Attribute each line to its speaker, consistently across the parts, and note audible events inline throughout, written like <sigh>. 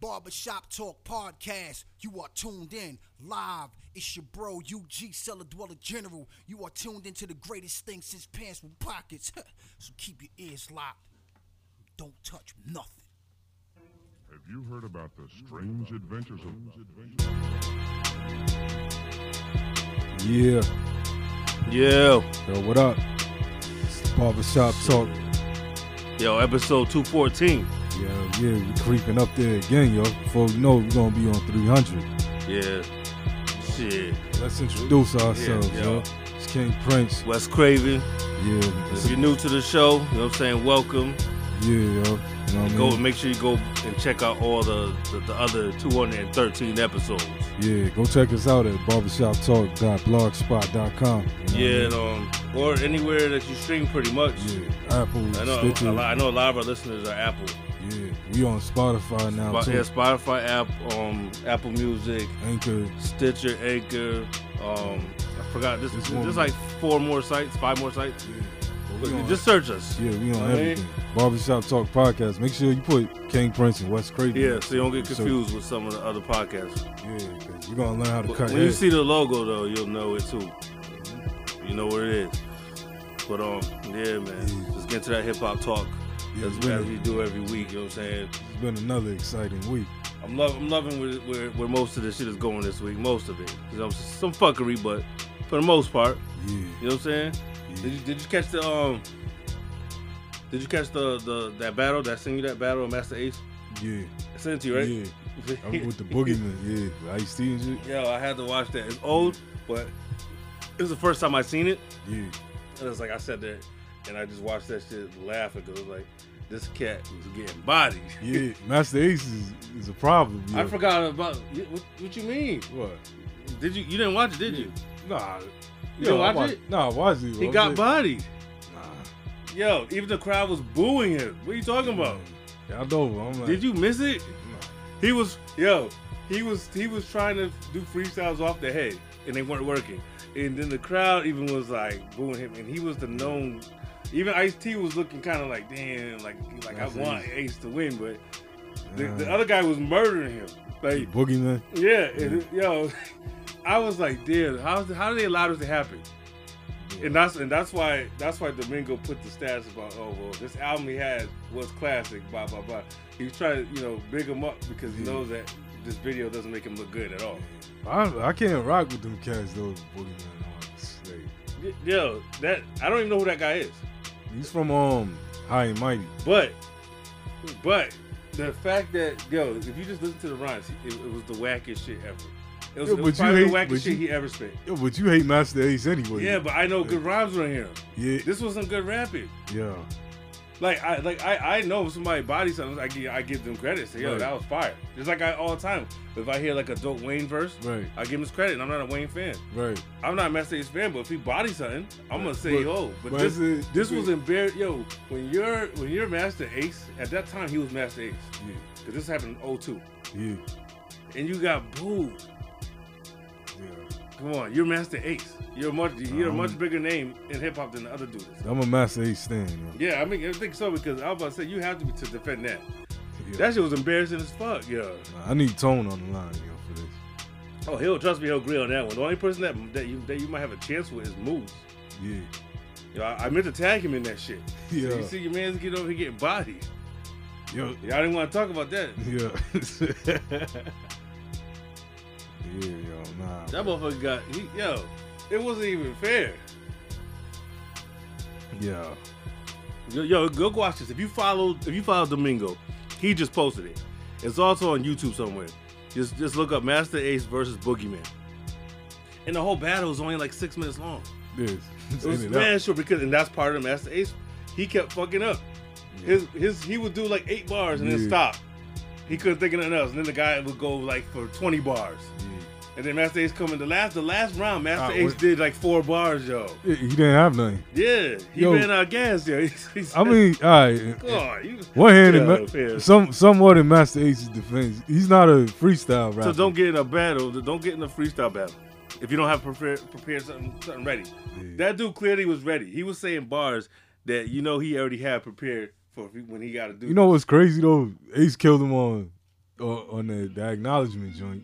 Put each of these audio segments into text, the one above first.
Speaker 1: Barbershop Talk Podcast. You are tuned in live. It's your bro, UG Cellar Dweller General. You are tuned into the greatest thing since pants with pockets. <laughs> so keep your ears locked. Don't touch nothing.
Speaker 2: Have you heard about the strange adventures of?
Speaker 3: Yeah.
Speaker 4: Yeah.
Speaker 3: Yo, what up? It's the Barbershop Talk.
Speaker 4: Yo, episode 214.
Speaker 3: Yeah, yeah, we creeping up there again, yo. Before we know, it, we gonna be on 300.
Speaker 4: Yeah. Shit.
Speaker 3: Let's introduce ourselves,
Speaker 4: Yeah,
Speaker 3: yo.
Speaker 4: yo.
Speaker 3: It's King Prince.
Speaker 4: Wes Craven.
Speaker 3: Yeah,
Speaker 4: If you're new to the show, you know what I'm saying? Welcome.
Speaker 3: yeah, yo. You know what I mean?
Speaker 4: Go make sure you go and check out all the, the, the other 213 episodes.
Speaker 3: Yeah, go check us out at barbershoptalk.blogspot.com. You know
Speaker 4: Yeah, and, um,
Speaker 3: what
Speaker 4: or anywhere that you stream pretty much.
Speaker 3: I mean? yeah. Apple,
Speaker 4: I know
Speaker 3: Stitcher.
Speaker 4: a lot, I know a lot of our listeners are Apple.
Speaker 3: Yeah, we on Spotify now
Speaker 4: Spo-
Speaker 3: too.
Speaker 4: yeah, Spotify app, um, Apple Music,
Speaker 3: Anchor.
Speaker 4: Stitcher, Anchor, um, I forgot this
Speaker 3: There's
Speaker 4: there's,
Speaker 3: one more.
Speaker 4: like four more sites, five more sites.
Speaker 3: Yeah, but we on-
Speaker 4: Just search us.
Speaker 3: yeah, we
Speaker 4: I
Speaker 3: on
Speaker 4: mean-
Speaker 3: everything. Barbershop Talk podcast. Make sure you put King Prince and Wes Craven.
Speaker 4: Yeah, so you don't get
Speaker 3: So-
Speaker 4: confused with some of the other podcasts.
Speaker 3: Yeah, cause you're gonna learn how to
Speaker 4: But
Speaker 3: cut
Speaker 4: when you
Speaker 3: hair.
Speaker 4: see the logo though, you'll know it too. You know what it is. But um, yeah, man,
Speaker 3: Yeah.
Speaker 4: let's get to that hip hop talk
Speaker 3: Yeah,
Speaker 4: as,
Speaker 3: it's been-
Speaker 4: as we do every week. You know what I'm saying?
Speaker 3: It's been another exciting week.
Speaker 4: I'm love, I'm loving where, where where most of this shit is going this week. Most of it, you know, some fuckery, but for the most part,
Speaker 3: Yeah,
Speaker 4: you know what I'm saying. Did
Speaker 3: yeah.
Speaker 4: you did you catch the um? Did you catch the the that battle that sent you that battle of Master Ace?
Speaker 3: yeah.
Speaker 4: I sent it to you right? <laughs>
Speaker 3: Yeah. I'm with the boogeyman. Yeah, Ice T and shit.
Speaker 4: Yo, I had to watch that. It's old, but it was the first time I seen it.
Speaker 3: Yeah,
Speaker 4: And it's like I sat there and I just watched that shit laughing because like, this cat was getting bodied. <laughs>
Speaker 3: yeah. Master Ace is, is a problem. Yeah.
Speaker 4: I forgot about what, what you mean.
Speaker 3: What?
Speaker 4: Did you you didn't watch it, did you?
Speaker 3: Nah.
Speaker 4: You didn't watch
Speaker 3: I watched-
Speaker 4: it?
Speaker 3: Nah, I watched it.
Speaker 4: He
Speaker 3: I
Speaker 4: got
Speaker 3: was like,
Speaker 4: bodied.
Speaker 3: Nah.
Speaker 4: Yo, even the crowd was booing him. What are you talking about?
Speaker 3: Y'all know. I'm like.
Speaker 4: Did you miss it?
Speaker 3: Nah.
Speaker 4: He was yo, he was he was trying to do freestyles off the head and they weren't working. And then the crowd even was like booing him and he was the known even Ice T was looking kinda like, damn, like like
Speaker 3: That's
Speaker 4: I want
Speaker 3: easy.
Speaker 4: Ace to win, but the,
Speaker 3: Yeah.
Speaker 4: the other guy was murdering him.
Speaker 3: The
Speaker 4: Like
Speaker 3: boogeyman.
Speaker 4: yeah, and, yo, <laughs> I was like, damn, how how did they allow this to happen? And that's and that's why that's why Domingo put the stats about oh well this album he has was classic blah blah blah. He was trying to you know big him up because he
Speaker 3: Yeah.
Speaker 4: knows that this video doesn't make him look good at all.
Speaker 3: I, I can't rock with them cats though. The boogeyman. Like,
Speaker 4: Y- Yo, that I don't even know who that guy is,
Speaker 3: he's from um High and Mighty.
Speaker 4: but but the fact that yo if you just listen to the rhymes, it, it was the wackiest shit ever. It was,
Speaker 3: Yo,
Speaker 4: it was
Speaker 3: but you
Speaker 4: probably the
Speaker 3: hate- but
Speaker 4: wackiest shit
Speaker 3: you-
Speaker 4: he ever spit.
Speaker 3: Yo, but you hate Master Ace anyway.
Speaker 4: Yeah, but I know good rhymes were in here.
Speaker 3: yeah,
Speaker 4: This was some good rapping.
Speaker 3: yeah.
Speaker 4: Like I like I, I know if somebody body something, I give I give them credit. Say, yo,
Speaker 3: Right.
Speaker 4: that was fire. Just like I all the time. If I hear like a dope Wayne verse,
Speaker 3: Right,
Speaker 4: I give him his credit. And I'm not a Wayne fan.
Speaker 3: right.
Speaker 4: I'm not a Master Ace fan, but if he body something, I'm gonna say
Speaker 3: But-
Speaker 4: yo. But,
Speaker 3: but
Speaker 4: this
Speaker 3: it's a-
Speaker 4: this was embarrassing. Yo, when you're when you're Master Ace, at that time he was Master Ace.
Speaker 3: Yeah,
Speaker 4: Cause this happened in 02.
Speaker 3: yeah,
Speaker 4: And you got booed.
Speaker 3: yeah.
Speaker 4: Come on, you're Master Ace. You're much you're a
Speaker 3: Um,
Speaker 4: much bigger name in hip hop than the other dudes.
Speaker 3: I'm a Master Ace stand. Yo.
Speaker 4: Yeah, I mean I think so because I was about to say you have to be to defend that.
Speaker 3: Yeah.
Speaker 4: That shit was embarrassing as fuck, yo.
Speaker 3: Nah, I need tone on the line, yo, for this.
Speaker 4: Oh, he'll trust me. He'll agree on that one. The only person that that you that you might have a chance with is Moose.
Speaker 3: Yeah,
Speaker 4: Yo, I, I meant to tag him in that shit.
Speaker 3: yeah,
Speaker 4: You see your man's get over here getting bodied.
Speaker 3: yo,
Speaker 4: Y'all didn't want to talk about <laughs> that.
Speaker 3: yeah. <laughs> yeah, yo, nah.
Speaker 4: That motherfucker got he, yo. It wasn't even fair.
Speaker 3: yeah,
Speaker 4: Yo, yo, go watch this. If you follow, if you follow Domingo, he just posted it. It's also on YouTube somewhere. Just just look up Master Ace versus Boogeyman. And the whole battle is only like six minutes long.
Speaker 3: this.
Speaker 4: It was
Speaker 3: In and out.
Speaker 4: man sure because and that's part of Master Ace. He kept fucking up.
Speaker 3: Yeah.
Speaker 4: His his he would do like eight bars and
Speaker 3: Yeah.
Speaker 4: then stop. He couldn't think of nothing else. And then the guy would go like for twenty bars.
Speaker 3: Yeah.
Speaker 4: And then Master Ace coming the last the last round, Master
Speaker 3: Ah,
Speaker 4: Ace
Speaker 3: what-
Speaker 4: did like four bars, yo.
Speaker 3: Yeah, He didn't have nothing.
Speaker 4: Yeah. He
Speaker 3: Yo.
Speaker 4: ran out of gas, yo. <laughs> He, he
Speaker 3: I
Speaker 4: said,
Speaker 3: mean, all right.
Speaker 4: God, you
Speaker 3: One hand in
Speaker 4: Yeah,
Speaker 3: ma-
Speaker 4: yeah.
Speaker 3: some somewhat in Master Ace's defense. He's not a freestyle rapper.
Speaker 4: So don't get in a battle. Don't get in a freestyle battle. If you don't have prepared prepared something something ready.
Speaker 3: Yeah.
Speaker 4: That dude clearly was ready. He was saying bars that you know he already had prepared for when he got to do.
Speaker 3: You know what's crazy though? Ace killed him on uh, on the, the acknowledgement joint.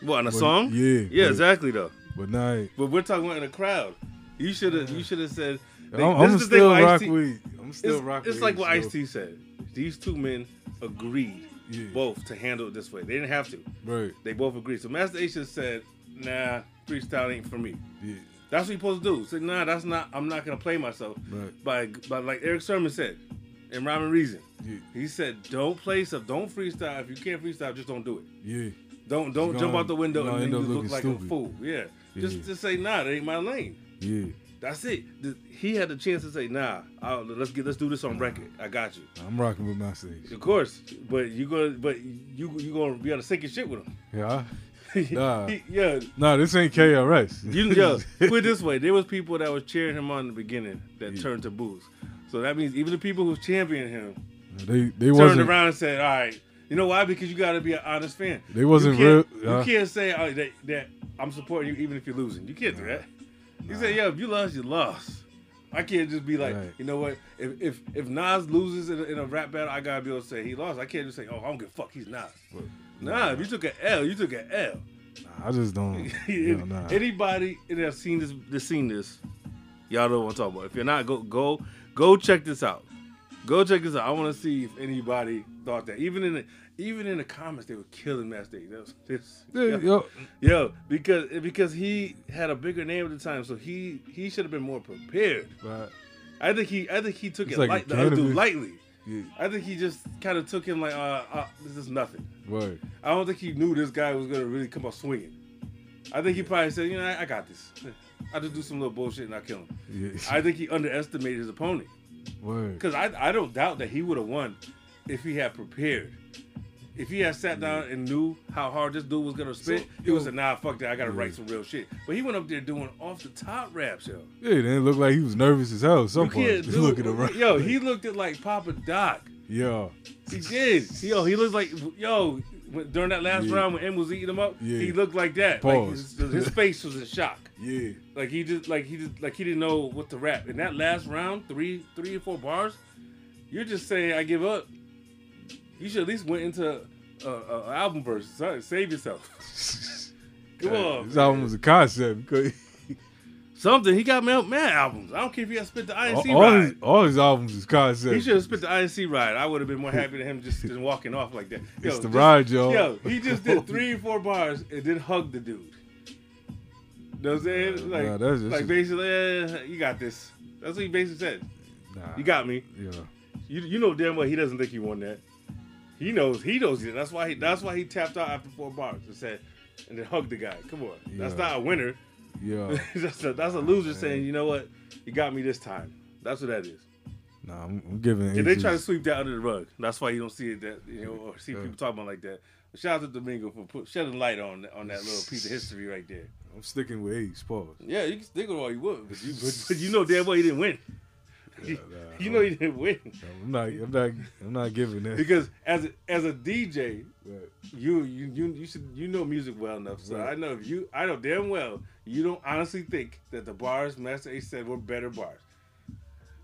Speaker 4: What on a
Speaker 3: Well,
Speaker 4: song?
Speaker 3: yeah,
Speaker 4: yeah,
Speaker 3: but-
Speaker 4: exactly though.
Speaker 3: But nah,
Speaker 4: But we're talking about in a crowd. You should have. You should have said.
Speaker 3: I'm,
Speaker 4: They,
Speaker 3: I'm
Speaker 4: this is the thing
Speaker 3: still
Speaker 4: with
Speaker 3: rock
Speaker 4: Ice-T.
Speaker 3: with. I'm still
Speaker 4: It's,
Speaker 3: rock
Speaker 4: it's
Speaker 3: with.
Speaker 4: like what
Speaker 3: Ice-T,
Speaker 4: Ice T said. These two men agreed,
Speaker 3: Yeah.
Speaker 4: both to handle it this way. They didn't have to.
Speaker 3: so- Right.
Speaker 4: They both agreed. So Master Ace just said, "Nah, freestyle ain't for me."
Speaker 3: Yeah.
Speaker 4: That's what you're supposed to do. Say, "Nah, that's not. I'm not gonna play myself."
Speaker 3: Right.
Speaker 4: By, by like Eric Sermon said, in Rhyme and Reason,
Speaker 3: Yeah.
Speaker 4: he said, "Don't play stuff. Don't freestyle. If you can't freestyle, just don't do it."
Speaker 3: Yeah.
Speaker 4: Don't don't
Speaker 3: You're
Speaker 4: jump
Speaker 3: gonna-
Speaker 4: out the window
Speaker 3: you're
Speaker 4: and then
Speaker 3: gonna
Speaker 4: you
Speaker 3: end
Speaker 4: look
Speaker 3: up looking
Speaker 4: like a
Speaker 3: stupid.
Speaker 4: fool. Yeah. Just
Speaker 3: Yeah.
Speaker 4: just say nah, that ain't my lane.
Speaker 3: Yeah.
Speaker 4: That's it. Th- He had the chance to say nah. I'll, let's get let's do this on record. I got you.
Speaker 3: I'm rocking with my stage.
Speaker 4: Of course, but you gonna but you you gonna be on the second shit with him.
Speaker 3: Yeah.
Speaker 4: <laughs>
Speaker 3: Nah.
Speaker 4: He- yeah.
Speaker 3: Nah, this ain't KRS.
Speaker 4: You
Speaker 3: <laughs>
Speaker 4: yeah, put it this way, there was people that was cheering him on in the beginning that turned to booze. So that means even the people who championed him
Speaker 3: they they
Speaker 4: turned
Speaker 3: wasn't
Speaker 4: around and said, "All right, you know why? Because you got to be an honest fan.
Speaker 3: They wasn't
Speaker 4: you can't-
Speaker 3: real- uh.
Speaker 4: you can't say oh, that, that I'm supporting you even if you're losing. You can't do that. You say, yo, if you lost, you lost. I can't just be like,
Speaker 3: Right.
Speaker 4: you know what? If if if Nas loses in a, in a rap battle, I gotta be able to say he lost. I can't just say, oh, I don't give a fuck, he's Nas. Nah, if you took an L, you took an L.
Speaker 3: Nah, I
Speaker 4: <laughs>
Speaker 3: just don't. yeah,
Speaker 4: Any-
Speaker 3: nah.
Speaker 4: Anybody that have seen this, that seen this, y'all know what I'm talking about. If you're not, go go go check this out. Go check this out. I want to see if anybody thought that. Even in the even in the comments, they were killing Master Ace. That was <laughs> this.
Speaker 3: Yeah,
Speaker 4: yo,
Speaker 3: yo,
Speaker 4: yo, because because he had a bigger name at the time, so he he should have been more prepared.
Speaker 3: but-
Speaker 4: I think he I think he took
Speaker 3: It's
Speaker 4: it
Speaker 3: like a
Speaker 4: light, the other dude
Speaker 3: cannabis.
Speaker 4: lightly.
Speaker 3: yeah,
Speaker 4: I think he just kind of took him like, uh, uh, this is nothing.
Speaker 3: right.
Speaker 4: I don't think he knew this guy was gonna really come up swinging. I think he probably said, you know, I, I got this. I just do some little bullshit and I kill him.
Speaker 3: Yeah,
Speaker 4: I think he underestimated his opponent
Speaker 3: word.
Speaker 4: because I I don't doubt that he would have won if he had prepared. If he had sat down and knew how hard this dude was gonna spit, he was
Speaker 3: Mm. yo-
Speaker 4: a nah, fuck that. I gotta
Speaker 3: Yeah.
Speaker 4: write some real shit. But he went up there doing off the top raps, yo.
Speaker 3: Yeah, it didn't look like he was nervous as hell. at Some
Speaker 4: You can't
Speaker 3: point, just
Speaker 4: do
Speaker 3: looking around.
Speaker 4: Yo, he looked at like Papa Doc.
Speaker 3: <laughs> yeah,
Speaker 4: He did. Yo, he looked like yo when- during that last
Speaker 3: Yeah.
Speaker 4: round when M was eating him up.
Speaker 3: Yeah.
Speaker 4: He looked like that. Like
Speaker 3: Pause.
Speaker 4: his, his
Speaker 3: <laughs>
Speaker 4: face was in shock.
Speaker 3: yeah,
Speaker 4: Like he just like he just like he didn't know what to rap. In that last round, three three or four bars, you're just saying I give up. You should at least went into a, a, a album verse. Sorry, Save yourself. <laughs> Come on,
Speaker 3: This album was a concept. Because
Speaker 4: something. He got mad, mad albums. I don't care if he had spit the
Speaker 3: all,
Speaker 4: INC
Speaker 3: all
Speaker 4: ride.
Speaker 3: his, all his albums is concept.
Speaker 4: He should have spit the INC ride. I would have been more happy to him just, just walking off like that. Yo,
Speaker 3: It's the
Speaker 4: just-
Speaker 3: ride, yo.
Speaker 4: Yo, he just
Speaker 3: <laughs>
Speaker 4: did three, four bars and then hugged the dude. Know what I'm saying?
Speaker 3: Nah,
Speaker 4: Like,
Speaker 3: that's just-
Speaker 4: like basically, eh, you got this. That's what he basically said.
Speaker 3: Nah,
Speaker 4: You got me.
Speaker 3: yeah,
Speaker 4: You, you know damn well he doesn't think he won that. He knows. He knows it. That's why he. That's why he tapped out after four bars and said, and then hugged the guy. Come on, that's
Speaker 3: Yeah. Oh.
Speaker 4: not a winner.
Speaker 3: yeah.
Speaker 4: <laughs> that's a that's a loser saying, you know what, you got me this time. That's what that is.
Speaker 3: Nah, I'm, I'm giving.
Speaker 4: And they try to
Speaker 3: Aces-
Speaker 4: sweep that under the rug. That's why you don't see it that you know or see
Speaker 3: Yeah.
Speaker 4: people talking about it like that. But shout out to Domingo for put, shedding light on on that little piece of history right there.
Speaker 3: I'm sticking with Ace. Pause.
Speaker 4: Yeah, you can stick with all you would, but you but, but you know damn well he didn't win.
Speaker 3: nah,
Speaker 4: <laughs> you know he didn't
Speaker 3: <laughs>
Speaker 4: win
Speaker 3: I'm not. I'm not. I'm not giving
Speaker 4: <laughs>
Speaker 3: that.
Speaker 4: because as a, as a DJ,
Speaker 3: But-
Speaker 4: you you you you should you know music well enough. So
Speaker 3: Right.
Speaker 4: I know if you I know damn well you don't honestly think that the bars Master Ace said were better bars.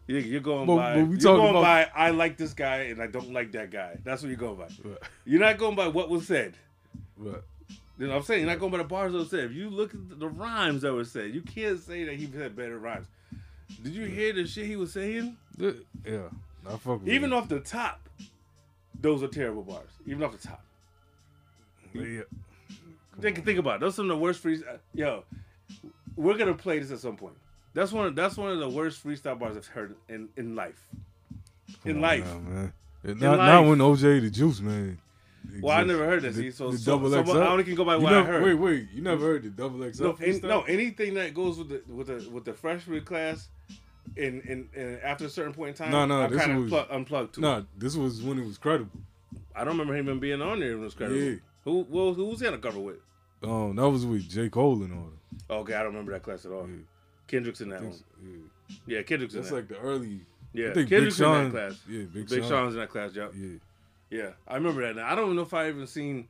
Speaker 4: You- You're going
Speaker 3: But-
Speaker 4: by
Speaker 3: but we
Speaker 4: you're
Speaker 3: talking
Speaker 4: going
Speaker 3: about-
Speaker 4: by I like this guy and I don't like that guy. That's what you're going by.
Speaker 3: but-
Speaker 4: You're not going by what was said.
Speaker 3: but-
Speaker 4: You know what I'm saying? You're not going by the bars that were said. If you look at the- the rhymes that were said, you can't say that he had better rhymes. Did you hear the shit he was saying?
Speaker 3: yeah, I fuck with
Speaker 4: Even
Speaker 3: Ace.
Speaker 4: off the top, those are terrible bars. Even off the top.
Speaker 3: Yeah.
Speaker 4: Think, think about it. Those are some of the worst freeze. uh, Yo, we're gonna play this at some point. That's one. Of, that's one of the worst freestyle bars I've heard in in life. In
Speaker 3: Come on
Speaker 4: life.
Speaker 3: now, man. And not,
Speaker 4: life.
Speaker 3: not when OJ the Juice man.
Speaker 4: Well, I
Speaker 3: exists.
Speaker 4: never heard that. See, so, so- so
Speaker 3: XL?
Speaker 4: I only can go by
Speaker 3: You
Speaker 4: what I
Speaker 3: never-
Speaker 4: heard.
Speaker 3: Wait, wait, you never heard the double XL?
Speaker 4: No, any,
Speaker 3: freestyle?
Speaker 4: no, anything that goes with the with the with the freshman class, and and, and after a certain point in time,
Speaker 3: No, no,
Speaker 4: I'm
Speaker 3: this
Speaker 4: kind of
Speaker 3: was-
Speaker 4: plu- unplugged to.
Speaker 3: Nah, this was when it was credible.
Speaker 4: I don't remember him even being on there. It was credible.
Speaker 3: Yeah.
Speaker 4: Who well, who was he on the cover with?
Speaker 3: Um, that was with J Cole and all. that.
Speaker 4: Okay, I don't remember that class at all.
Speaker 3: Yeah.
Speaker 4: Kendrick's in that one.
Speaker 3: Yeah.
Speaker 4: Yeah, Kendrick's in
Speaker 3: That's
Speaker 4: that.
Speaker 3: like the early.
Speaker 4: yeah,
Speaker 3: I think Big
Speaker 4: Kendrick's in
Speaker 3: Sean.
Speaker 4: that class.
Speaker 3: Yeah, Big,
Speaker 4: Big
Speaker 3: Sean.
Speaker 4: Sean's in that class, yeah.
Speaker 3: Yeah,
Speaker 4: Yeah, I remember that. Now, I don't know if I even seen.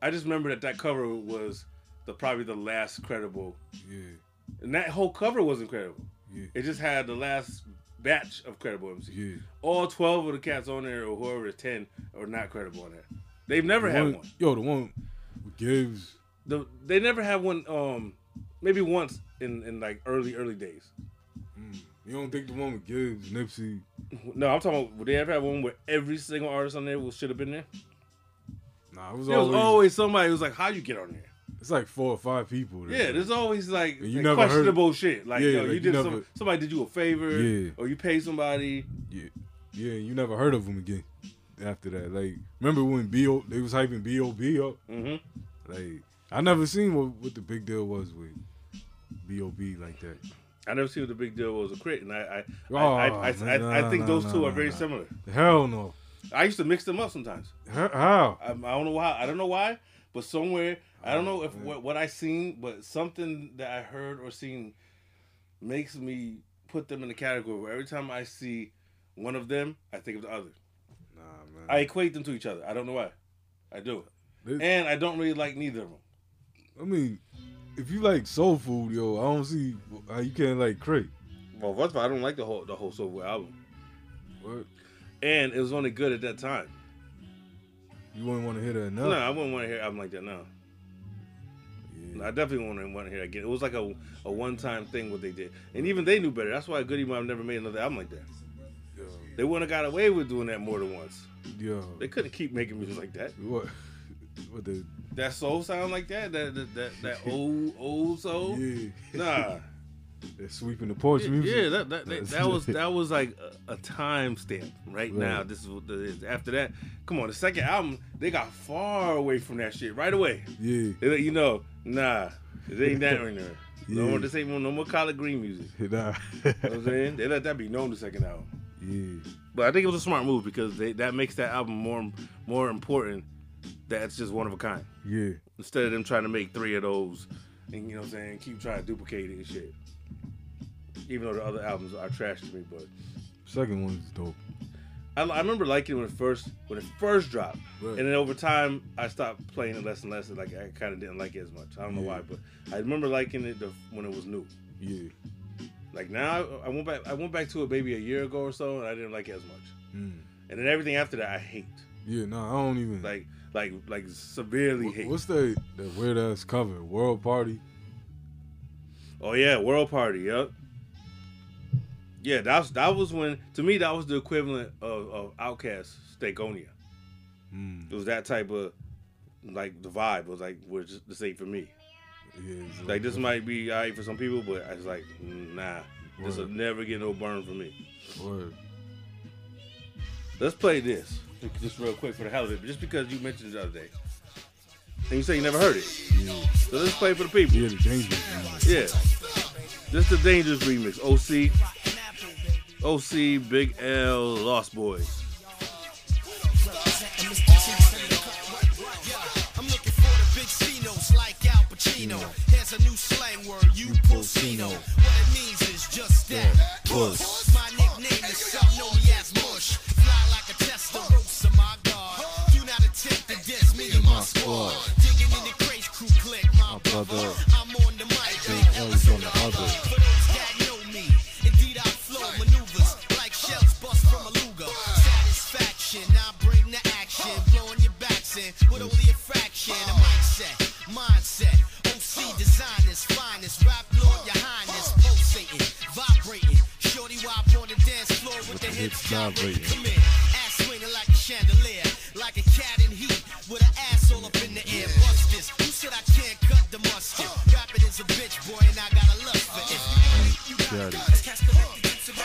Speaker 4: I just remember that that cover was the probably the last credible,
Speaker 3: yeah,
Speaker 4: and that whole cover was incredible.
Speaker 3: yeah,
Speaker 4: It just had the last batch of credible MCs.
Speaker 3: yeah.
Speaker 4: All twelve of the cats on there, or whoever is ten, are not credible on there. They've never
Speaker 3: The
Speaker 4: had
Speaker 3: one-
Speaker 4: one.
Speaker 3: Yo, the one with Gibbs.
Speaker 4: The, they never had one. Um, maybe once in in like early early days.
Speaker 3: You don't think the one with Gibbs, Nipsey?
Speaker 4: No, I'm talking. About, would they ever have one where every single artist on there was, should have been there?
Speaker 3: Nah, it was,
Speaker 4: There
Speaker 3: always,
Speaker 4: was always somebody who was like, "How you get on there?"
Speaker 3: It's like four or five people. that-
Speaker 4: Yeah, there's always like,
Speaker 3: You
Speaker 4: like,
Speaker 3: never heard-
Speaker 4: questionable shit. Like,
Speaker 3: Yeah,
Speaker 4: yo,
Speaker 3: like,
Speaker 4: you
Speaker 3: you
Speaker 4: did some,
Speaker 3: never-
Speaker 4: somebody did you a favor,
Speaker 3: Yeah.
Speaker 4: or you paid somebody.
Speaker 3: yeah, yeah. You never heard of them again after that. Like, remember when Bo they was hyping Bob up?
Speaker 4: Mhm.
Speaker 3: Like, I never seen what, what the big deal was with Bob like that.
Speaker 4: I never see what the big deal was with Crit, and I I,
Speaker 3: Oh,
Speaker 4: I, I, I,
Speaker 3: nah,
Speaker 4: I think
Speaker 3: nah,
Speaker 4: those
Speaker 3: nah,
Speaker 4: two are
Speaker 3: nah,
Speaker 4: very
Speaker 3: nah.
Speaker 4: similar.
Speaker 3: Hell no.
Speaker 4: I used to mix them up sometimes.
Speaker 3: H- How?
Speaker 4: I, I don't know why. I don't know why, but somewhere I don't know if what, what I seen, but something that I heard or seen makes me put them in the category where every time I see one of them, I think of the other.
Speaker 3: Nah, man.
Speaker 4: I equate them to each other. I don't know why. I do,
Speaker 3: This-
Speaker 4: and I don't really like neither of them.
Speaker 3: I mean, if you like soul food, yo, I don't see how you can't like Craig.
Speaker 4: Well, first of all, I don't like the whole the whole Soulful album,
Speaker 3: What?
Speaker 4: and it was only good at that time.
Speaker 3: You wouldn't want to hear that now.
Speaker 4: No, I wouldn't want to hear an album like that now.
Speaker 3: Yeah.
Speaker 4: I definitely wouldn't want to hear that again. It was like a a one time thing what they did, and even they knew better. That's why Goody Mob never made another album like that.
Speaker 3: Yo,
Speaker 4: They wouldn't have got away with doing that more than once.
Speaker 3: yo.
Speaker 4: They couldn't keep making music like that.
Speaker 3: what? <laughs> What the?
Speaker 4: That soul sound like that, that that that,
Speaker 3: <laughs>
Speaker 4: that old old soul.
Speaker 3: Yeah. <laughs>
Speaker 4: Nah,
Speaker 3: They're sweeping the porch music.
Speaker 4: yeah, that that, that, that
Speaker 3: <laughs>
Speaker 4: was that was like a, a time stamp right, now.
Speaker 3: Right.
Speaker 4: This is what the, is. after that. Come on, the second album they got far away from that shit right away.
Speaker 3: yeah. <laughs>
Speaker 4: They let you know, nah, it ain't that right there. No
Speaker 3: Yeah.
Speaker 4: more, this ain't no more collard green music.
Speaker 3: Nah.
Speaker 4: You
Speaker 3: <laughs>
Speaker 4: know what I'm saying they let that be known the second album.
Speaker 3: yeah.
Speaker 4: But I think it was a smart move because they, that makes that album more more important. That it's just one of a kind.
Speaker 3: Yeah.
Speaker 4: Instead of them trying to make three of those, and you know what I'm saying, keep trying to duplicate it and shit. Even though the other albums are trash to me, but
Speaker 3: Second one is dope.
Speaker 4: I, I remember liking it when it first when it first dropped,
Speaker 3: Right.
Speaker 4: and then over time I stopped playing it less and less. And like I kind of didn't like it as much. I don't know why, but I remember liking it the, when it was new.
Speaker 3: Yeah.
Speaker 4: Like now, I went back. I went back to it maybe a year ago or so, and I didn't like it as much.
Speaker 3: Mm.
Speaker 4: And then everything after that, I hate.
Speaker 3: Yeah. Nah, I don't even.
Speaker 4: like like like severely
Speaker 3: Wha-
Speaker 4: hate.
Speaker 3: What's that? That weird ass cover? World Party.
Speaker 4: oh yeah, World Party. Yep. Yeah, that was that was when to me that was the equivalent of, of Outcast Stakeonia.
Speaker 3: Mm.
Speaker 4: It was that type of like the vibe was like we're just this ain't for me.
Speaker 3: Yeah. it's
Speaker 4: Like this might be alright for some people, but I was like nah, this will
Speaker 3: Word.
Speaker 4: never get no burn for me.
Speaker 3: Word.
Speaker 4: Let's play this just real quick for the hell of it, just because you mentioned it the other day. And you say you never heard it,
Speaker 3: Yeah.
Speaker 4: so let's play for the people.
Speaker 3: Yeah. The dangerous. Man.
Speaker 4: Yeah. This the Dangerous remix. OC. OC, Big L, Lost Boys.
Speaker 1: I'm looking for the big Cinos like Al Pacino. Here's a new slang word, you Pulsino. What it means is just that. Push. My nickname is some know me as Bush. Fly like a Testarossa, my God. Do not attempt to diss me and my squad. Digging in the craze crew click, my brother. I'm on the mic, Big L is on the other. For those that know me, indeed I flow maneuvers like shells bust from a Luger. Satisfaction, I bring the action, blowing your backs in with only a fraction. A mindset, mindset, OC designers, finest, rap lord, your highness, pulsating, vibrating. Shorty wop on the dance floor with, the hips gyrating. Come in, ass swinging like a chandelier, like a cat in heat with an ass all up in the air. Bust this, who said I can't cut the mustard? Rapping is a bitch, boy, and I got a lust for it. You got it.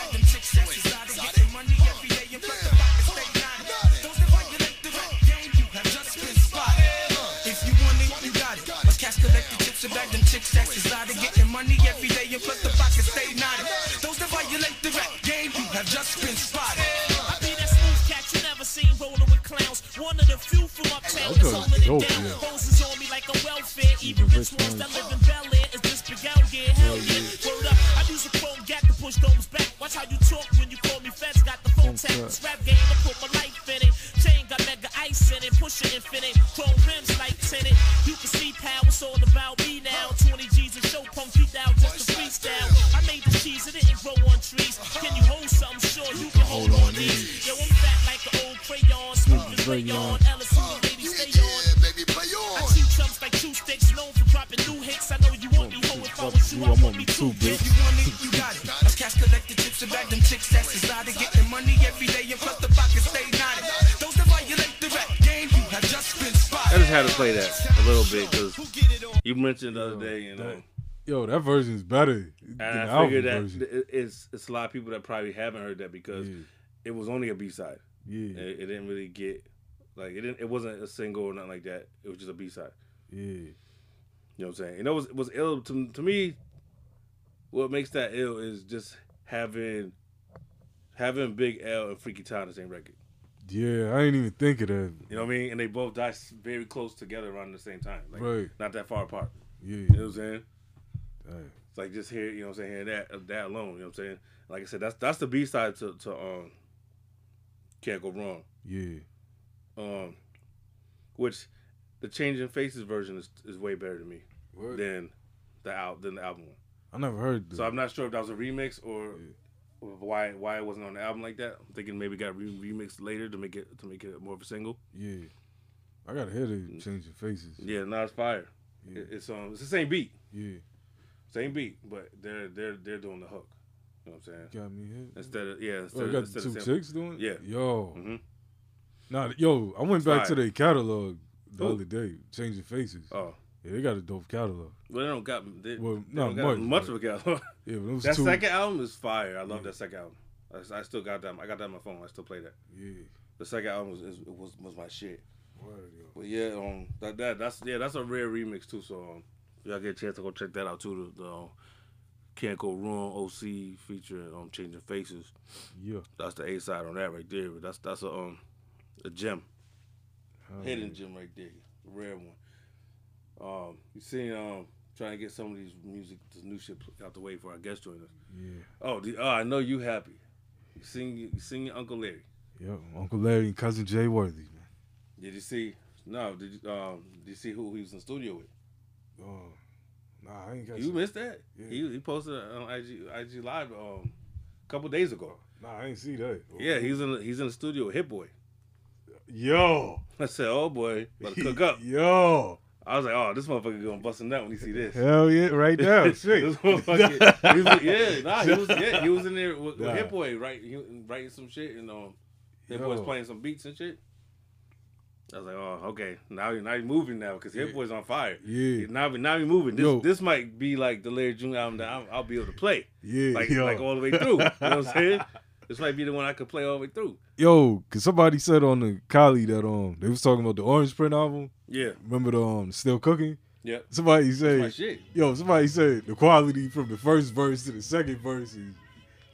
Speaker 5: If you want it, you got it. Must cats collect the chips and bag them chicks that's exotic. Getting money every day and plus the pockets stay knotted. Those that violate the rap game, you have just been spotted.
Speaker 6: I be that smooth cat you never seen rolling with clowns. One of the few from uptown that's
Speaker 3: joint's
Speaker 6: holding
Speaker 3: dope,
Speaker 6: it down.
Speaker 3: yeah.
Speaker 6: Roses on me like a welfare. Even rich ones that live in Bel Air is this big out yeah. Hell yeah. Word up. I use a chrome gap to push those back. Watch how you talk when you call me feds. Got the phone tap. This rap game, I put my life in it. Chain got mega ice in it. Push it infinite. Chrome rims like tenant. You can see pal, it's all about me now. 20 G's and show punk beat down just to freestyle. I made the cheese, it didn't grow on trees. Can you hold something? Sure, you can hold on these. Yo, I'm fat like an old crayon. Smooth as rayon. Ellis, who the ladies stay sticks, known for dropping new hits. I know you want new hoe. If I was you, I want me too, bitch.
Speaker 7: If you want it, you got it. Us cats collect the chips and bag them chicks. That's is out of getting money every day and plus the pockets stay knotted. Those that violate the rap game, you have just been
Speaker 4: I
Speaker 7: spotted.
Speaker 4: just had to play that a little bit because you mentioned the other <laughs> day, you know.
Speaker 3: Yo, that version's better than the
Speaker 4: And I
Speaker 3: album
Speaker 4: figured that
Speaker 3: version.
Speaker 4: th- it's it's a lot of people that probably haven't heard that because
Speaker 3: Yeah.
Speaker 4: it was only a B side.
Speaker 3: yeah,
Speaker 4: It, it didn't really get like it didn't. It wasn't a single or nothing like that. It was just a B side.
Speaker 3: yeah.
Speaker 4: You know what I'm saying? And that was was ill to to me. What makes that ill is just having having Big L and Freaky Town on the same record.
Speaker 3: Yeah, I didn't even think of that.
Speaker 4: You know what I mean? And they both died s- very close together around the same time. Like,
Speaker 3: Right.
Speaker 4: Not that far apart. You
Speaker 3: Yeah.
Speaker 4: know what I'm saying?
Speaker 3: Damn.
Speaker 4: It's like just hear, you know what I'm saying, hear that that alone, you know what I'm saying? Like I said, that's that's the B side to, to um Can't Go Wrong.
Speaker 3: Yeah.
Speaker 4: Um which the Changing Faces version is, is way better to me
Speaker 3: Word.
Speaker 4: than the out than the album one.
Speaker 3: I never heard
Speaker 4: So
Speaker 3: that.
Speaker 4: I'm not sure if that was a remix or or why why it wasn't on the album like that. I'm thinking maybe it got re- remixed later to make it to make it more of a single.
Speaker 3: Yeah. I gotta hear the changing faces.
Speaker 4: Yeah, nah, it's fire. It- It's um it's the same beat.
Speaker 3: Yeah.
Speaker 4: Same beat, but they're they're they're doing the hook. You know what I'm saying?
Speaker 3: Got me hit.
Speaker 4: Instead of yeah, instead,
Speaker 3: Oh,
Speaker 4: of
Speaker 3: you got the
Speaker 4: instead of
Speaker 3: two
Speaker 4: sample-
Speaker 3: chicks doing it?
Speaker 4: Yeah.
Speaker 3: Yo.
Speaker 4: Mhm.
Speaker 3: Nah, yo, I went back to
Speaker 4: fire.
Speaker 3: their catalog the
Speaker 4: Ooh.
Speaker 3: other day, changing faces.
Speaker 4: Oh.
Speaker 3: Yeah, they got a dope catalog.
Speaker 4: Well, they don't got they,
Speaker 3: Well,
Speaker 4: they
Speaker 3: not
Speaker 4: don't got
Speaker 3: much,
Speaker 4: much, of a catalog.
Speaker 3: Yeah, but it
Speaker 4: <laughs>
Speaker 3: was
Speaker 4: that
Speaker 3: two.
Speaker 4: second album is fire. I love that second album. I s- I, still got that. I got that on my phone. I still play that.
Speaker 3: Yeah.
Speaker 4: The second album was is, was, was my shit.
Speaker 3: Word, yo.
Speaker 4: But yeah, um, that, that that's yeah, that's a rare remix too. So um, if y'all get a chance to go check that out too. The, the um, Can't Go Wrong OC featuring um Changing Faces.
Speaker 3: Yeah.
Speaker 4: That's the A side on that right there. But that's that's a um a gem,
Speaker 3: Hell
Speaker 4: hidden gem right there, a rare one. Um, you seen um trying to get some of these music, this new shit out the way for our guest join us.
Speaker 3: Yeah.
Speaker 4: Oh, the, oh, I know you happy. You sing, you sing your Uncle Larry.
Speaker 3: Yo, Uncle Larry and cousin Jay Worthy, man.
Speaker 4: Did you see? No, did you, um, did you see who he was in studio with?
Speaker 3: Oh. Nah, I ain't got
Speaker 4: You
Speaker 3: some-
Speaker 4: missed that?
Speaker 3: Yeah.
Speaker 4: He he posted on IG IG live um a couple days ago.
Speaker 3: Nah, I ain't see that.
Speaker 4: Yeah, he's in he's in the studio with Hit Boy. <laughs>
Speaker 3: Yo.
Speaker 4: I said, oh boy, about to cook up.
Speaker 3: <laughs> Yo.
Speaker 4: I was like, oh, this motherfucker gonna bust him out when he see this.
Speaker 3: Hell yeah, right
Speaker 4: <laughs>
Speaker 3: now.
Speaker 4: This
Speaker 3: Shit.
Speaker 4: motherfucker- he was- yeah, nah, he was yeah, he was in there with, with
Speaker 3: Nah.
Speaker 4: Hit Boy, right? He was writing some shit and um, Hit Boy's
Speaker 3: Yo.
Speaker 4: playing some beats and shit. I was like, oh, okay, now you now you moving now because Hit Boy's on fire.
Speaker 3: Yeah.
Speaker 4: now we now we moving. This
Speaker 3: Yo.
Speaker 4: this might be like the Larry June album that I'll, I'll be able to play,
Speaker 3: Yeah.
Speaker 4: like
Speaker 3: yo.
Speaker 4: like all the way through. You know what I'm
Speaker 3: <laughs>
Speaker 4: saying? This might be the one I could play all the way through.
Speaker 3: Yo, cause somebody said on the collie that um they was talking about the Orange Print album.
Speaker 4: Yeah,
Speaker 3: Remember the um Still Cooking?
Speaker 4: yeah,
Speaker 3: Somebody said,
Speaker 4: my shit.
Speaker 3: yo, somebody said the quality from the first verse to the second verse is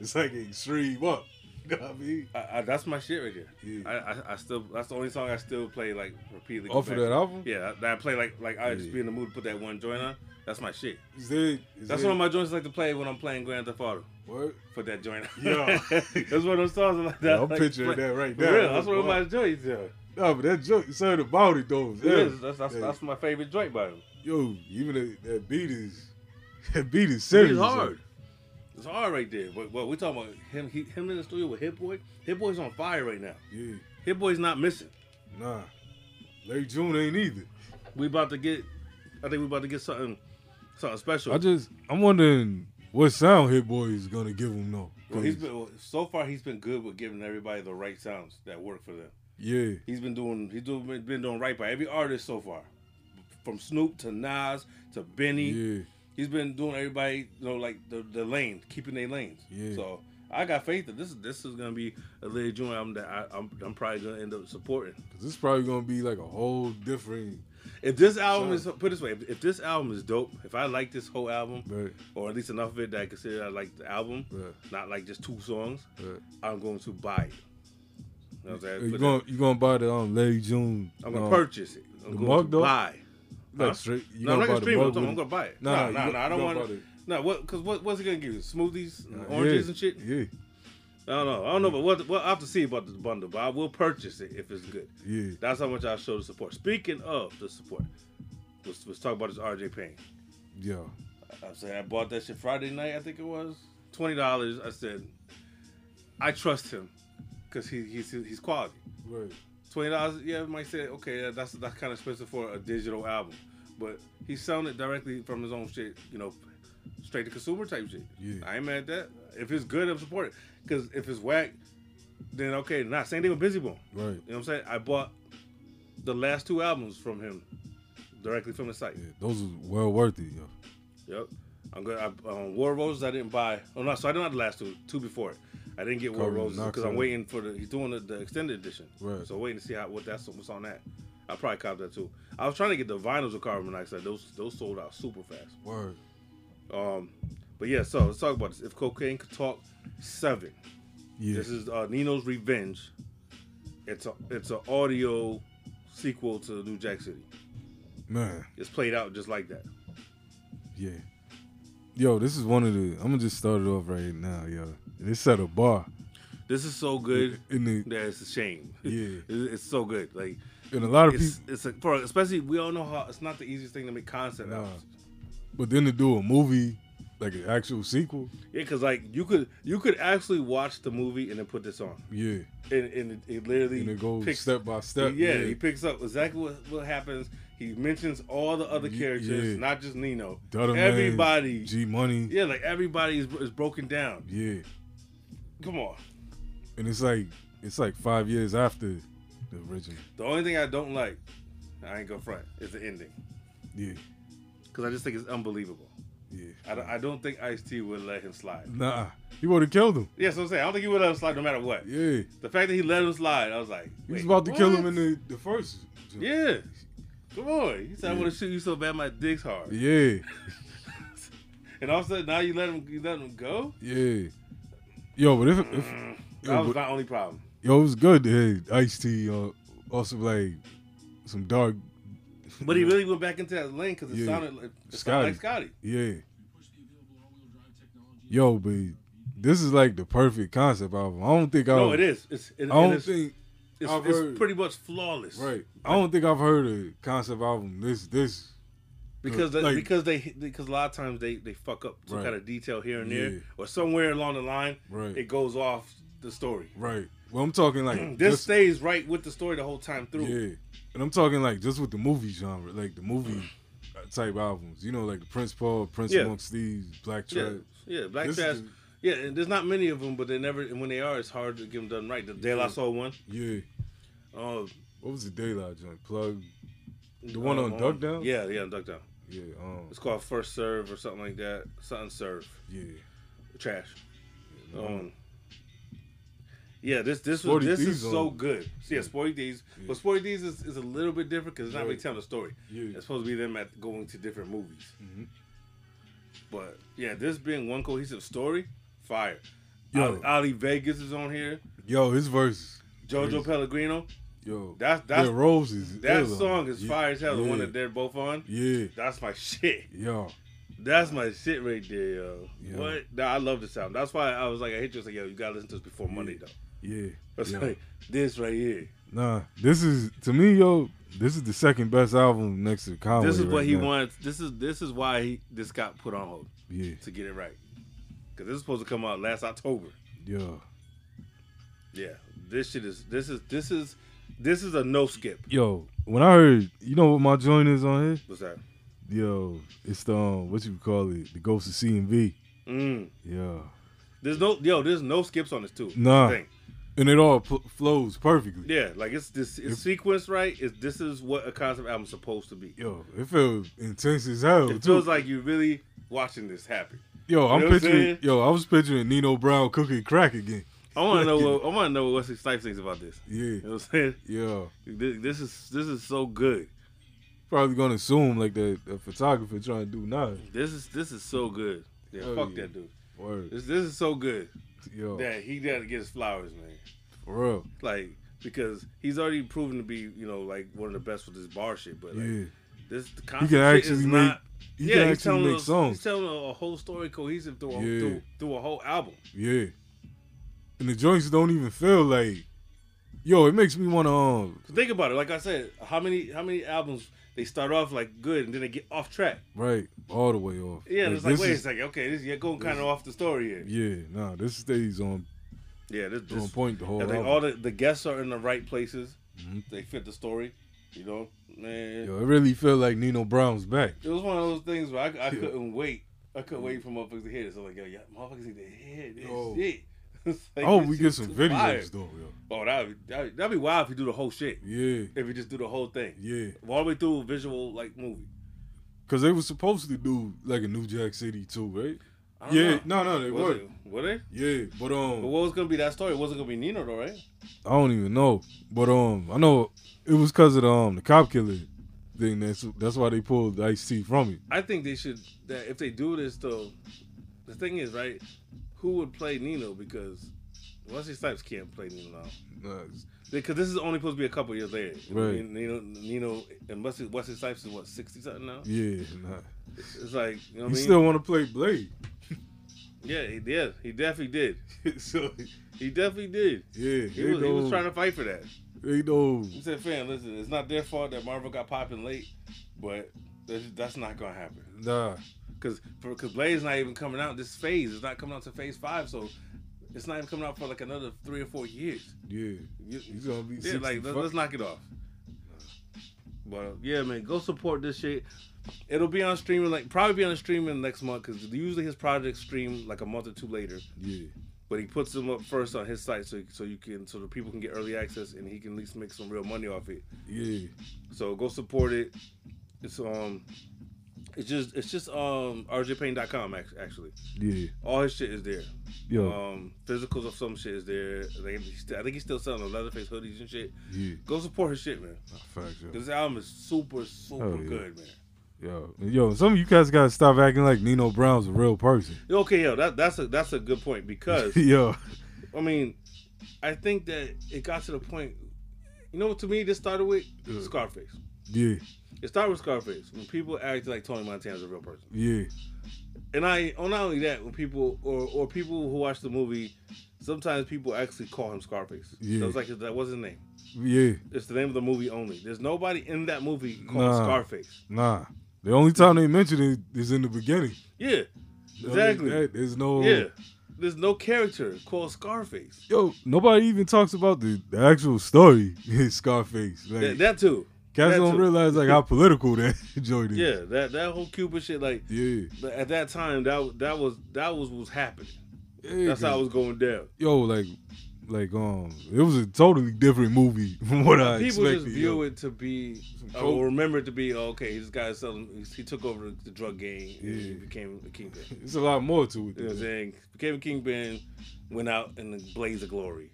Speaker 3: it's like an extreme up. You know what I mean?
Speaker 4: I, I, that's my shit right there.
Speaker 3: Yeah.
Speaker 4: I, I I still that's the only song I still play like repeatedly. go
Speaker 3: Off of
Speaker 4: back
Speaker 3: that
Speaker 4: to.
Speaker 3: album?
Speaker 4: Yeah, that I play like like I just be in the mood to put that one joint on. That's my shit.
Speaker 3: Is there, is
Speaker 4: That's
Speaker 3: there,
Speaker 4: one of my joints I like to play when I'm playing Grand Theft Auto.
Speaker 3: what?
Speaker 4: Put that joint on.
Speaker 3: Yeah.
Speaker 4: <laughs> that's one of those songs I like that.
Speaker 3: Yeah,
Speaker 4: I
Speaker 3: I'm
Speaker 4: like to
Speaker 3: picturing
Speaker 4: play.
Speaker 3: that right
Speaker 4: For
Speaker 3: now.
Speaker 4: real, that's one of my joints. Yeah.
Speaker 3: No, but that joke said about it though.
Speaker 4: It is. That's that's, that's my favorite joint by him.
Speaker 3: yo, even that, that beat is <laughs> that beat is
Speaker 4: It's
Speaker 3: serious.
Speaker 4: hard. It's hard right there. But but we're talking about him he, him in the studio with Hit Boy. Hit Boy's on fire right now.
Speaker 3: Yeah.
Speaker 4: Hit Boy's not missing.
Speaker 3: Nah. Larry June ain't either.
Speaker 4: We about to get I think we about to get something something special.
Speaker 3: I just I'm wondering what sound Hit Boy is gonna give him though.
Speaker 4: Well, he's been well, so far. He's been good with giving everybody the right sounds that work for them.
Speaker 3: yeah,
Speaker 4: He's been doing. He's doing, been doing right by every artist so far, from Snoop to Nas to Benny.
Speaker 3: yeah,
Speaker 4: He's been doing everybody, you know, like the the lane, keeping their lanes.
Speaker 3: Yeah.
Speaker 4: So I got faith that this is this is gonna be a Lil June album that I, I'm I'm probably gonna end up supporting.
Speaker 3: because it's probably gonna be like a whole different.
Speaker 4: If this album is put it this way, if, if this album is dope, if I like this whole album,
Speaker 3: Right.
Speaker 4: or at least enough of it that I consider I like the album,
Speaker 3: Right.
Speaker 4: not like just two songs,
Speaker 3: Right.
Speaker 4: I'm going to buy it. You know what I'm saying?
Speaker 3: You
Speaker 4: Put
Speaker 3: gonna you gonna buy the um Larry June?
Speaker 4: that- I'm gonna
Speaker 3: um,
Speaker 4: purchase it. I'm
Speaker 3: the
Speaker 4: going
Speaker 3: mug,
Speaker 4: to
Speaker 3: though?
Speaker 4: buy.
Speaker 3: Like
Speaker 4: Huh?
Speaker 3: straight, you
Speaker 4: no, I'm not
Speaker 3: gonna buy
Speaker 4: gonna
Speaker 3: the
Speaker 4: stream it. I'm,
Speaker 3: mug
Speaker 4: talking- I'm
Speaker 3: with
Speaker 4: gonna buy it.
Speaker 3: Nah,
Speaker 4: No,
Speaker 3: nah,
Speaker 4: no,
Speaker 3: you-
Speaker 4: no. I don't
Speaker 3: you
Speaker 4: want.
Speaker 3: gonna
Speaker 4: to
Speaker 3: buy
Speaker 4: No, what? Because what? What's it gonna give you? Smoothies, and
Speaker 3: Yeah,
Speaker 4: oranges, and shit.
Speaker 3: Yeah,
Speaker 4: I don't know. I don't know, but what? Well, I have to see about this bundle. But I will purchase it if it's good.
Speaker 3: Yeah.
Speaker 4: That's how much I show the support. Speaking of the support, let's, let's talk about this RJ Payne.
Speaker 3: yeah,
Speaker 4: I'm saying I bought that shit Friday night. I think it was twenty dollars. I said I trust him because he, he's he's quality.
Speaker 3: right,
Speaker 4: Twenty dollars, yeah, I might say, okay, that's that's kind of expensive for a digital album. but he's selling it directly from his own shit. You know, straight to consumer type shit.
Speaker 3: Yeah.
Speaker 4: I ain't mad at that. If it's good, I'm supporting. Because if it's whack, then okay, not same thing with Busy Bone. You
Speaker 3: Right.
Speaker 4: know what I'm saying? I bought the last two albums from him directly from the site.
Speaker 3: Yeah, those was well worth it, yo.
Speaker 4: Yep. I'm good. I, um, War Roses, I didn't buy. Oh no, so I didn't have the last two, two before. it. I didn't get War
Speaker 3: Covered
Speaker 4: Roses
Speaker 3: Knox
Speaker 4: because I'm
Speaker 3: Hill.
Speaker 4: waiting for the. He's doing the, the extended edition,
Speaker 3: Right.
Speaker 4: So waiting to see how what that's what's on that. I probably cop that too. I was trying to get the vinyls of carbon monoxide. Those those sold out super fast.
Speaker 3: Word.
Speaker 4: Um, but yeah, so let's talk about this. If cocaine could talk, seven.
Speaker 3: Yeah.
Speaker 4: This is uh, Nino's Revenge. It's a it's an audio sequel to New Jack City.
Speaker 3: Man.
Speaker 4: It's played out just like that.
Speaker 3: Yeah. Yo, this is one of the. I'm gonna just start it off right now, yo. They set a bar.
Speaker 4: This is so good
Speaker 3: In the-
Speaker 4: that it's a shame.
Speaker 3: Yeah.
Speaker 4: <laughs> it's, it's so good. Like
Speaker 3: And a lot of
Speaker 4: it's
Speaker 3: people,
Speaker 4: it's a, for especially we all know how it's not the easiest thing to make concept
Speaker 3: Nah.
Speaker 4: albums.
Speaker 3: but then to do a movie, like an actual sequel,
Speaker 4: Yeah, because like you could you could actually watch the movie and then put this on,
Speaker 3: yeah,
Speaker 4: and and it, it literally
Speaker 3: and it goes
Speaker 4: picks
Speaker 3: step by step.
Speaker 4: yeah, he picks up exactly what, what happens. He mentions all the other
Speaker 3: Ye-
Speaker 4: characters,
Speaker 3: yeah.
Speaker 4: not just Nino.
Speaker 3: Dutta Man,
Speaker 4: everybody,
Speaker 3: G Money, yeah.
Speaker 4: yeah, like everybody is, is broken down. Come on.
Speaker 3: and it's like it's like five years after the original,
Speaker 4: The only thing I don't like, I ain't gonna front, is the ending
Speaker 3: yeah,
Speaker 4: because I just think it's unbelievable.
Speaker 3: yeah.
Speaker 4: I don't, I don't think Ice T would let him slide.
Speaker 3: Nah, he would have killed him.
Speaker 4: Yeah, so I'm saying I don't think he would let him slide no matter what.
Speaker 3: Yeah,
Speaker 4: The fact that he let him slide, I was like, wait,
Speaker 3: he was about to kill
Speaker 4: what?
Speaker 3: him in the the first.
Speaker 4: yeah. Come on, he said I want to shoot you so bad my dick's hard,
Speaker 3: yeah,
Speaker 4: and all of a sudden now you let him you let him go.
Speaker 3: yeah. Yo, but if, if
Speaker 4: Mm, That
Speaker 3: yo,
Speaker 4: was
Speaker 3: but-
Speaker 4: my only problem.
Speaker 3: <laughs> Yo, it was good to hear Ice T uh, also like some dark.
Speaker 4: But he really went back into that lane because it
Speaker 3: Yeah.
Speaker 4: sounded like it
Speaker 3: Scotty.
Speaker 4: sounded like Scotty.
Speaker 3: Yeah. Yo, but this is like the perfect concept album. I don't think I.
Speaker 4: No, it is. It's it,
Speaker 3: Oh. I don't
Speaker 4: it is,
Speaker 3: think
Speaker 4: it's,
Speaker 3: I've
Speaker 4: it's
Speaker 3: heard-
Speaker 4: pretty much flawless,
Speaker 3: right. I don't think I've heard a concept album this this.
Speaker 4: Because they,
Speaker 3: Like-
Speaker 4: because they because a lot of times they they fuck up some
Speaker 3: Right.
Speaker 4: kind of detail here and there
Speaker 3: Yeah.
Speaker 4: or somewhere along the line
Speaker 3: Right.
Speaker 4: it goes off the story.
Speaker 3: Right. Well, I'm talking
Speaker 4: <clears throat>
Speaker 3: like
Speaker 4: This
Speaker 3: just-
Speaker 4: stays right with the story the whole time through.
Speaker 3: Yeah, and I'm talking like just with the movie genre, like the movie uh, type albums. You know, like the Prince Paul, Prince
Speaker 4: Yeah.
Speaker 3: Amongst Thieves, Black
Speaker 4: Yeah,
Speaker 3: Trash.
Speaker 4: yeah, Black
Speaker 3: This
Speaker 4: Trash.
Speaker 3: is-
Speaker 4: Yeah, and there's not many of them, but they never. And when they are, it's hard to get them done right. The De La Soul one,
Speaker 3: Yeah.
Speaker 4: uh,
Speaker 3: What was the daylight joint? Plug. The one on Duck Down?
Speaker 4: Yeah, yeah, on Duck Down.
Speaker 3: Yeah. Um,
Speaker 4: It's called First Serve or something like that. Something Serve.
Speaker 3: yeah.
Speaker 4: trash. Um, yeah, this this was,
Speaker 3: Sporty
Speaker 4: this is
Speaker 3: Thieves
Speaker 4: so
Speaker 3: on-
Speaker 4: good. So, yeah, Sporty D's, but Sporty D's is, is a little bit different because it's not really telling a story.
Speaker 3: Yeah. Mm-hmm.
Speaker 4: It's supposed to be them at going to different movies. But yeah, this being one cohesive story, fire.
Speaker 3: Yo.
Speaker 4: Ali, Ali Vegas is on here.
Speaker 3: Yo, his verses.
Speaker 4: Jojo Pellegrino.
Speaker 3: Yo,
Speaker 4: That's- that's-
Speaker 3: their roses.
Speaker 4: That
Speaker 3: ill.
Speaker 4: song is
Speaker 3: Yeah,
Speaker 4: fire as hell. The one
Speaker 3: yeah,
Speaker 4: that they're both on.
Speaker 3: yeah,
Speaker 4: That's my shit.
Speaker 3: yo,
Speaker 4: That's my shit right there, yo.
Speaker 3: Yeah.
Speaker 4: What? Nah, I love this album. That's why I was like, I hit you. I was like, yo, you gotta listen to this before Monday, though.
Speaker 3: yeah.
Speaker 4: It's
Speaker 3: yo.
Speaker 4: like this right here.
Speaker 3: Nah, this is to me, yo. This is the second best album next to Conway.
Speaker 4: This is what
Speaker 3: right
Speaker 4: he
Speaker 3: now.
Speaker 4: wants. This is this is why he this got put on hold
Speaker 3: Yeah,
Speaker 4: to get it right. Cause this is supposed to come out last October.
Speaker 3: yo,
Speaker 4: Yeah, this shit is this is this is this is a no skip.
Speaker 3: yo. When I heard, you know what my joint is on
Speaker 4: What's that?
Speaker 3: here? Yo, it's the um, what you call it, the Ghost of C and V.
Speaker 4: Mm.
Speaker 3: Yo,
Speaker 4: There's no yo. There's no skips on this too.
Speaker 3: Nah.
Speaker 4: Thing.
Speaker 3: and it all pl- flows perfectly.
Speaker 4: Yeah, like it's this it's sequenced right. Is this is what a concept album's supposed to be?
Speaker 3: Yo, it feels intense as hell.
Speaker 4: It
Speaker 3: too.
Speaker 4: feels like you're really watching this happen.
Speaker 3: yo, I'm
Speaker 4: know what I'm
Speaker 3: picturing,
Speaker 4: saying?
Speaker 3: yo, I was picturing Nino Brown cooking crack again.
Speaker 4: I want to
Speaker 3: <laughs>
Speaker 4: know. What, I want to know what Wesley Snipes thinks about this.
Speaker 3: Yeah,
Speaker 4: You know what I'm saying?
Speaker 3: yo.
Speaker 4: This, this is this is so good.
Speaker 3: probably gonna assume like the, the photographer trying to do nothing.
Speaker 4: This is this is so good. Yeah,
Speaker 3: Hell
Speaker 4: fuck
Speaker 3: Oh, yeah. Oh.
Speaker 4: that dude.
Speaker 3: Or
Speaker 4: This this is so good
Speaker 3: yo,
Speaker 4: that he got to get his flowers, man.
Speaker 3: for real.
Speaker 4: Like because he's already proven to be, you know, like one of the best with this bar shit. But like,
Speaker 3: Yeah,
Speaker 4: this the
Speaker 3: he
Speaker 4: concept
Speaker 3: can
Speaker 4: shit is
Speaker 3: actually make
Speaker 4: not.
Speaker 3: he
Speaker 4: yeah,
Speaker 3: can
Speaker 4: he's
Speaker 3: actually
Speaker 4: telling
Speaker 3: make
Speaker 4: us, He's
Speaker 3: songs.
Speaker 4: telling a, a whole story cohesive through a,
Speaker 3: Yeah.
Speaker 4: through, through a whole album.
Speaker 3: Yeah, and the joints don't even feel like. Yo, it makes me want to um
Speaker 4: Think about it. Like I said, how many how many albums they start off like good and then they get off track.
Speaker 3: right all the way off.
Speaker 4: Yeah, and it's like
Speaker 3: this
Speaker 4: wait,
Speaker 3: is-
Speaker 4: it's like okay, this you're going kind of off the story here.
Speaker 3: yeah, nah, this stays on
Speaker 4: Yeah, this,
Speaker 3: on
Speaker 4: this
Speaker 3: point the whole
Speaker 4: I think
Speaker 3: album. Mm-hmm.
Speaker 4: all the, the guests are in the right places. They fit the story. You know, man.
Speaker 3: Yo, it really feel like Nino Brown's back.
Speaker 4: It was one of those things where I, I couldn't wait. I couldn't wait for
Speaker 3: Mm-hmm.
Speaker 4: motherfuckers to hear this. I'm like, yo, yeah, motherfuckers need to hear this
Speaker 3: Yo.
Speaker 4: shit. <laughs> It's like,
Speaker 3: Oh. I hope
Speaker 4: this
Speaker 3: Oh, we get
Speaker 4: shit's
Speaker 3: some
Speaker 4: too
Speaker 3: videos
Speaker 4: fire.
Speaker 3: though.
Speaker 4: Oh, that'd be, that'd, that'd be wild if you do the whole shit.
Speaker 3: Yo. Yeah,
Speaker 4: If you just do the whole thing.
Speaker 3: yeah.
Speaker 4: All the way through a visual like movie.
Speaker 3: Cause they were supposed to do like a New Jack City too, right?
Speaker 4: I don't
Speaker 3: Yeah,
Speaker 4: know.
Speaker 3: no, no, they
Speaker 4: Was
Speaker 3: were.
Speaker 4: it- Were they?
Speaker 3: Yeah, but
Speaker 4: But
Speaker 3: um,
Speaker 4: what was gonna be that story? It wasn't gonna be Nino though, right?
Speaker 3: I don't even know. But um, I know it was cause of the, um the cop killer thing. That's that's why they pulled Ice T from it.
Speaker 4: I think they should that if they do this though, the thing is, right, who would play Nino because Wesley Snipes can't play Nino now.
Speaker 3: Uh,
Speaker 4: Because this is only supposed to be a couple years later.
Speaker 3: Right.
Speaker 4: I mean, Nino, Nino and Wesley, Wesley Snipes is what, 60 something now?
Speaker 3: yeah, nah.
Speaker 4: It's like, you know what I mean?
Speaker 3: he still want to play Blade.
Speaker 4: yeah, he did. He definitely did. <laughs>
Speaker 3: so
Speaker 4: He definitely did.
Speaker 3: yeah,
Speaker 4: He
Speaker 3: they
Speaker 4: was, he
Speaker 3: know,
Speaker 4: was trying to fight for that.
Speaker 3: they know.
Speaker 4: He said, fam, listen, it's not their fault that Marvel got popping late, but that's, that's not going to happen.
Speaker 3: Nah,
Speaker 4: Because because Blade's not even coming out this phase. It's not coming out to phase five, so it's not even coming out for like another three or four years.
Speaker 3: yeah,
Speaker 4: You-
Speaker 3: he's gonna be
Speaker 4: Yeah, like let,
Speaker 3: 65.
Speaker 4: us knock it off. But yeah, man, go support this shit. It'll be on streaming, like probably be on streaming next month because usually his projects stream like a month or two later.
Speaker 3: yeah,
Speaker 4: But he puts them up first on his site so so you can so the people can get early access and he can at least make some real money off it.
Speaker 3: yeah.
Speaker 4: So go support it. It's um, it's just it's just um rjpain.com act- actually.
Speaker 3: Yeah,
Speaker 4: All his shit is there.
Speaker 3: yo,
Speaker 4: Um, physicals of some shit is there. Like, he's still- I think he's still selling the Leatherface hoodies and shit.
Speaker 3: yeah.
Speaker 4: Go support his shit, man.
Speaker 3: Nah, Facts, yo.
Speaker 4: This album is super, super
Speaker 3: Oh, yeah.
Speaker 4: good, man.
Speaker 3: yo, yo. Some of you guys gotta stop acting like Nino Brown's a real person. <laughs>
Speaker 4: Okay, yo, that, that's a that's a good point because
Speaker 3: yo,
Speaker 4: I mean, I think that it got to the point. You know what? To me, this started with Scarface.
Speaker 3: yeah,
Speaker 4: It started with Scarface when people act like Tony Montana's a real person,
Speaker 3: yeah,
Speaker 4: and I. Oh, not only that, when people or or people who watch the movie, sometimes people actually call him Scarface.
Speaker 3: Yeah.
Speaker 4: That was like that was his name.
Speaker 3: yeah.
Speaker 4: It's the name of the movie only. There's nobody in that movie called
Speaker 3: Nah.
Speaker 4: Scarface.
Speaker 3: Nah, the only time they mention it is in the beginning.
Speaker 4: Yeah,
Speaker 3: Other than
Speaker 4: exactly.
Speaker 3: that, there's no.
Speaker 4: Yeah. There's no character called Scarface.
Speaker 3: Yo, nobody even talks about the, the actual story. <laughs> Scarface. Like,
Speaker 4: That, that too.
Speaker 3: cats
Speaker 4: that
Speaker 3: don't
Speaker 4: too.
Speaker 3: realize like how political <laughs> that joint is.
Speaker 4: Yeah, that that whole Cuba shit. Like
Speaker 3: Yeah.
Speaker 4: at that time, that that was that was what was happening.
Speaker 3: Yeah,
Speaker 4: That's how it
Speaker 3: cause-
Speaker 4: was going down.
Speaker 3: Yo, like, like um, it was a totally different movie <laughs> from what I
Speaker 4: People
Speaker 3: expected.
Speaker 4: just view
Speaker 3: yo.
Speaker 4: it to be,
Speaker 3: coke.
Speaker 4: or remember it to be, oh, okay, this guy is selling. he- He took over the drug game. and He
Speaker 3: Yeah.
Speaker 4: became a
Speaker 3: <laughs>
Speaker 4: kingpin.
Speaker 3: It's a lot more to it.
Speaker 4: You know what I'm
Speaker 3: Than that.
Speaker 4: saying? Became a kingpin, went out in the blaze of glory.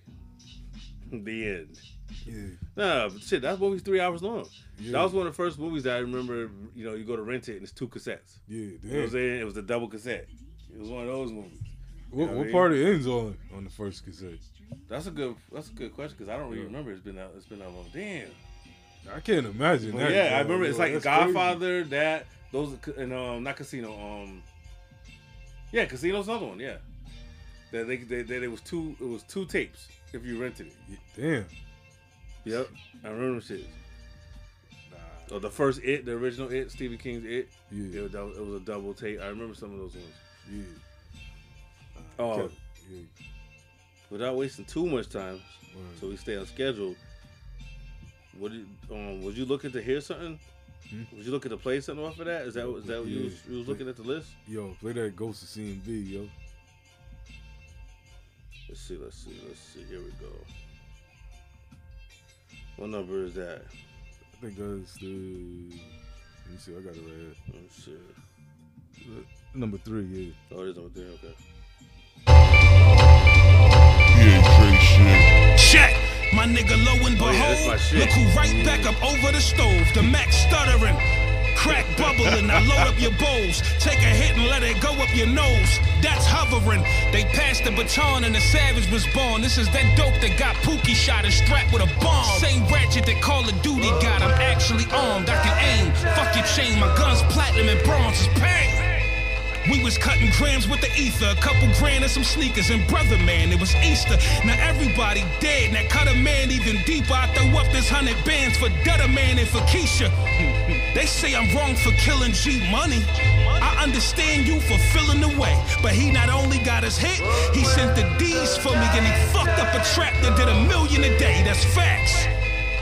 Speaker 4: the end.
Speaker 3: Yeah.
Speaker 4: Nah, but shit, that movie's three hours long.
Speaker 3: Yeah.
Speaker 4: That was one of the first movies that I remember. You know, you go to rent it and it's two cassettes.
Speaker 3: Yeah,
Speaker 4: You know what I'm
Speaker 3: damn.
Speaker 4: saying? It was a double cassette. It was one of those movies.
Speaker 3: What,
Speaker 4: know what I
Speaker 3: what
Speaker 4: mean?
Speaker 3: part it ends on on the first cassette?
Speaker 4: That's a good. That's a good question because I don't really remember. It's been out. It's been out long. Damn.
Speaker 3: I can't imagine.
Speaker 4: But
Speaker 3: that,
Speaker 4: yeah, I
Speaker 3: yo.
Speaker 4: remember. It's
Speaker 3: Yo,
Speaker 4: like
Speaker 3: that's crazy.
Speaker 4: Godfather, that those, and um, not Casino. Um, yeah, Casino's another one. Yeah, that they, they, that it was two. It was two tapes if you rented it.
Speaker 3: Damn.
Speaker 4: Yep, I remember shit. Or the first It, the original It, Stephen King's It.
Speaker 3: Yeah.
Speaker 4: It, was, dou- it was a double tape. I remember some of those ones.
Speaker 3: Yeah.
Speaker 4: Oh,
Speaker 3: Kept- yeah.
Speaker 4: without wasting too much time,
Speaker 3: Word.
Speaker 4: so we stay on schedule. What did, um, was you looking to hear something? Was you looking to play something off of that? Is that is that what you was,
Speaker 3: Hmm? Yeah.
Speaker 4: you was looking at the list?
Speaker 3: Yo, play that Ghost of CMB, yo.
Speaker 4: Let's see, let's see, let's see. Here we go. What number is that?
Speaker 3: I think that's the. Let me see, I got it right
Speaker 4: Let's see.
Speaker 3: here. Number three, yeah.
Speaker 4: Oh, it is over there. Okay.
Speaker 7: Check. My nigga low and
Speaker 4: Oh,
Speaker 7: behold,
Speaker 4: yeah, that's my shit.
Speaker 7: look who right back up over the stove. The Mac stuttering, crack bubbling. I load up your bowls, take a hit and let it go up your nose. That's hovering. They passed the baton and the savage was born. This is that dope that got Pookie shot and strapped with a bomb. Same ratchet that Call of Duty got. I'm actually armed. I can aim. Fuck your chain. My gun's platinum and bronze is pain. We was cutting grams with the ether, a couple grand and some sneakers, and brother man, it was Easter. Now everybody dead, now cut a man even deeper. I throw up this hundred bands for Dutter Man and for Keisha. <laughs> They say I'm wrong for killing G Money. I understand you for feeling the way, but he not only got his hit, he sent the D's for me, and he fucked up a trap that did a million a day. That's facts.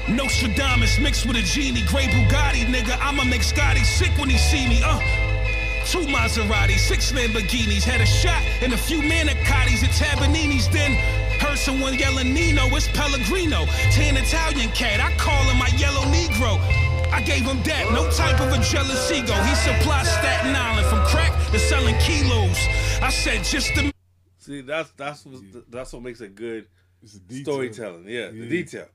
Speaker 7: Nostradamus mixed with a genie, Grey Bugatti, nigga. I'ma make Scotty sick when he see me, uh. Two Maserati, six Lamborghinis, had a shot and a few manicottis at Tabernini's. Then heard someone yelling, Nino, it's Pellegrino. Tan Italian cat, I call him my yellow Negro. I gave him that, no type of a jealous ego. He supplies Staten Island from crack to selling kilos. I said, just to
Speaker 4: See, that's that's what, that's what makes a good
Speaker 3: It's a detail.
Speaker 4: storytelling. Yeah, the
Speaker 3: Yeah.
Speaker 4: detail.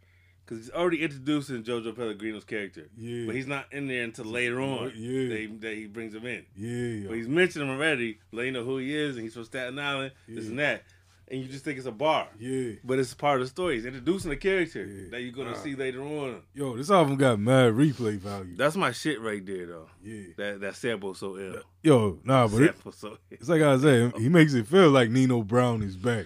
Speaker 4: Because he's already introducing Jojo Pellegrino's character.
Speaker 3: Yeah.
Speaker 4: But he's not in there until later on.
Speaker 3: Yeah.
Speaker 4: That he, that he brings him in.
Speaker 3: Yeah.
Speaker 4: But he's mentioned him already, letting you know who he is, and he's from Staten Island, this and that. And you just think it's a bar.
Speaker 3: Yeah.
Speaker 4: But it's part of the story. He's introducing a character that you're going to see later on.
Speaker 3: Yo, this album got mad replay value.
Speaker 4: That's my shit right there, though.
Speaker 3: Yeah.
Speaker 4: That that sample so ill.
Speaker 3: Yo, nah, but it,
Speaker 4: Sample so ill.
Speaker 3: it's like I said, he makes it feel like Nino Brown is back.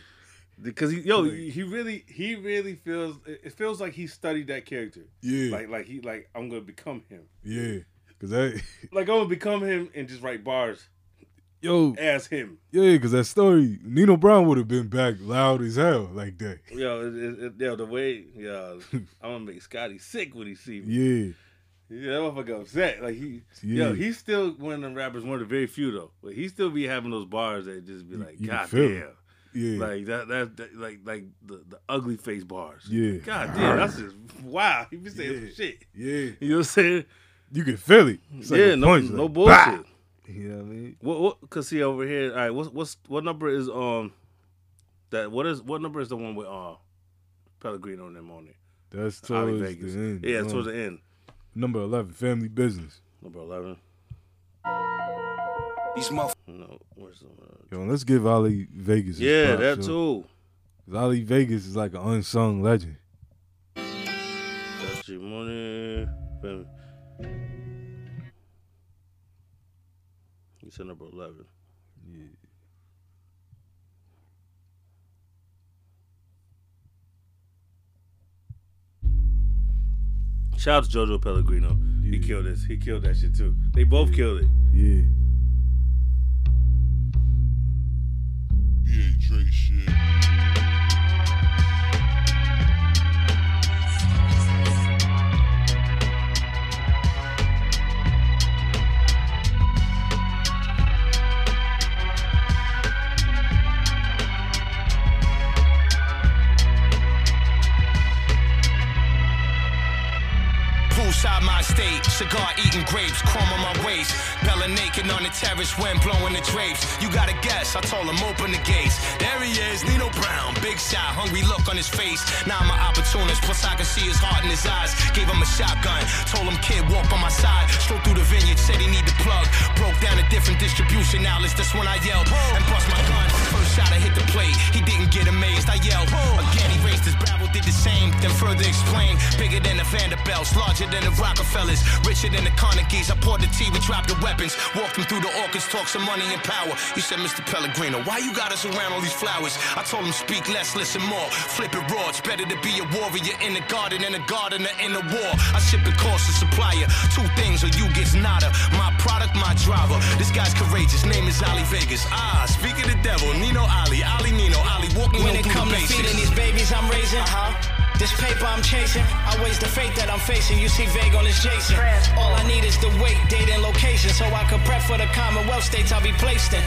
Speaker 4: because he, yo, he really, he really feels. It it feels like he studied that character.
Speaker 3: Yeah.
Speaker 4: like like he like I'm gonna become him.
Speaker 3: Yeah. Cause that, <laughs>
Speaker 4: Like I'm gonna become him and just write bars
Speaker 3: yo,
Speaker 4: as him.
Speaker 3: yeah, cause that story, Nino Brown would have been back loud as hell like that.
Speaker 4: Yo, it, it, it, yo, the way,
Speaker 3: <laughs>
Speaker 4: yo, I'm gonna make Scotty sick when he see me.
Speaker 3: Yeah.
Speaker 4: Yeah, that motherfucker upset. Like he,
Speaker 3: Yeah.
Speaker 4: yo, he's still one of them rappers, one of the very few though. But he still be having those bars that just be like,
Speaker 3: you can
Speaker 4: God
Speaker 3: feel
Speaker 4: damn.
Speaker 3: it. Yeah.
Speaker 4: Like that, that, that- like, like the, the ugly face bars.
Speaker 3: Yeah.
Speaker 4: God damn, that's just wow. He be saying some shit.
Speaker 3: yeah.
Speaker 4: You know what I'm saying?
Speaker 3: You can feel it. It's like
Speaker 4: yeah,
Speaker 3: a
Speaker 4: no,
Speaker 3: punch,
Speaker 4: no
Speaker 3: like,
Speaker 4: bullshit.
Speaker 3: bah! You know what I mean?
Speaker 4: What, what? Cause see over here. All right, what's what's what number is um that what is what number is the one with uh Pellegrino and them on it?
Speaker 3: That's
Speaker 4: Holly
Speaker 3: towards the
Speaker 4: Vegas.
Speaker 3: end.
Speaker 4: yeah,
Speaker 3: um,
Speaker 4: towards the end.
Speaker 3: Number 11, Family Business.
Speaker 4: Number eleven.
Speaker 8: These motherfuckers.
Speaker 4: No, where's the one?
Speaker 3: Yo, let's give Ali Vegas. his
Speaker 4: Yeah,
Speaker 3: props,
Speaker 4: that
Speaker 3: yo.
Speaker 4: too.
Speaker 3: 'Cause Ali Vegas is like an unsung legend.
Speaker 4: That's your money. Bam. You said number eleven. Yeah. Shout out to Jojo Pellegrino. He
Speaker 3: Yeah.
Speaker 4: killed this. He killed that shit too. They both killed it.
Speaker 3: Yeah.
Speaker 9: Yeah, Dre shit.
Speaker 8: Poolside my state, cigar eating grapes, chrome on my waist. Bella naked on the terrace, wind blowing the drapes. You gotta guess, I told him open the gates. There he is, Nino Brown, big shot, hungry look on his face. Now I'm an opportunist, plus I can see his heart in his eyes. Gave him a shotgun, told him kid walk by my side. Strolled through the vineyard, said he need the plug. Broke down a different distribution outlets, that's when I yelled and bust my gun. First shot I hit the plate, he didn't get amazed. I yelled again, he raised his barrel, did the same. Then further explained, bigger than the Vanderbilts, larger than the Rockefellers, richer than the Carnegies. I poured the tea, we dropped the weapons, walked him through the orchids, talked some money and power. He said, Mr. Pellegrino, why you got us around all these flowers? I told him, speak less, listen more. Flip it raw, it's better to be a warrior in the garden than a gardener in the war. I ship it cost a supplier, two things or you gets nada. My product, my driver. This guy's courageous, name is Ali Vegas. Ah, speak of the devil, Nino Ali, Ali Nino, Ali, walk me
Speaker 10: When
Speaker 8: on
Speaker 10: it
Speaker 8: through
Speaker 10: come to
Speaker 8: the basics.
Speaker 10: feeding these babies I'm raising, this paper I'm chasing, I waste the fate that I'm facing. You see vague on this Jason. All I need is the weight, date, and location, so I can prep for the Commonwealth states I'll be placed in.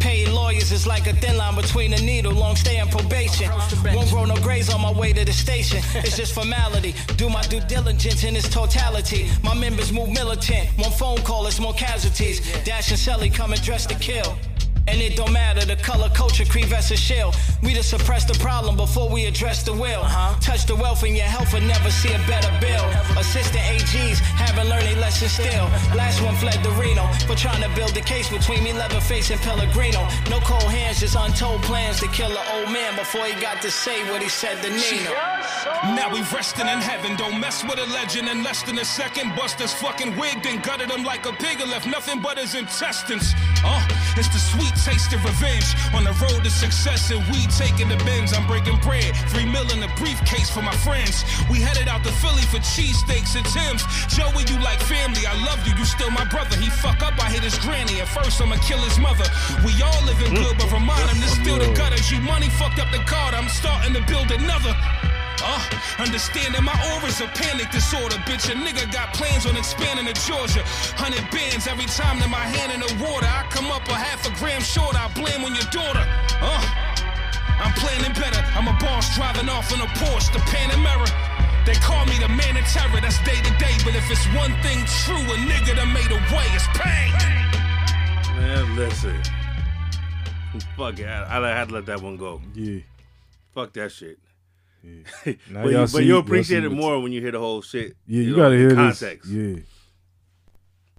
Speaker 10: Paid lawyers is like a thin line between a needle, long stay on probation. Won't grow no grays on my way to the station. It's just formality. Do my due diligence in its totality. My members move militant. One phone call, it's more casualties. Dash and Sally come and dress to kill. And it don't matter the color, culture, crevasse, or shell. We to suppress the problem before we address the will. Touch the wealth and your health will never see a better bill. Assistant AGs haven't learned a lesson still. Last one fled to Reno for trying to build the case between me, Leatherface, and Pellegrino. No cold hands, just untold plans to kill an old man before he got to say what he said to Nino.
Speaker 7: Now we resting in heaven. Don't mess with a legend in less than a second. Bust his fucking wig, then gutted him like a pig and left nothing but his intestines. Uh, it's the sweet taste of revenge. On the road to success, and we taking the bends. I'm breaking bread. Three mil in a briefcase for my friends. We headed out to Philly for cheesesteaks and Tim's. Joey, you like family. I love you. You still my brother. He fuck up, I hit his granny. At first, I'ma kill his mother. We all living good, but remind him this still the gutters. You money fucked up the card. I'm starting to build another. Uh, understanding my aura's a panic disorder, bitch. A nigga got plans on expanding to Georgia. Hundred bands every time that my hand in the water. I come up a half a gram short, I blame on your daughter. Uh, I'm planning better. I'm a boss driving off in a Porsche, the Panamera. They call me the man of terror, that's day to day. But if it's one thing true, a nigga that made a way, it's pain.
Speaker 4: Man, listen. Fuck it. I, I had to let that one go.
Speaker 3: Yeah.
Speaker 4: Fuck that shit. <laughs> but,
Speaker 3: Now y'all
Speaker 4: you, but
Speaker 3: see- y'all
Speaker 4: you'll appreciate
Speaker 3: see
Speaker 4: it
Speaker 3: what's-
Speaker 4: more when you hear the whole shit.
Speaker 3: Yeah, you,
Speaker 4: know,
Speaker 3: gotta
Speaker 4: the
Speaker 3: hear
Speaker 4: context.
Speaker 3: this. Yeah.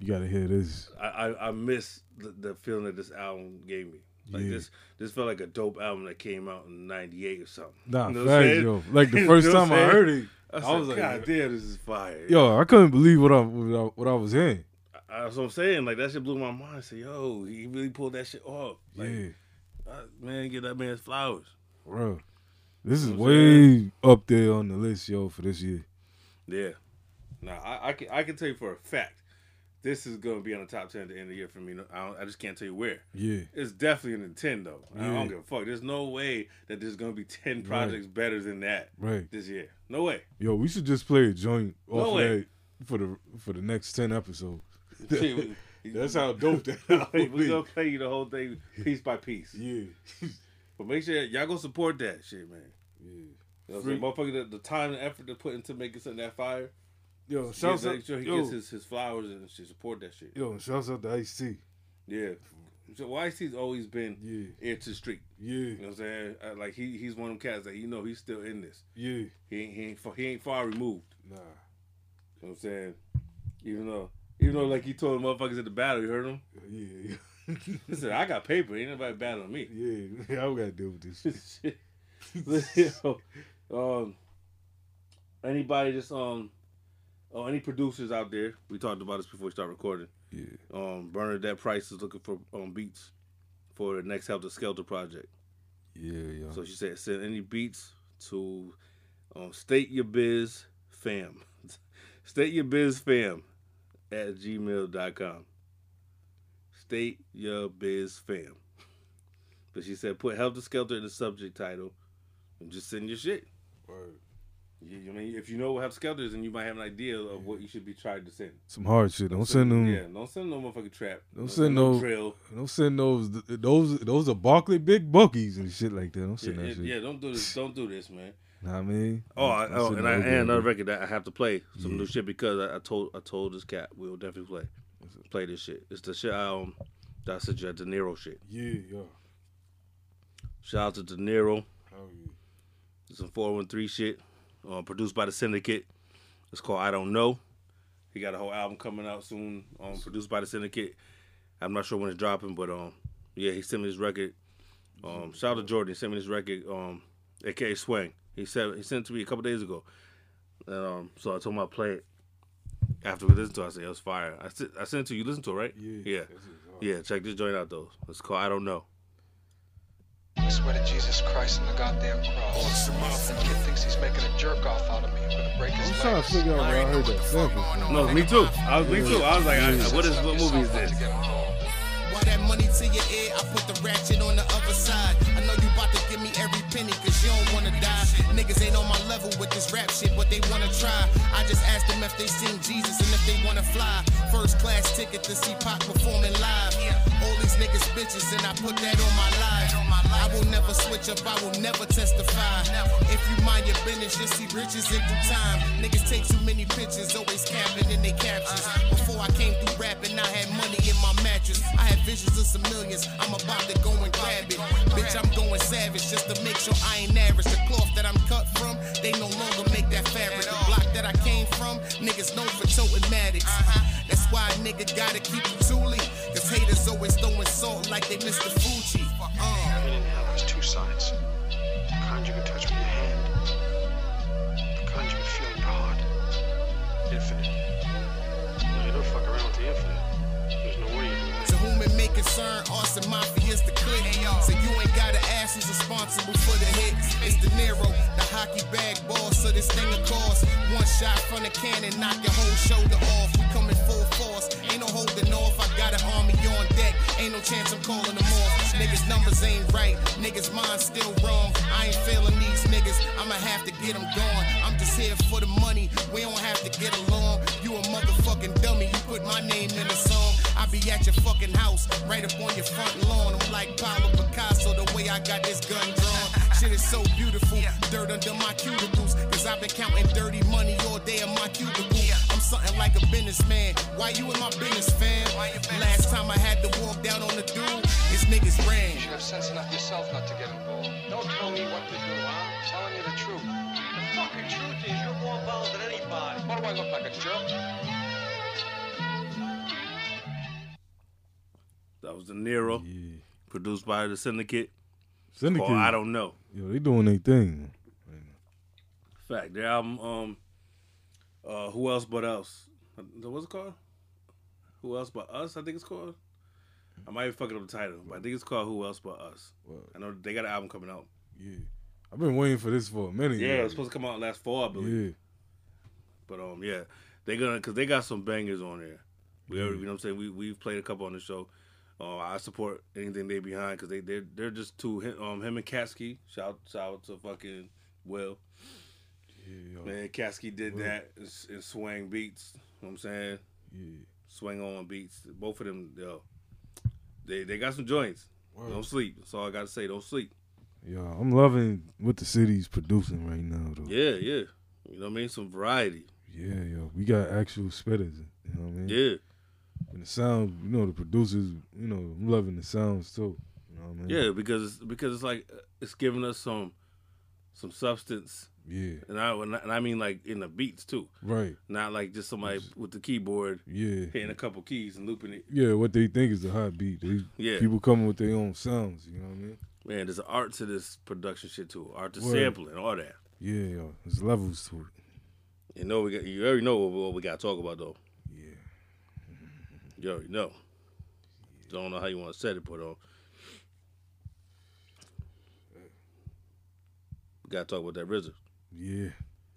Speaker 3: You gotta hear this.
Speaker 4: I, I, I miss the, the feeling that this album gave me. Like
Speaker 3: Yeah.
Speaker 4: this, this felt like a dope album that came out in '98 or something.
Speaker 3: Nah,
Speaker 4: You know what I'm
Speaker 3: facts,
Speaker 4: saying?
Speaker 3: yo.
Speaker 4: <laughs>
Speaker 3: Like the
Speaker 4: You
Speaker 3: first
Speaker 4: know what
Speaker 3: time I
Speaker 4: I'm
Speaker 3: heard
Speaker 4: saying?
Speaker 3: it,
Speaker 4: I was, like, God damn, this is fire.
Speaker 3: yo, I couldn't believe what I what I, what I was hearing.
Speaker 4: I, that's what I'm saying. Like that shit blew my mind. I said, yo, he really pulled that shit off. Like,
Speaker 3: yeah,
Speaker 4: I- man, get that man's flowers.
Speaker 3: bro, this is
Speaker 4: know what I'm
Speaker 3: way up there on the list, yo, for this year.
Speaker 4: Yeah. Nah, I, I can I can tell you for a fact, this is gonna be on the top ten at the end of the year for me. No, I, don't, I just can't tell you where.
Speaker 3: Yeah,
Speaker 4: It's definitely in the ten though. I
Speaker 3: Yeah.
Speaker 4: don't give a fuck. There's no way that there's gonna be ten projects better than that
Speaker 3: right.
Speaker 4: this year. No way.
Speaker 3: Yo, we should just play a joint off of
Speaker 4: way.
Speaker 3: that for the for the next ten episodes.
Speaker 4: Shit, <laughs> we-
Speaker 3: <laughs> That's how <laughs> dope that album
Speaker 4: we gonna
Speaker 3: is.
Speaker 4: play you the whole thing piece by piece.
Speaker 3: Yeah,
Speaker 4: But make sure y'all go support that shit, man. You know what I'm saying? Motherfucker, the, the time and effort to put into making something that fire.
Speaker 3: yo,
Speaker 4: Make
Speaker 3: shouts out,
Speaker 4: sure he
Speaker 3: yo,
Speaker 4: gets his, his flowers and shit. Support that shit.
Speaker 3: yo, shouts out to Ice T.
Speaker 4: Yeah. So YC's always been
Speaker 3: Yeah.
Speaker 4: ear to the street.
Speaker 3: Yeah,
Speaker 4: You know what I'm saying? Uh, Like he he's one of them cats that you know he's still in this.
Speaker 3: yeah,
Speaker 4: He ain't he ain't far, he ain't far removed. You
Speaker 3: nah,
Speaker 4: know what I'm saying? Even though even though like he told the motherfuckers at the battle, you heard him.
Speaker 3: yeah,
Speaker 4: He said, "I got paper. Ain't nobody battling me." <laughs>
Speaker 3: yeah. <laughs> I gotta deal with this.
Speaker 4: Yo, um, anybody just um, oh, any producers out there? We talked about this before we start recording.
Speaker 3: Yeah.
Speaker 4: Um, Bernadette Price is looking for um beats for the next Helter Skelter project.
Speaker 3: Yeah, yo.
Speaker 4: So she said, send any beats to um, state your biz fam. <laughs> state your biz fam at gmail.com. State your biz fam. But she said, put Helter Skelter in the subject title and just send your shit.
Speaker 3: Word.
Speaker 4: You, you mean, if you know what Helter Skelter is, then you might have an idea of what you should be trying to send.
Speaker 3: Some hard shit. Don't send them.
Speaker 4: Yeah, don't send no motherfucking trap.
Speaker 3: Don't send no-
Speaker 4: drill.
Speaker 3: Don't send those. Those those are Barclay big buckies and shit like that. Don't
Speaker 4: Yeah,
Speaker 3: send that shit.
Speaker 4: yeah, don't do this. Don't do this, man.
Speaker 3: Nah, I mean.
Speaker 4: Oh, I,
Speaker 3: Don't
Speaker 4: oh
Speaker 3: send
Speaker 4: and I
Speaker 3: no
Speaker 4: and another
Speaker 3: buckies.
Speaker 4: record that I have to play some
Speaker 3: Yeah.
Speaker 4: new shit because I, I told I told this cat we'll definitely play play this shit. It's the shit I, um that I suggest De Niro shit.
Speaker 3: Yeah, yo.
Speaker 4: Shout out to De Niro.
Speaker 3: Hell yeah.
Speaker 4: It's some four one three shit, uh, produced by the Syndicate. It's called I Don't Know. He got a whole album coming out soon, um, produced by the Syndicate. I'm not sure when it's dropping, but um, yeah, he sent me this record. Um, shout out to Jordan, he sent me this record. Um, aka Swang. He said he sent it to me a couple days ago, and um, so I told him I play it. After we listened to, it, I said it was fire. I sent I sent it to you. You Listen to it, right?
Speaker 3: Yeah,
Speaker 4: Yeah. Yeah. Check this joint out though. It's called I Don't Know.
Speaker 5: I swear to Jesus Christ and the goddamn cross. That kid thinks he's making a jerk off out of me. I'm gonna break
Speaker 3: I'm
Speaker 5: his
Speaker 3: trying
Speaker 5: legs.
Speaker 3: to figure out where I heard that sample from.
Speaker 4: No, me too. Oh, I was me too. I was like, I, what is what movie is this?
Speaker 11: While that money to your ear, I put the ratchet on the other side. I know you about to give me every penny, cause you don't wanna die. Niggas ain't on my level with this rap shit, but they wanna try. I just asked them if they seen Jesus and if they wanna fly. First class ticket to see Pac performing live. All these niggas bitches, and I put that on my life. I will never switch up, I will never testify. If you mind your business, you'll see riches in due time. Niggas take too many pictures, always capping in they captions. Before I came through rapping, I had money in my mattress. I had visions of some millions, I'm about to go and grab it. Bitch, I'm going savage just to make sure I ain't average. The cloth that I'm cut from, they no longer make that fabric. The block that I came from, niggas known for toting Maddox. That's why a nigga gotta keep it tooly. Cause haters always throwing salt like they Mr. Fuji. Uh.
Speaker 5: An inhale has two sides. The kind you can touch with your hand. The kind you can feel in your heart. Infinite. No, you don't fuck around with the infinite. There's no way you do
Speaker 11: To whom it may concern, Austin Mafia's the click. So you ain't gotta ask who's responsible for the hit. It's De Niro, the hockey bag boss of this thing of course. One shot from the cannon, knock your whole shoulder off. We coming full force, ain't no holding off. I got an army on deck, ain't no chance I'm calling them off. Niggas numbers ain't right, niggas minds still wrong. I ain't feeling these niggas, I'ma have to get them gone. I'm just here for the money, we don't have to get along. You a motherfucking dummy, you put my name in a song. I be at your fucking house, right up on your front lawn. I'm like Pablo Picasso, the way I got this gun drawn. Shit is so beautiful, dirt under my cuticles. Cause I've been counting dirty money all day in my cubicle. I'm something like a businessman. Why you in my business, fam? Last time I had to walk down on the dude, this niggas ran.
Speaker 5: You should have sense enough yourself not to get involved. Don't tell me what to do, huh? I'm telling you the truth. The fucking truth is you're more involved than anybody. What do I look like, a jerk?
Speaker 4: That was the Nero, produced by the Syndicate.
Speaker 3: Syndicate.
Speaker 4: Or I don't know.
Speaker 3: Yo, they doing their thing.
Speaker 4: Fact, their album. Um, uh, who else but us? What's it called? Who else but us? I think it's called. I might be fucking up the title, but I think it's called Who Else But Us. I know they got an album coming out.
Speaker 3: Yeah. I've been waiting for this for a minute.
Speaker 4: Yeah, it was supposed to come out last fall, I believe.
Speaker 3: Yeah.
Speaker 4: But um, yeah, they gonna cause they got some bangers on there. We
Speaker 3: Mm.
Speaker 4: already, you know what I'm saying. We we've played a couple on the show. Uh, I support anything they behind because they they they're just two. Him, um, him and Kasky. Shout shout out to fucking Will.
Speaker 3: Yeah, yo.
Speaker 4: Man, Kasky did that in, s- in Swang Beats. You know what I'm saying
Speaker 3: yeah.
Speaker 4: Swing On Beats. Both of them, yo, they they got some joints.
Speaker 3: Word.
Speaker 4: Don't sleep. That's all I gotta say. Don't sleep.
Speaker 3: Yo, I'm loving what the city's producing right now, though.
Speaker 4: Yeah, yeah. You know what I mean? Some variety.
Speaker 3: Yeah, yo, we got actual spitters. You know what I mean?
Speaker 4: Yeah,
Speaker 3: And the sound, you know, the producers, you know, I'm loving the sounds too. You know what I mean?
Speaker 4: yeah. Because because it's like uh, it's giving us some some substance.
Speaker 3: Yeah.
Speaker 4: And I and I mean like in the beats too,
Speaker 3: Right.
Speaker 4: not like just somebody with the keyboard
Speaker 3: Yeah.
Speaker 4: hitting a couple keys and looping it.
Speaker 3: Yeah, what they think is a hot beat. They,
Speaker 4: Yeah.
Speaker 3: People coming with their own sounds. You know what I mean?
Speaker 4: Man, there's an art to this production shit too, art to
Speaker 3: Word.
Speaker 4: sampling, all that.
Speaker 3: Yeah, yo, there's levels to it.
Speaker 4: You know, we got, you already know what, what we got to talk about though.
Speaker 3: Yeah.
Speaker 4: You already know. Don't know how you want to set it, but um, we got to talk about that RZA.
Speaker 3: Yeah.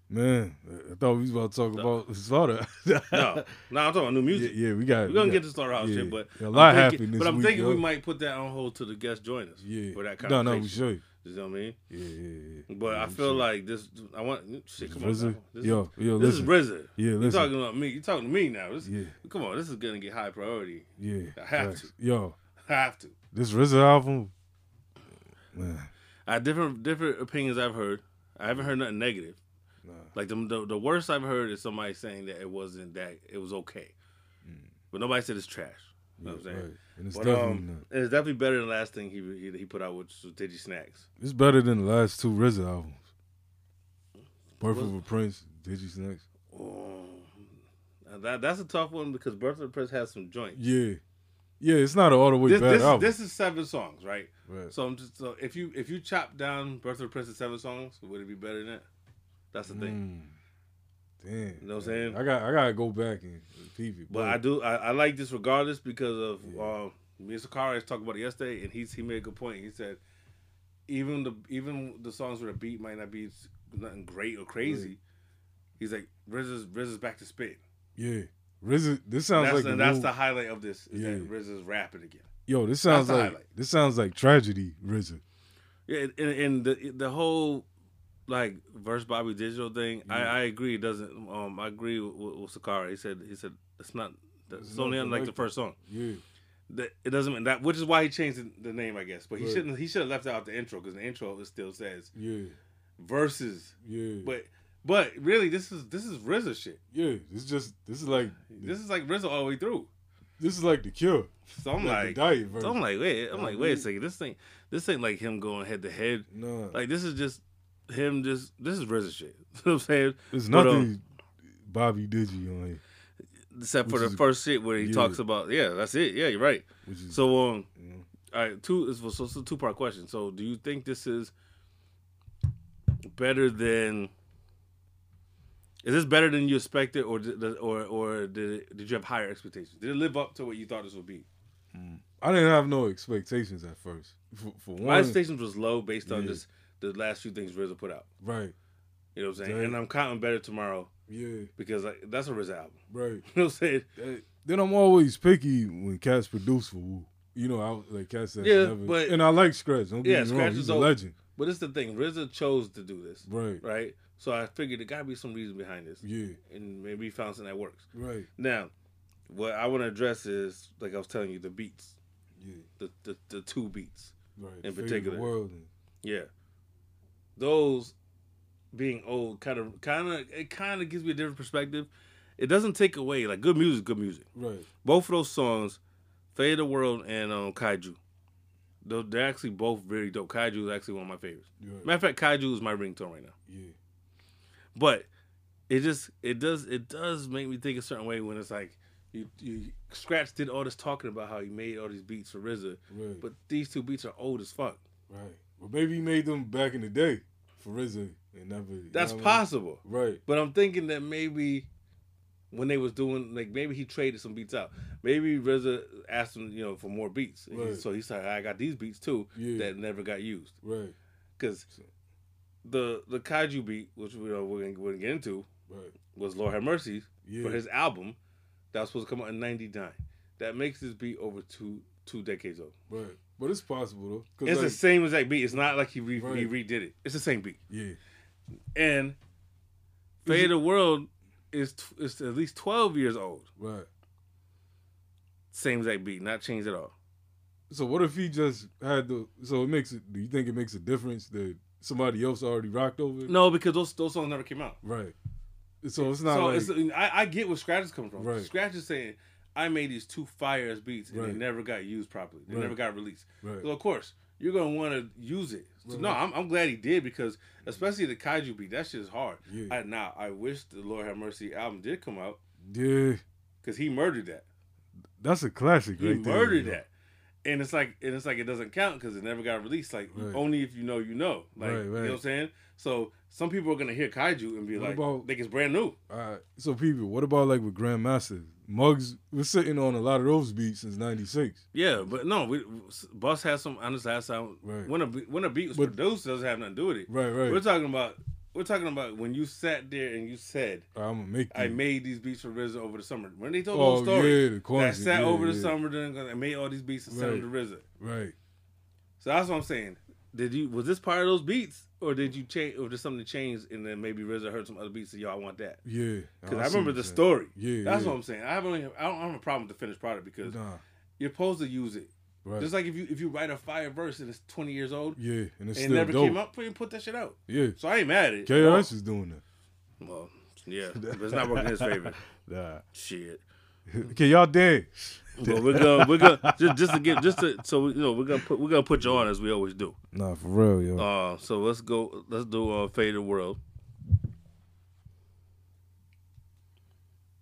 Speaker 3: Man, I- I thought we was about to talk about <laughs> Slaughter. yeah, <laughs>
Speaker 4: No, no, I'm talking about new music.
Speaker 3: yeah, we got
Speaker 4: We're gonna
Speaker 3: we
Speaker 4: get
Speaker 3: got-
Speaker 4: to Slaughter House
Speaker 3: yeah.
Speaker 4: shit, but
Speaker 3: a
Speaker 4: I'm
Speaker 3: lot
Speaker 4: thinking-
Speaker 3: happened this
Speaker 4: But I'm
Speaker 3: week,
Speaker 4: thinking
Speaker 3: yo.
Speaker 4: we might put that on hold till the guest join us.
Speaker 3: Yeah.
Speaker 4: for that
Speaker 3: No,
Speaker 4: conversation.
Speaker 3: no, we sure.
Speaker 4: You know what I mean?
Speaker 3: Yeah, yeah, yeah.
Speaker 4: But
Speaker 3: yeah,
Speaker 4: I
Speaker 3: we
Speaker 4: feel
Speaker 3: sure.
Speaker 4: like this. I want shit. Come
Speaker 3: RZA?
Speaker 4: on, this,
Speaker 3: Yo, yo,
Speaker 4: this
Speaker 3: listen.
Speaker 4: is RZA.
Speaker 3: Yeah,
Speaker 4: You
Speaker 3: listen.
Speaker 4: talking about me? You talking to me now? This,
Speaker 3: Yeah.
Speaker 4: Come on, this is gonna get high priority. <laughs>
Speaker 3: Yeah.
Speaker 4: I have
Speaker 3: facts. Yo,
Speaker 4: I have to.
Speaker 3: this RZA album, man.
Speaker 4: I have different different opinions I've heard. I haven't heard nothing negative. Like the, the the worst I've heard is somebody saying that it wasn't that it was okay, but nobody said it's trash. You know what I'm saying?
Speaker 3: Mm. right. And it's
Speaker 4: But,
Speaker 3: definitely
Speaker 4: um,
Speaker 3: not.
Speaker 4: it's definitely better than the last thing he he, he put out, which was Digi Snacks.
Speaker 3: It's better than the last two RZA albums. Birth of a Prince, Digi Snacks.
Speaker 4: Oh, that that's a tough one because Birth of the Prince has some joints.
Speaker 3: Yeah. Yeah, it's not an all the way
Speaker 4: this,
Speaker 3: bad
Speaker 4: this,
Speaker 3: album.
Speaker 4: this is seven songs, right?
Speaker 3: Right.
Speaker 4: So I'm just so if you if you chop down Birth of the Prince to seven songs, would it be better than that? That's the
Speaker 3: Mm.
Speaker 4: thing.
Speaker 3: Damn.
Speaker 4: You know what I'm saying?
Speaker 3: I got I gotta go back and peep it.
Speaker 4: But I do I, I like this regardless because of um me and Sakari was talking about it yesterday and he's he made a good point. He said even the even the songs where the beat might not be nothing great or crazy, he's like RZA's, RZA's back to spit.
Speaker 3: Yeah. RZA this sounds
Speaker 4: That's,
Speaker 3: like
Speaker 4: the,
Speaker 3: a
Speaker 4: that's
Speaker 3: new-
Speaker 4: the highlight of this. Is that
Speaker 3: Yeah.
Speaker 4: RZA's rapping again.
Speaker 3: Yo, this sounds
Speaker 4: the
Speaker 3: like
Speaker 4: highlight.
Speaker 3: this sounds like tragedy, RZA.
Speaker 4: Yeah, and, and the the whole like verse Bobby Digital thing, I, I agree. It doesn't um I agree with, with Sakara. He said he said it's not it's only
Speaker 3: nothing
Speaker 4: like
Speaker 3: like
Speaker 4: the first song.
Speaker 3: Yeah.
Speaker 4: That it doesn't mean that, which is why he changed the, the name, I guess. But he
Speaker 3: Right.
Speaker 4: shouldn't. He should have left out the intro because the intro it still says
Speaker 3: Yeah.
Speaker 4: verses.
Speaker 3: Yeah.
Speaker 4: But but really, this is this is RZA shit.
Speaker 3: yeah, this is just this is like
Speaker 4: This is like RZA all the way through.
Speaker 3: this is like the cure.
Speaker 4: So I'm
Speaker 3: Like the
Speaker 4: like,
Speaker 3: diet version.
Speaker 4: so I'm like, wait, I'm
Speaker 3: Know
Speaker 4: like,
Speaker 3: what I
Speaker 4: wait a
Speaker 3: mean?
Speaker 4: second. This thing, this ain't like him going head to head.
Speaker 3: No.
Speaker 4: Like this is just him. Just this is RZA shit. <laughs> You know what I'm saying?
Speaker 3: There's
Speaker 4: But, um,
Speaker 3: nothing Bobby Digi on here.
Speaker 4: except for the
Speaker 3: Which is-
Speaker 4: first shit where he
Speaker 3: yeah.
Speaker 4: talks about yeah, that's it. Yeah, you're right.
Speaker 3: Which is
Speaker 4: So um,
Speaker 3: Yeah.
Speaker 4: all right, two is so it's a two part question. So do you think this is better than? Is this better than you expected, or did, or or did it, did you have higher expectations? Did it live up to what you thought this would be?
Speaker 3: I didn't have no expectations at first. For, for one,
Speaker 4: My expectations was low based on
Speaker 3: Yeah.
Speaker 4: just the last few things RZA put out.
Speaker 3: right?
Speaker 4: You know what I'm saying?
Speaker 3: Right.
Speaker 4: And I'm counting better tomorrow
Speaker 3: Yeah,
Speaker 4: because like, that's a RZA album. <laughs>
Speaker 3: right.
Speaker 4: You know what I'm saying?
Speaker 3: That- then I'm always picky when cats produce for Wu. You know, I was- like Cat said,
Speaker 4: Yeah,
Speaker 3: never-
Speaker 4: but-
Speaker 3: and I like Scratch. Don't get
Speaker 4: Yeah,
Speaker 3: me
Speaker 4: Scratch
Speaker 3: wrong,
Speaker 4: is
Speaker 3: he's a
Speaker 4: old.
Speaker 3: legend,
Speaker 4: But it's the thing, RZA chose to do this,
Speaker 3: right?
Speaker 4: right? So I figured there gotta be some reason behind this,
Speaker 3: Yeah,
Speaker 4: and maybe we found something that works.
Speaker 3: right.
Speaker 4: Now, what I want to address is, like I was telling you, the beats,
Speaker 3: Yeah,
Speaker 4: the the, the two beats,
Speaker 3: right.
Speaker 4: In
Speaker 3: Fate of the
Speaker 4: particular.
Speaker 3: world. and-
Speaker 4: yeah. Those being old, kind of, kind of, it kind of gives me a different perspective. It doesn't take away like good music, good music.
Speaker 3: Right.
Speaker 4: both of those songs, Fade the World and um, Kaiju, they're, they're actually both very dope. Kaiju is actually one of my favorites.
Speaker 3: You're right.
Speaker 4: Matter of fact, Kaiju is my ringtone right now.
Speaker 3: Yeah.
Speaker 4: But it just it does it does make me think a certain way when it's like you you Scratch did all this talking about how he made all these beats for RZA,
Speaker 3: Right.
Speaker 4: but these two beats are old as fuck.
Speaker 3: Right. Well, maybe he made them back in the day for RZA and never. you
Speaker 4: That's
Speaker 3: know what I mean?
Speaker 4: possible.
Speaker 3: Right.
Speaker 4: But I'm thinking that maybe when they was doing like maybe he traded some beats out. Maybe RZA asked him, you know, for more beats. And he-
Speaker 3: Right.
Speaker 4: so he said, I got these beats too
Speaker 3: Yeah.
Speaker 4: that never got used.
Speaker 3: Right.
Speaker 4: Cause the the kaiju beat, which we know we're gonna, we're gonna get into,
Speaker 3: Right.
Speaker 4: was Lord Have Mercy
Speaker 3: Yeah.
Speaker 4: for his album that was supposed to come out in ninety nine. That makes this beat over two two decades old.
Speaker 3: Right. But it's possible though. 'cause,
Speaker 4: It's the
Speaker 3: like,
Speaker 4: same exact beat. It's not like he, re- he
Speaker 3: Right.
Speaker 4: redid it. It's the same beat.
Speaker 3: yeah.
Speaker 4: And Fade the World is t- is at least twelve years old.
Speaker 3: Right.
Speaker 4: Same exact beat, not changed at all.
Speaker 3: So what if he just had the? So it makes it. Do you think it makes a difference that somebody else already rocked over? it?
Speaker 4: No, because those those songs never came out.
Speaker 3: Right. So it's not
Speaker 4: so
Speaker 3: like
Speaker 4: it's, I, I get where Scratch is coming from.
Speaker 3: Right.
Speaker 4: Scratch is saying, I made these two fires beats and they
Speaker 3: Right.
Speaker 4: never got used properly. They
Speaker 3: Right.
Speaker 4: never got released.
Speaker 3: Right.
Speaker 4: So of course you're gonna want to use it. So no, I'm, I'm glad he did because especially the Kaiju beat, that shit is hard.
Speaker 3: Yeah.
Speaker 4: I, now I wish the Lord Have Mercy album did come out
Speaker 3: yeah.
Speaker 4: because he murdered that.
Speaker 3: That's a classic.
Speaker 4: He
Speaker 3: right there,
Speaker 4: murdered
Speaker 3: you know?
Speaker 4: that. And it's like and it's like it doesn't count because it never got released. Like
Speaker 3: Right.
Speaker 4: only if you know, you know. Like
Speaker 3: Right,
Speaker 4: you know
Speaker 3: right.
Speaker 4: what I'm saying. So some people are gonna hear Kaiju and be
Speaker 3: What
Speaker 4: like,
Speaker 3: about-
Speaker 4: think it's brand new.
Speaker 3: All right. So people, what about like with Grandmaster? Muggs was sitting on a lot of those beats since '96.
Speaker 4: Yeah, but no, we, Bus has some honest ass sound.
Speaker 3: Right.
Speaker 4: When a be- when a beat was
Speaker 3: But-
Speaker 4: produced, it doesn't have nothing to do with it.
Speaker 3: Right. Right.
Speaker 4: We're talking about we're talking about when you sat there and you said,
Speaker 3: I'm gonna make.
Speaker 4: "I
Speaker 3: these.
Speaker 4: made these beats for RZA over the summer." When they told
Speaker 3: Mm. Oh,
Speaker 4: the whole story,
Speaker 3: yeah, the
Speaker 4: that I
Speaker 3: Kwanzaa,
Speaker 4: sat
Speaker 3: yeah,
Speaker 4: over the
Speaker 3: yeah.
Speaker 4: summer then I made all these beats and sent them to RZA.
Speaker 3: Right.
Speaker 4: So that's what I'm saying. Did you was this part of those beats, or did you change, or did something change, and then maybe RZA heard some other beats and y'all want that?
Speaker 3: Yeah.
Speaker 4: Because
Speaker 3: Oh, I
Speaker 4: I
Speaker 3: see
Speaker 4: remember
Speaker 3: what
Speaker 4: the
Speaker 3: you're saying.
Speaker 4: story.
Speaker 3: Yeah,
Speaker 4: that's
Speaker 3: yeah.
Speaker 4: what I'm saying. I haven't. I don't have a problem with the finished product because
Speaker 3: Nah.
Speaker 4: you're supposed to use it.
Speaker 3: Right.
Speaker 4: Just like if you if you write a fire verse and it's 20 years old
Speaker 3: yeah. And
Speaker 4: and it
Speaker 3: it's still
Speaker 4: never
Speaker 3: dope.
Speaker 4: came out, put put that shit out.
Speaker 3: Yeah.
Speaker 4: So I ain't mad at it.
Speaker 3: KRS is doing that.
Speaker 4: Well, yeah, but it's not working in his <laughs> favor.
Speaker 3: Nah. <laughs>
Speaker 4: Shit.
Speaker 3: Okay, y'all dead.
Speaker 4: But we're gonna we're gonna just, just to get just to so you know we're gonna put we're gonna put you on as we always do.
Speaker 3: Nah, for real, yo.
Speaker 4: Uh, so let's go. Let's do uh, Fade the World.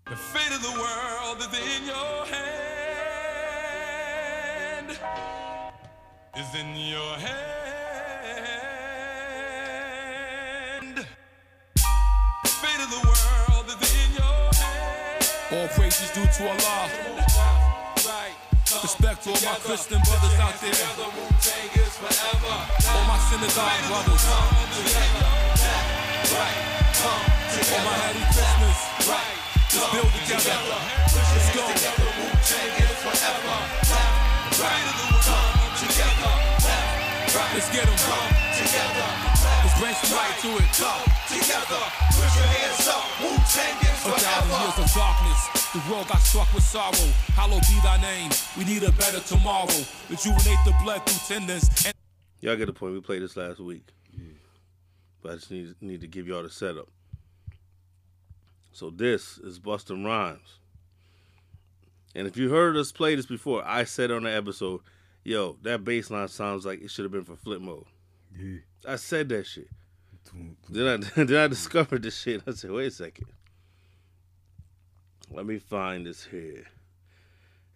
Speaker 7: The fate of the world is in your hand. Is in your hand. The fate of the world is in your hand.
Speaker 12: All praises due to Allah. Respect to all my Christian brothers out there. All my synagogue brothers. All my happy Christmas. Let's build together. Let's go. Let's get 'em. Let's bring some light to it. A thousand years of darkness. The world got struck with sorrow. Hallowed be thy name. We need a better tomorrow. Rejuvenate the blood through tendons. And-
Speaker 4: Y'all get the point. We played this last week, but I just need need to give y'all the setup. So this is Busta Rhymes, and if you heard us play this before, I said on the episode, "Yo, that bass line sounds like it should have been for flip mode."
Speaker 3: yeah.
Speaker 4: I said that shit.
Speaker 3: Two- two-
Speaker 4: Then I <laughs> then I discovered this shit. I said, "Wait a second, let me find this here."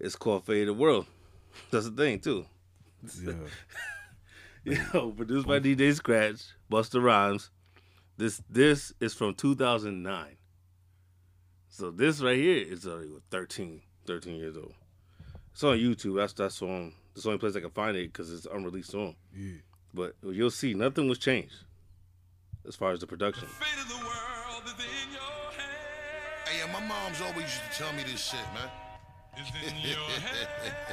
Speaker 4: It's called Fade the World. <laughs> That's the thing too. <laughs>
Speaker 3: yeah.
Speaker 4: Yo, produced by DJ Scratch, Buster Rhymes. This this is from 2009. So this right here is already what, 13, 13 years old. It's on YouTube. That's that's on. It's the only place I can find it because it's an unreleased song.
Speaker 3: Yeah.
Speaker 4: But you'll see, nothing was changed as far as the production.
Speaker 7: Fate of the world is in your hand.
Speaker 13: Hey, yeah, my mom's always used to tell me this shit, man.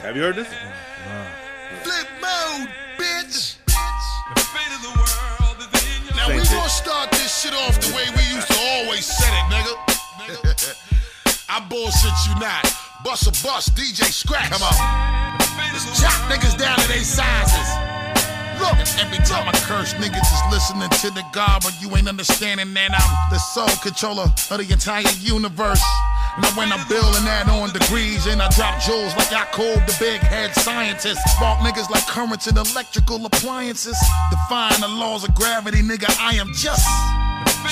Speaker 4: Have you heard this?
Speaker 13: Flip mode, bitch. Now
Speaker 4: Same
Speaker 13: we
Speaker 4: shit.
Speaker 13: gonna start this shit off the way we used to always set it, <laughs> nigga. I bullshit you not. Bust a bust, DJ Scratch. Come on. Chop niggas down to their sizes. Look, every time I curse, niggas is listening to the God, but you ain't understanding that I'm the sole controller of the entire universe. Now when I'm building that on degrees and I drop jewels like I called the big head scientist. Spark niggas like currents and electrical appliances. Defying the laws of gravity, nigga, I am just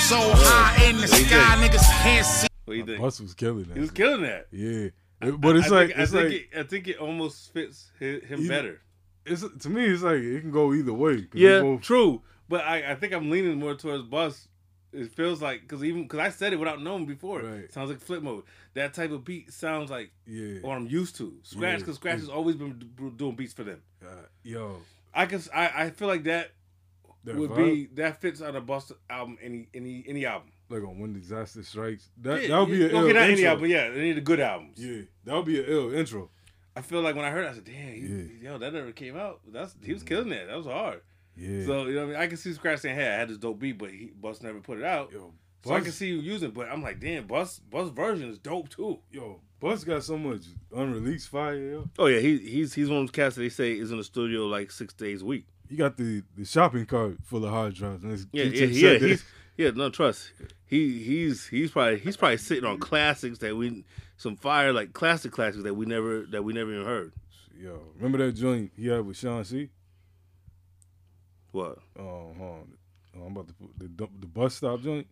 Speaker 13: so oh, high in the
Speaker 4: There you go.
Speaker 13: sky, niggas can't see.
Speaker 4: What do you think?
Speaker 3: Bus was killing that.
Speaker 4: He was killing that.
Speaker 3: yeah, It- but it's
Speaker 4: I
Speaker 3: like
Speaker 4: think,
Speaker 3: it's
Speaker 4: I
Speaker 3: like
Speaker 4: think it, I think it almost fits hi- him
Speaker 3: You-
Speaker 4: better.
Speaker 3: it's to me it's like it can go either way. 'Cause
Speaker 4: Yeah,
Speaker 3: it go-
Speaker 4: true. But I, I think I'm leaning more towards Bus. It feels like because even because I said it without knowing before.
Speaker 3: Right.
Speaker 4: Sounds like flip mode. That type of beat sounds like
Speaker 3: Yeah.
Speaker 4: what I'm used to. Scratch
Speaker 3: Yeah.
Speaker 4: because Scratch has always been d- doing beats for them.
Speaker 3: Uh, yo,
Speaker 4: I can s- I, I feel like that,
Speaker 3: that
Speaker 4: would
Speaker 3: vibe,
Speaker 4: be that fits on a Bus album any any any album.
Speaker 3: like on when disaster strikes. That
Speaker 4: Yeah,
Speaker 3: that would be
Speaker 4: yeah. okay,
Speaker 3: an ill
Speaker 4: not
Speaker 3: intro.
Speaker 4: any album. but Yeah, they need a good album.
Speaker 3: Yeah, that would be an ill intro.
Speaker 4: I feel like when I heard, it, I said, "Damn, he,
Speaker 3: Yeah.
Speaker 4: yo, that never came out. That's he was killing that. That was hard."
Speaker 3: Yeah,
Speaker 4: So you know, what I mean, I can see Scratch saying, "Hey, I had this dope beat, but he, Bus never put it out."
Speaker 3: yo,
Speaker 4: So I can
Speaker 3: Bus-
Speaker 4: see you using, it, but I'm like, damn, Bus Bus version is dope too.
Speaker 3: yo, Bus got so much unreleased fire. Yo.
Speaker 4: Oh yeah, he, he's he's one of those cats that they say is in the studio like six days a week.
Speaker 3: He got the, the shopping cart full of hard drives. And it's-
Speaker 4: Yeah,
Speaker 3: he
Speaker 4: yeah,
Speaker 3: just
Speaker 4: yeah.
Speaker 3: said that-
Speaker 4: He's, yeah, no trust. He he's he's probably he's probably sitting on classics that we some fire like classic classics that we never that we never even heard.
Speaker 3: yo, remember that joint he had with Sean C?
Speaker 4: What
Speaker 3: Um, hold on. Oh, I'm about to put the dump- the bus stop joint.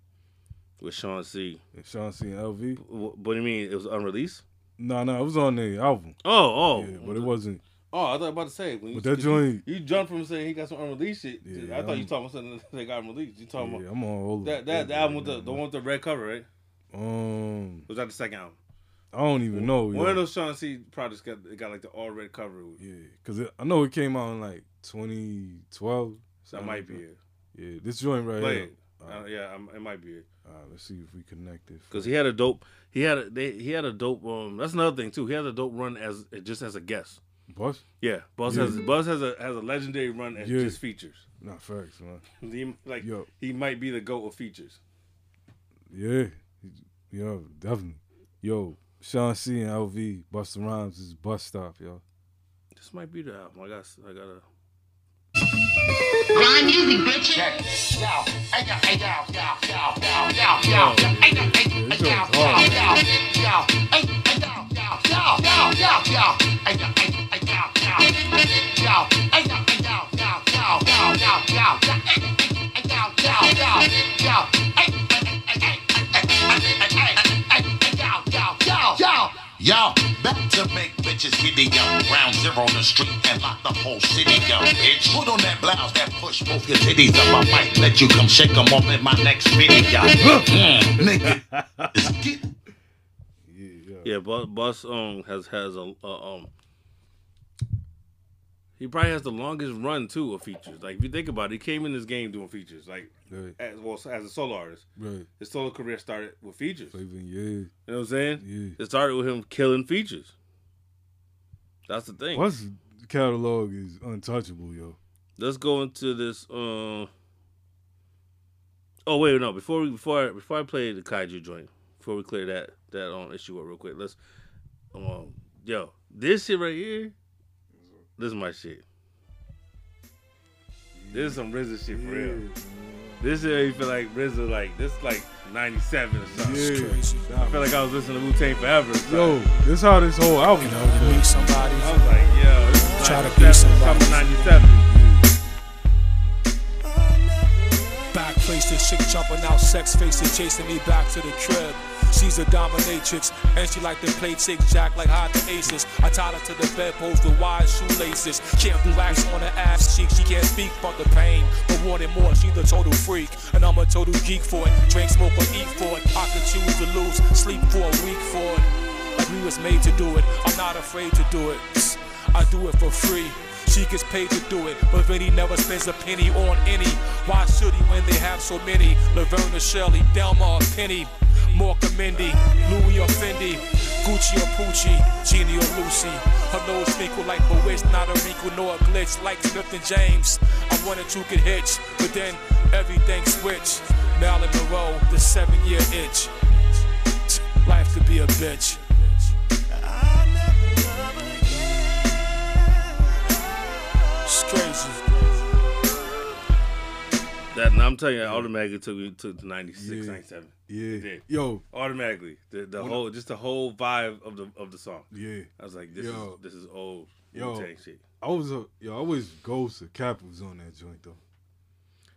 Speaker 4: with Sean C?
Speaker 3: And Sean C and LV.
Speaker 4: Wh- What do you mean? It was unreleased?
Speaker 3: No, no, it was on the album.
Speaker 4: Oh, oh,
Speaker 3: Yeah, but it wasn't.
Speaker 4: oh! I thought I was about to say when you,
Speaker 3: But that joint-
Speaker 4: you, you jumped from saying he got some unreleased shit. to-
Speaker 3: Yeah,
Speaker 4: I thought you
Speaker 3: I'm-
Speaker 4: talking about something that got unreleased. You
Speaker 3: Yeah,
Speaker 4: talking about
Speaker 3: I'm on all of
Speaker 4: that that the album with the, the one with the red cover, right?
Speaker 3: Um,
Speaker 4: Was that the second album?
Speaker 3: I don't even know.
Speaker 4: One
Speaker 3: yo.
Speaker 4: of those Sean C projects got it got like the all red cover. with-
Speaker 3: Oh, Yeah, cause it, I know it came out in like 2012.
Speaker 4: That
Speaker 3: something
Speaker 4: might
Speaker 3: like
Speaker 4: be it.
Speaker 3: Yeah, this joint right
Speaker 4: Play
Speaker 3: here.
Speaker 4: it. Uh, yeah, I'm, it might be it.
Speaker 3: All right, let's see if we connect it.
Speaker 4: Cause he had a dope. He had a they, he had a dope. Um, that's another thing too. He had a dope run as just as a guest.
Speaker 3: Bus?
Speaker 4: Yeah, Buzz
Speaker 3: Yeah.
Speaker 4: has Buzz has a has a legendary run as
Speaker 3: Yeah.
Speaker 4: just features.
Speaker 3: Not facts, man.
Speaker 4: He, like
Speaker 3: Yo.
Speaker 4: he might be the goat of features.
Speaker 3: Yeah, yo, definitely. Yo, Sean C and LV, Busta Rhymes is bus stop, yo.
Speaker 4: This might be the album. I got s- I got a.
Speaker 13: Yo, back to make bitches video. Round zero on the street and lock the whole city, yo. Bitch, put on that blouse that push both your titties up. I might let you come shake 'em off in my next video. Mm, nigga, it's get
Speaker 4: Yeah, Buzz, Buzz um has has a uh, um. He probably has the longest run too of features. Like if you think about it, he came in this game doing features. Like
Speaker 3: Right.
Speaker 4: as well as a solo artist,
Speaker 3: Right.
Speaker 4: his solo career started with features. You
Speaker 3: Even yeah,
Speaker 4: know what I'm saying?
Speaker 3: Yeah.
Speaker 4: It started with him killing features. That's the thing.
Speaker 3: bus catalog is untouchable, yo.
Speaker 4: Let's go into this. Um. Oh wait, no. Before we before I, before I play the kaiju joint, before we clear that that um issue up real quick, let's um yo this shit right here. This is my shit. This is some RZA shit for real. This is how you feel like RZA like this like '97 or something.
Speaker 3: Yeah,
Speaker 4: I feel like I was listening to Wu Tang forever. So
Speaker 3: yo, this how this whole album.
Speaker 12: Meet somebody.
Speaker 4: I was like, yo, this is
Speaker 12: Try to be
Speaker 4: 97,
Speaker 12: somebody.
Speaker 4: coming '97.
Speaker 12: Back face the chick jumping out, sex face it, chasing me back to the crib. She's a dominatrix, and she like to play chick jack like hot the aces. I tied her to the bedpost with wide shoelaces. Can't relax on her ass cheek, she can't speak but the pain. But more than more, she's a total freak, and I'm a total geek for it. Drink, smoke, or eat for it. I could choose to lose, sleep for a week for it. Like we was made to do it, I'm not afraid to do it. I do it for free. She gets paid to do it, but Vinny never spends a penny on any. Why should he when they have so many? Laverna Shelley, Delma or Penny, Morka Mindy, Louis or Fendi. Gucci or Pucci, Genie or Lucy. Her nose wrinkled like bewitched, not a wrinkle nor a glitch like Smith and James. I wanted to get hitched, but then everything switched. Marilyn Monroe, the seven year itch. Life could be a bitch. It's crazy.
Speaker 4: That and I'm telling you, automatically took me to 96,
Speaker 3: Yeah.
Speaker 4: 97. It
Speaker 3: Yeah.
Speaker 4: did.
Speaker 3: Yo.
Speaker 4: automatically the, the whole just the whole vibe of the of the song.
Speaker 3: Yeah.
Speaker 4: I was like, this
Speaker 3: Yo.
Speaker 4: is this is old
Speaker 3: Yo.
Speaker 4: Wu-Tang shit.
Speaker 3: I was a yo. I always ghosts or capitals on that joint though.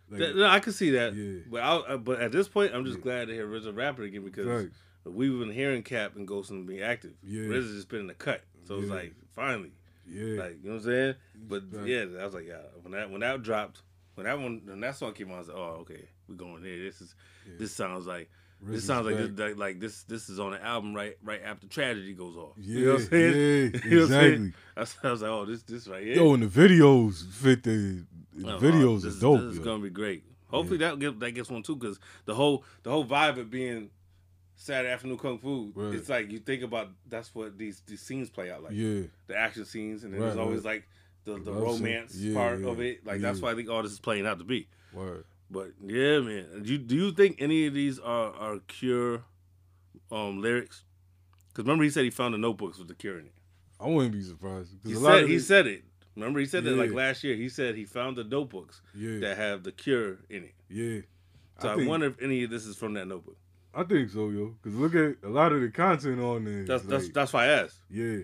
Speaker 3: Like,
Speaker 4: That- no, I can see that.
Speaker 3: Yeah.
Speaker 4: But I, I- but at this point, I'm just glad to hear RZA rapping again because
Speaker 3: Facts.
Speaker 4: we've been hearing Cap and Ghost and being active.
Speaker 3: Yeah.
Speaker 4: RZA's just been in the cut, so it's like finally,
Speaker 3: yeah.
Speaker 4: like you know what I'm saying. But
Speaker 3: Right.
Speaker 4: yeah, I was like, yeah, when that when that dropped, when that one when that song came out, I was like, oh okay, we're going there. This is this sounds like.
Speaker 3: RZA's
Speaker 4: this sounds like
Speaker 3: back.
Speaker 4: this, like, like this. This is on the album right right after tragedy goes off.
Speaker 3: Yeah,
Speaker 4: you know what I'm saying?
Speaker 3: yeah,
Speaker 4: <laughs> you know what I'm saying?
Speaker 3: exactly.
Speaker 4: I was, I was like, oh, this this right here.
Speaker 3: yo, and the videos fit the, the
Speaker 4: Oh,
Speaker 3: videos
Speaker 4: this
Speaker 3: are dope.
Speaker 4: This is
Speaker 3: yo.
Speaker 4: gonna be great. Hopefully that get, that gets one too, because the whole the whole vibe of being Saturday afternoon kung fu,
Speaker 3: Right.
Speaker 4: it's like you think about that's what these these scenes play out like.
Speaker 3: yeah,
Speaker 4: The action scenes, and then
Speaker 3: Right,
Speaker 4: there's always
Speaker 3: right.
Speaker 4: like the, the
Speaker 3: Love scene.
Speaker 4: romance
Speaker 3: Yeah,
Speaker 4: part
Speaker 3: yeah,
Speaker 4: of it. Like that's
Speaker 3: yeah.
Speaker 4: why I think all this is playing out to be.
Speaker 3: word.
Speaker 4: But yeah, man, do you, do you think any of these are are Cure um, lyrics? Because remember he said he found the notebooks with the Cure in it.
Speaker 3: I wouldn't be surprised. 'cause
Speaker 4: He
Speaker 3: a lot
Speaker 4: said
Speaker 3: of
Speaker 4: he
Speaker 3: it-
Speaker 4: said it. Remember he said that like
Speaker 3: Yeah.
Speaker 4: last year. He said he found the notebooks
Speaker 3: Yeah.
Speaker 4: that have the cure in it.
Speaker 3: yeah.
Speaker 4: So I,
Speaker 3: think,
Speaker 4: wonder if any of this is from that notebook.
Speaker 3: I think so, yo. Because look at a lot of the content on there. is
Speaker 4: That's that's
Speaker 3: like-
Speaker 4: that's why I asked.
Speaker 3: yeah.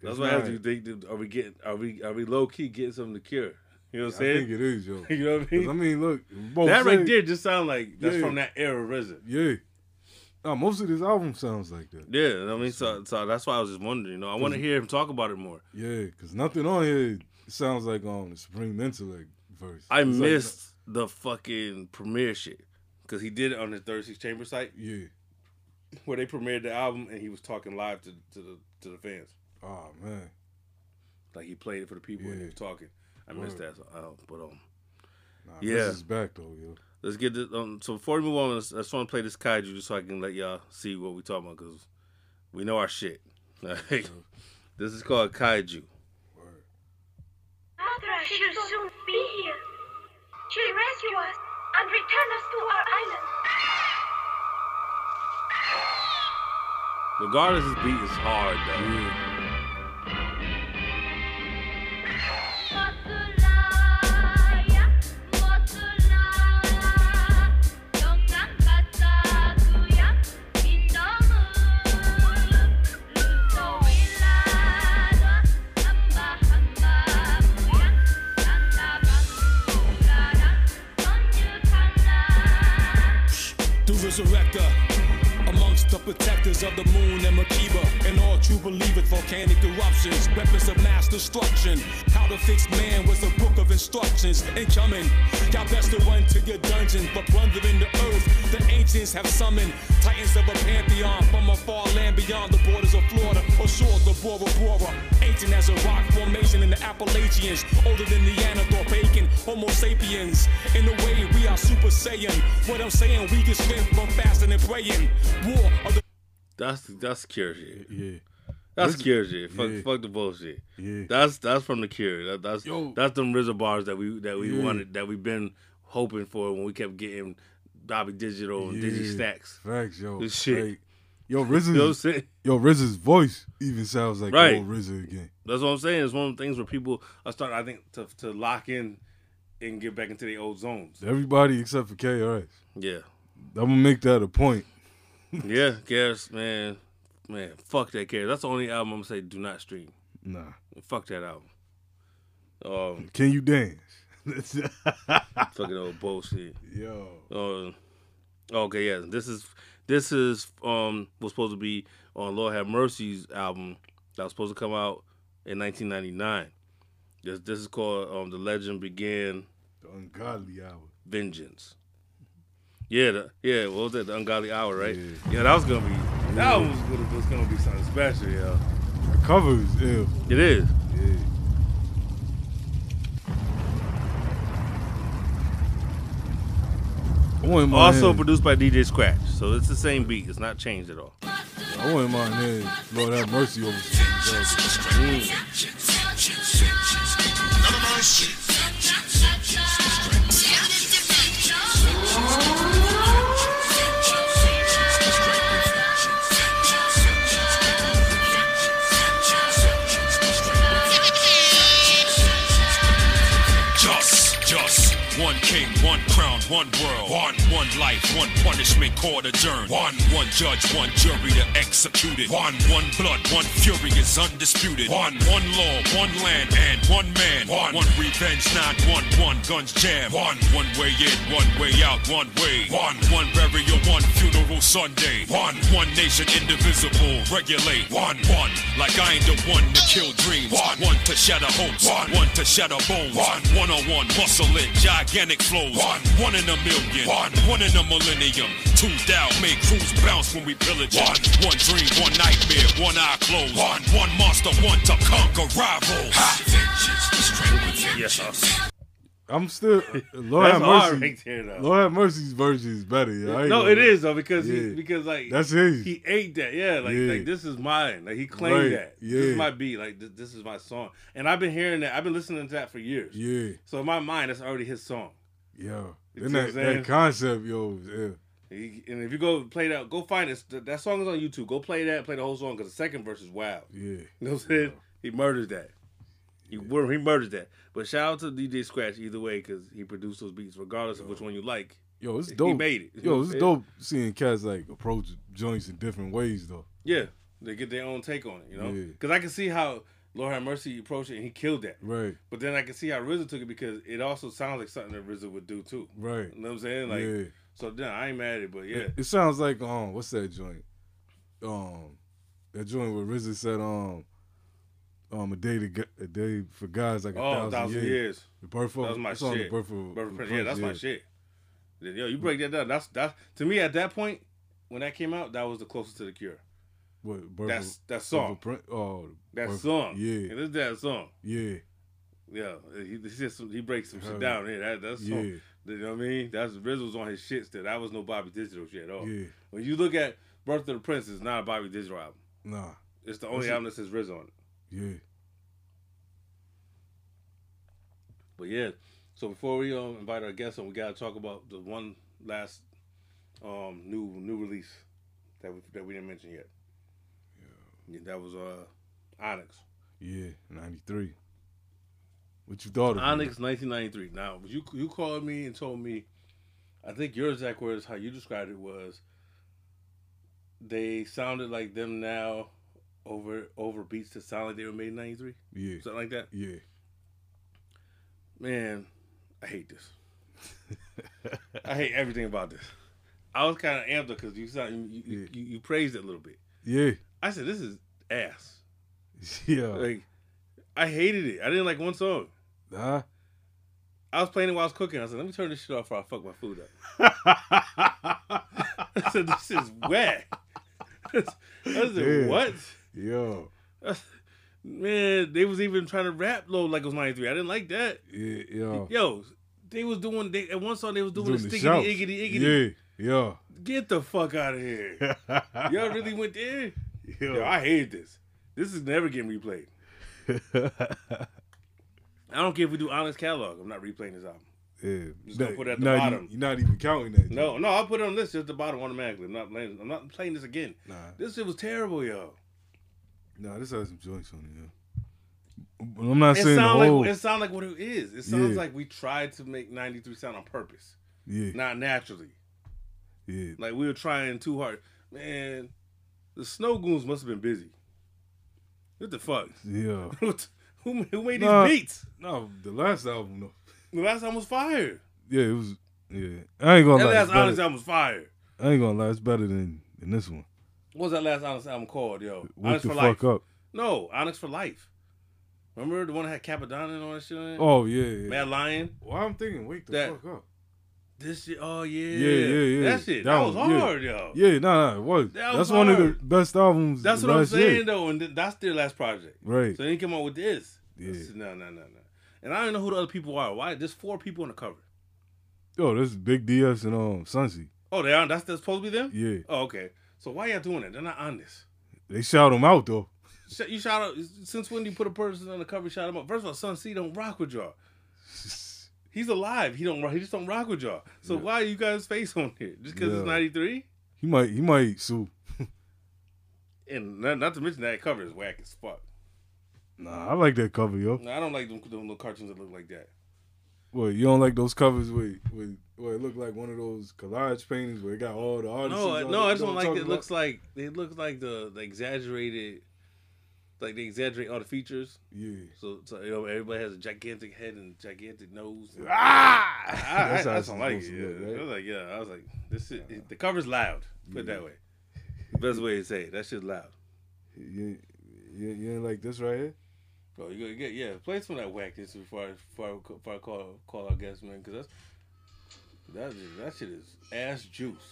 Speaker 4: That's
Speaker 3: It's
Speaker 4: why I asked.
Speaker 3: not-
Speaker 4: Do you think that- are we getting are we are we low key getting something to cure? You know what I'm
Speaker 3: I
Speaker 4: saying?
Speaker 3: think it is, yo.
Speaker 4: <laughs> you know what I
Speaker 3: 'Cause,
Speaker 4: mean?
Speaker 3: I mean, look, both
Speaker 4: that right
Speaker 3: said-
Speaker 4: there just sound like that's
Speaker 3: Oh, Yeah.
Speaker 4: from that era, risen.
Speaker 3: Yeah. Nah, most of this album sounds like that.
Speaker 4: Yeah, I mean, so so that's why I was just wondering. You know, I want to hear him talk about it more.
Speaker 3: Yeah, because nothing on here sounds like um the Supreme Intellect verse.
Speaker 4: I
Speaker 3: It's like-
Speaker 4: missed the fucking premiere shit because he did it on his 36 Chamber site <laughs>
Speaker 3: yeah.
Speaker 4: where they premiered the album and he was talking live to to the to the fans.
Speaker 3: Oh man.
Speaker 4: Like he played it for the people and he
Speaker 3: Yeah.
Speaker 4: was talking. I missed that. So, oh, but um,
Speaker 3: Nah,
Speaker 4: Yeah.
Speaker 3: This is back though, yo.
Speaker 4: let's get this. Um, so before we move on, let's- I just want to play this kaiju just so I can let y'all see what we talking about because we know our shit. <laughs> Like, this is called kaiju.
Speaker 13: Agra she'll soon be here. She'll rescue us and return us to our island.
Speaker 4: Regardless, this beat is hard though.
Speaker 12: the resurrector amongst the protectors of the moon and Makiba and all true believers volcanic eruptions weapons of mass destruction how to fix man was a book of instructions incoming y'all best to run to your dungeons but plundering the earth the ancients have summoned titans of a pantheon from a far land beyond the borders of Florida or shores of Bora Bora ancient as a rock formation in the Appalachians older than Neanderthal pagan homo sapiens in a way we are super saiyan what I'm saying we get strength from fasting and praying war of the
Speaker 4: That's that's cure shit.
Speaker 3: Yeah.
Speaker 4: That's cure shit. Fuck,
Speaker 3: yeah.
Speaker 4: fuck the bullshit.
Speaker 3: Yeah.
Speaker 4: That's that's from the cure. That, that's
Speaker 3: Yo.
Speaker 4: that's them RZA bars that we that we
Speaker 3: Yeah.
Speaker 4: wanted that we've been hoping for when we kept getting Bobby Digital and Digi Stacks.
Speaker 3: Facts, yo.
Speaker 4: This shit.
Speaker 3: Like,
Speaker 4: You
Speaker 3: yo,
Speaker 4: know what I'm
Speaker 3: RZA's,
Speaker 4: saying?
Speaker 3: yo, RZA's voice even sounds like
Speaker 4: Right.
Speaker 3: old RZA again.
Speaker 4: That's what I'm saying. It's one of the things where people are starting, I think, to to lock in and get back into their old zones.
Speaker 3: Everybody except for KRS.
Speaker 4: Yeah.
Speaker 3: I'm gonna make that a point.
Speaker 4: Yeah, Cares, man. Man, fuck that Cares. That's the only album I'm gonna say do not stream.
Speaker 3: Nah.
Speaker 4: Fuck that album. Um
Speaker 3: Can you dance? <laughs>
Speaker 4: fucking old bullshit.
Speaker 3: yo.
Speaker 4: Uh, okay, yeah. This is this is um was supposed to be on Lord Have Mercy's album that was supposed to come out in nineteen ninety nine. This this is called um The Legend Began
Speaker 3: The ungodly hour.
Speaker 4: vengeance. Yeah, the, yeah. What was that? The ungodly hour, right? Yeah, that was gonna be. That was gonna was gonna be something special, yeah.
Speaker 3: The cover is ill.
Speaker 4: It is.
Speaker 3: Yeah. I want my
Speaker 4: Also
Speaker 3: hands-
Speaker 4: Oh, produced by DJ Scratch, so it's the same beat. It's not changed at all.
Speaker 3: Oh, I wouldn't mind hearing Lord have mercy over some of these albums.
Speaker 11: None of my shit.
Speaker 14: Just, just. One king, one crown, one world. One, one life, one punishment, court adjourned. One, one judge, one jury to execute it. One, one blood, one fury is undisputed. One, one law, one land, and one man. One, one revenge, not one, one guns jam. One, one way in, one way out, one way. One, one burial, one funeral Sunday. One, one nation, indivisible, regulate. One, one, like I ain't the one to kill dreams. One, one to shatter hopes. One, one to shatter bones. One, one on one, muscle it, gigantic flows. One, one in a million. One, one in a millennium. Two down, make crews bounce when we pillage. One, one dream, one nightmare, one eye closed. One, one monster, one to conquer rivals.
Speaker 4: Yeah.
Speaker 3: I'm still Lord
Speaker 4: <laughs> That's
Speaker 3: have
Speaker 4: hard
Speaker 3: mercy.
Speaker 4: right there, though.
Speaker 3: Lord have mercy's version is better. yo. I ain't
Speaker 4: No,
Speaker 3: gonna
Speaker 4: it
Speaker 3: lie.
Speaker 4: is though because he,
Speaker 3: Yeah.
Speaker 4: because like
Speaker 3: that's his.
Speaker 4: he ate that yeah like
Speaker 3: Yeah.
Speaker 4: like this is mine like he claimed
Speaker 3: Right,
Speaker 4: that this
Speaker 3: yeah.
Speaker 4: is my beat like th- this is my song and I've been hearing that I've been listening to that for years
Speaker 3: yeah,
Speaker 4: so in my mind that's already his song
Speaker 3: yo.
Speaker 4: You
Speaker 3: Then
Speaker 4: see what
Speaker 3: that,
Speaker 4: I'm saying?
Speaker 3: that concept, yo, yeah.
Speaker 4: He- and if you go play that go find it Th- that song is on YouTube go play that play the whole song because the second verse is wild
Speaker 3: Yeah.
Speaker 4: You know what I'm saying? He murders that. He, wor- he murders that. But shout out to DJ Scratch either way because he produced those beats, regardless of which one you like.
Speaker 3: Yo, it's dope.
Speaker 4: He made it. You know
Speaker 3: Yo,
Speaker 4: what
Speaker 3: it's
Speaker 4: I'm saying?
Speaker 3: dope seeing cats like approach joints in different ways though.
Speaker 4: Yeah, they get their own take on it, you know?
Speaker 3: Yeah.
Speaker 4: Because I can see how Lord Have Mercy approached it and he killed that.
Speaker 3: Right.
Speaker 4: But then I can see how RZA took it because it also sounds like something that RZA would do too.
Speaker 3: Right.
Speaker 4: You know what I'm saying? Like,
Speaker 3: Yeah.
Speaker 4: so then I ain't mad at it, but yeah.
Speaker 3: It, it sounds like um, what's that joint? Um, that joint where RZA said um, um, a day to gu- a day for guys like <laughs> a
Speaker 4: oh,
Speaker 3: thousand years. The birth of
Speaker 4: that was my
Speaker 3: it's
Speaker 4: shit.
Speaker 3: on the birth of,
Speaker 4: Birth of
Speaker 3: the
Speaker 4: Prince. Yeah, that's my shit. Yo, you break that down. That's that's to me at that point when that came out, that was the closest to the Cure.
Speaker 3: What, birth
Speaker 4: That's-
Speaker 3: of,
Speaker 4: that
Speaker 3: Birth
Speaker 4: song.
Speaker 3: of Prince- oh,
Speaker 4: That
Speaker 3: Birth-
Speaker 4: song.
Speaker 3: Yeah,
Speaker 4: It is that song.
Speaker 3: yeah.
Speaker 4: Yeah. He, he, said some, he breaks some
Speaker 3: Hell
Speaker 4: shit down. Yeah, that, that's song.
Speaker 3: Uh, Yeah.
Speaker 4: You know what I mean? That's Rizzle's on his shit still. That was no Bobby Digital shit at all.
Speaker 3: Yeah.
Speaker 4: When you look at Birth of the Prince, it's not a Bobby Digital album.
Speaker 3: Nah.
Speaker 4: It's the only
Speaker 3: That's it.
Speaker 4: album that says Rizzo on it.
Speaker 3: Yeah.
Speaker 4: But yeah, so before we um, invite our guests on, we gotta talk about the one last um, new new release that we, that we didn't mention yet. Yeah, that was uh, Onyx.
Speaker 3: Yeah. Ninety three. What you thought of it?
Speaker 4: Onyx, nineteen ninety three. Now you you called me and told me, I think your exact words how you described it was. They sounded like them now, over over beats that sound like they were made in ninety three.
Speaker 3: Yeah.
Speaker 4: something like that.
Speaker 3: Yeah.
Speaker 4: Man, I hate this. I hate everything about this. I was kind of amped because you sound you, you, you, you praised it a little bit.
Speaker 3: Yeah. <laughs>
Speaker 4: I said this is ass.
Speaker 3: Yeah.
Speaker 4: Like I hated it. I didn't like one song.
Speaker 3: Nah.
Speaker 4: I was playing it while I was cooking. I said, let me turn this shit off before I fuck my food up. <laughs> I said, this is wet. <laughs> I said,
Speaker 3: Yeah.
Speaker 4: what?
Speaker 3: Yo.
Speaker 4: Man, they was even trying to rap low like it was 93. I didn't like that.
Speaker 3: Yeah. Yo.
Speaker 4: Yo, they was doing, they, at one song, they was doing,
Speaker 3: Doing
Speaker 4: the
Speaker 3: the
Speaker 4: stickity,
Speaker 3: shouts.
Speaker 4: iggity, iggity.
Speaker 3: Yeah.
Speaker 4: Get the fuck out of here.
Speaker 3: <laughs>
Speaker 4: <laughs>
Speaker 3: Yeah.
Speaker 4: Y'all really went there? Yo, I hated this. This is never getting
Speaker 3: <laughs>
Speaker 4: replayed. I don't care if we do Honest Catalog. I'm not replaying this album.
Speaker 3: Yeah.
Speaker 4: Just gonna
Speaker 3: Nah,
Speaker 4: put it at the
Speaker 3: nah, you-
Speaker 4: bottom.
Speaker 3: You're not even counting that.
Speaker 4: No, no, I'll put it on this just the bottom automatically. I'm not playing I'm not playing this again.
Speaker 3: Nah.
Speaker 4: This shit was terrible, yo.
Speaker 3: Nah, this has some joints on it. Yeah. But I'm not
Speaker 4: It
Speaker 3: saying the
Speaker 4: sound like
Speaker 3: whole.
Speaker 4: it sound like what it is. It sounds
Speaker 3: Yeah.
Speaker 4: like we tried to make ninety three sound on purpose.
Speaker 3: yeah,
Speaker 4: Not naturally.
Speaker 3: yeah,
Speaker 4: Like we were trying too hard. Man, the snow goons must have been busy. What the fuck?
Speaker 3: yeah.
Speaker 4: What- <laughs> who, who made these
Speaker 3: Nah.
Speaker 4: beats?
Speaker 3: No, the last album though.
Speaker 4: The last time was fire.
Speaker 3: Yeah, it was. Yeah, I ain't
Speaker 4: That
Speaker 3: gonna lie.
Speaker 4: last
Speaker 3: it's
Speaker 4: honest
Speaker 3: better-
Speaker 4: album was fire.
Speaker 3: I ain't gonna lie. It's better than, than this one.
Speaker 4: What was that last honest album called, yo?
Speaker 3: Wake the
Speaker 4: for
Speaker 3: fuck
Speaker 4: life.
Speaker 3: up.
Speaker 4: No, Onyx for life. Remember the one that had Capadonna and all that shit on it?
Speaker 3: Oh yeah. yeah.
Speaker 4: Mad Lion.
Speaker 3: Well, I'm thinking, wake the
Speaker 4: That-
Speaker 3: fuck up.
Speaker 4: This shit. Oh yeah.
Speaker 3: Yeah, yeah, yeah.
Speaker 4: That shit. That, was
Speaker 3: one, yeah.
Speaker 4: hard, yo.
Speaker 3: Yeah, nah, nah, it was.
Speaker 4: That was
Speaker 3: That's one of the
Speaker 4: hard.
Speaker 3: best albums.
Speaker 4: That's
Speaker 3: the
Speaker 4: what I'm
Speaker 3: last
Speaker 4: saying
Speaker 3: year.
Speaker 4: though, and th- that's their last project.
Speaker 3: Right.
Speaker 4: So they came out with this.
Speaker 3: Yeah.
Speaker 4: This is- No, no, no, no. And I don't know who the other people are. Why? There's four people on the cover.
Speaker 3: Yo, this is Big DS and um Sunsy.
Speaker 4: Oh, they are. That's, that's supposed to be them.
Speaker 3: Yeah.
Speaker 4: Oh, okay. So why y'all doing it? They're not on this.
Speaker 3: They shout him out though.
Speaker 4: Sh- You shout out. Since when do you put a person on the cover? Shout him up. First of all, Sun C don't rock with y'all. He's alive. He don't. ro- He just don't rock with y'all. So why you got his face on here? Just because
Speaker 3: Yeah.
Speaker 4: it's ninety three,
Speaker 3: He might he might sue.
Speaker 4: and not, not to mention that cover is whack as fuck.
Speaker 3: Nah, I like that cover, yo.
Speaker 4: No, I don't like them, them little cartoons that look like that.
Speaker 3: Well, you don't like those covers with with where it looked like one of those collage paintings where it got all the artists.
Speaker 4: No, I- no, I just don't like. It looks like it looks like the, the exaggerated, like they exaggerate all the features.
Speaker 3: Yeah.
Speaker 4: So, so you know, everybody has a gigantic head and gigantic nose.
Speaker 3: Ah!
Speaker 4: I, I,
Speaker 3: <laughs> That's how
Speaker 4: I
Speaker 3: it's
Speaker 4: don't like it.
Speaker 3: supposed to
Speaker 4: yeah.
Speaker 3: look, right?
Speaker 4: I was like, yeah, I was like, this shit, the cover's loud. Put it that way. Best way to say it. That shit's loud.
Speaker 3: You, you, you ain't like this right here.
Speaker 4: Bro, you gotta get yeah. Play some of that whackness before I, before I, before I call call our guests, man, because that's that is- that shit is ass juice.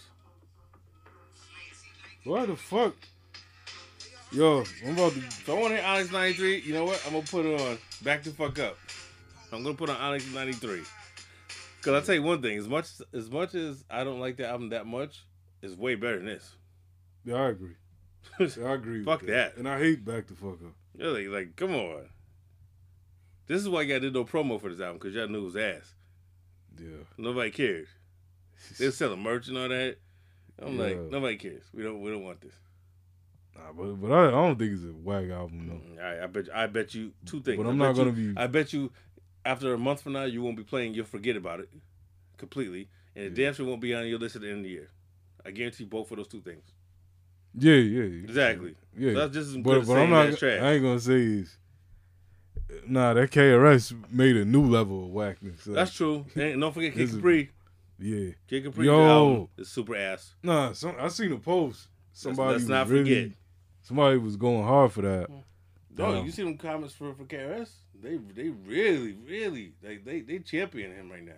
Speaker 3: What the fuck? Yo, I'm about to.
Speaker 4: So I want to hear Alex 93. You know what? I'm going to put on Back the Fuck Up. I'm going to put on Alex 93. Because I'll tell you one thing. As much, as much as I don't like that album that much, it's way better than this. <laughs>
Speaker 3: Yeah, I agree. Yeah, I agree. with
Speaker 4: Fuck that.
Speaker 3: And I hate back the fuck up.
Speaker 4: Really, like, come on. This is why y'all did no promo for this album, because y'all knew it was ass.
Speaker 3: Yeah.
Speaker 4: Nobody cared. They were selling merch and all that. I'm like,
Speaker 3: Yeah.
Speaker 4: nobody cares. We don't we don't want this.
Speaker 3: Nah, but but I, I don't think it's a whack album though.
Speaker 4: All right, Mm, I bet I bet you two things.
Speaker 3: But
Speaker 4: I
Speaker 3: I'm not
Speaker 4: bet you-
Speaker 3: gonna be-
Speaker 4: I bet you after a month from now you won't be playing. You'll forget about it completely, and it damn sure won't be on your list at the end of the year. I guarantee both of those two things.
Speaker 3: Yeah, yeah.
Speaker 4: Exactly.
Speaker 3: Yeah.
Speaker 4: So that's just as good as saying that's trash.
Speaker 3: I ain't gonna say is. Nah, that KRS made a new level of whackness. Like,
Speaker 4: That's true. And don't
Speaker 3: <laughs>
Speaker 4: forget Kid
Speaker 3: This is-
Speaker 4: Capri.
Speaker 3: Yeah.
Speaker 4: Kid Capri's
Speaker 3: Yo.
Speaker 4: album is super ass.
Speaker 3: Nah, some, I seen a post. Somebody
Speaker 4: let's
Speaker 3: was
Speaker 4: not
Speaker 3: really,
Speaker 4: forget.
Speaker 3: Somebody was going hard for that.
Speaker 4: No,
Speaker 3: Um,
Speaker 4: Oh, you see them comments for for KRS? They they really really they they they champion him right now.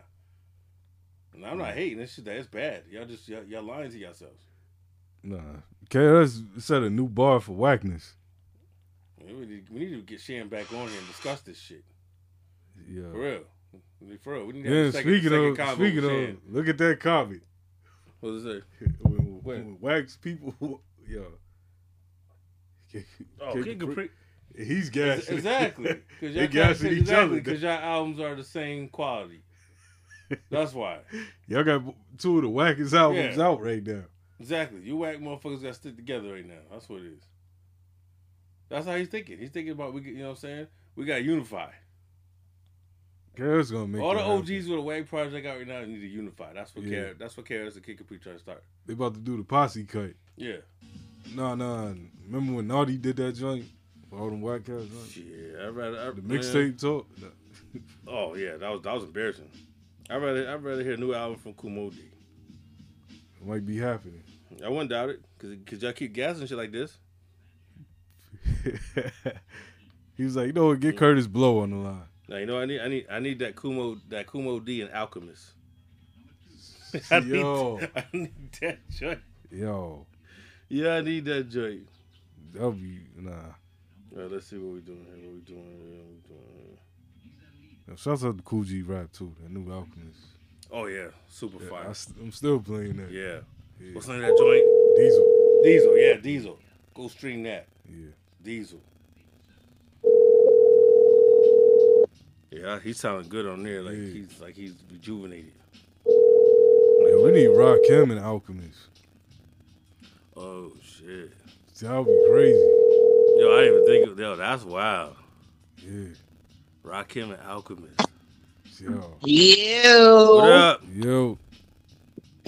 Speaker 4: And I'm not
Speaker 3: Hmm.
Speaker 4: hating this shit. That's bad. Y'all just y'all, y'all lying to yourselves.
Speaker 3: Nah, KRS set a new bar for whackness.
Speaker 4: We need, we need to get Shan back on here and discuss this shit.
Speaker 3: Yeah.
Speaker 4: For real. I mean, For real. We need to have
Speaker 3: Yeah,
Speaker 4: a second,
Speaker 3: speaking
Speaker 4: second
Speaker 3: of,
Speaker 4: combo
Speaker 3: speaking
Speaker 4: with
Speaker 3: of,
Speaker 4: Shan.
Speaker 3: look at that copy.
Speaker 4: What is it?
Speaker 3: When, when wax <laughs> people, yeah.
Speaker 4: Oh, Kid Capri.
Speaker 3: He's gassing.
Speaker 4: Exactly. Because
Speaker 3: <laughs> they
Speaker 4: y'all, can't-
Speaker 3: gassing each
Speaker 4: exactly, <laughs>
Speaker 3: other.
Speaker 4: 'cause y'all albums are the same quality. That's why.
Speaker 3: Y'all got two of the wackest albums
Speaker 4: Yeah.
Speaker 3: out right now.
Speaker 4: Exactly. You whack motherfuckers got to stick together right now. That's what it is. That's how he's thinking. He's thinking about, we. get- you know what I'm saying? We got to unify.
Speaker 3: KRS gonna make
Speaker 4: All
Speaker 3: it
Speaker 4: the
Speaker 3: happen.
Speaker 4: OGs with a wag project out right now need to unify. That's what
Speaker 3: Yeah.
Speaker 4: yeah. That's what KRS and Kid Capri trying to start.
Speaker 3: They about to do the posse cut.
Speaker 4: Yeah.
Speaker 3: Nah, nah. Remember when Naughty did that joint? All them white cats. Huh?
Speaker 4: Yeah, I'd rather. I,
Speaker 3: The
Speaker 4: man.
Speaker 3: mixtape talk. Nah.
Speaker 4: Oh yeah, that was that was embarrassing. I rather I would rather hear a new album from Kumodi.
Speaker 3: It might be happening. <laughs>
Speaker 4: I wouldn't doubt it because cause y'all keep gassing shit like this.
Speaker 3: he was like, you know what? Get Curtis Blow on the line.
Speaker 4: <laughs> Now you know I need I need I need that Kumo that Kumo D and Alchemist. <laughs> I need,
Speaker 3: Yo.
Speaker 4: <laughs> I need that joint.
Speaker 3: Yo,
Speaker 4: Yeah, I need that joint.
Speaker 3: that'll be nah.
Speaker 4: All right, let's see what we doing here. What we doing here? What we doing here?
Speaker 3: Now, Shouts out to Cool G Rap too. That new Alchemist.
Speaker 4: Oh yeah, super
Speaker 3: I
Speaker 4: fire.
Speaker 3: st- I'm still playing that.
Speaker 4: Yeah.
Speaker 3: Yeah.
Speaker 4: What's the name of that joint?
Speaker 3: Diesel.
Speaker 4: Diesel. Yeah, Diesel. Go stream that.
Speaker 3: Yeah.
Speaker 4: Diesel. Yeah, he's sounding good on there. Like he's like he's rejuvenated.
Speaker 3: Yeah, we need Rakim and Alchemist.
Speaker 4: Oh shit.
Speaker 3: That'll be crazy.
Speaker 4: Yo, I didn't even think of yo, that's wild.
Speaker 3: Yeah.
Speaker 4: Rakim and Alchemist.
Speaker 3: Yo.
Speaker 15: You.
Speaker 4: What up?
Speaker 3: Yo.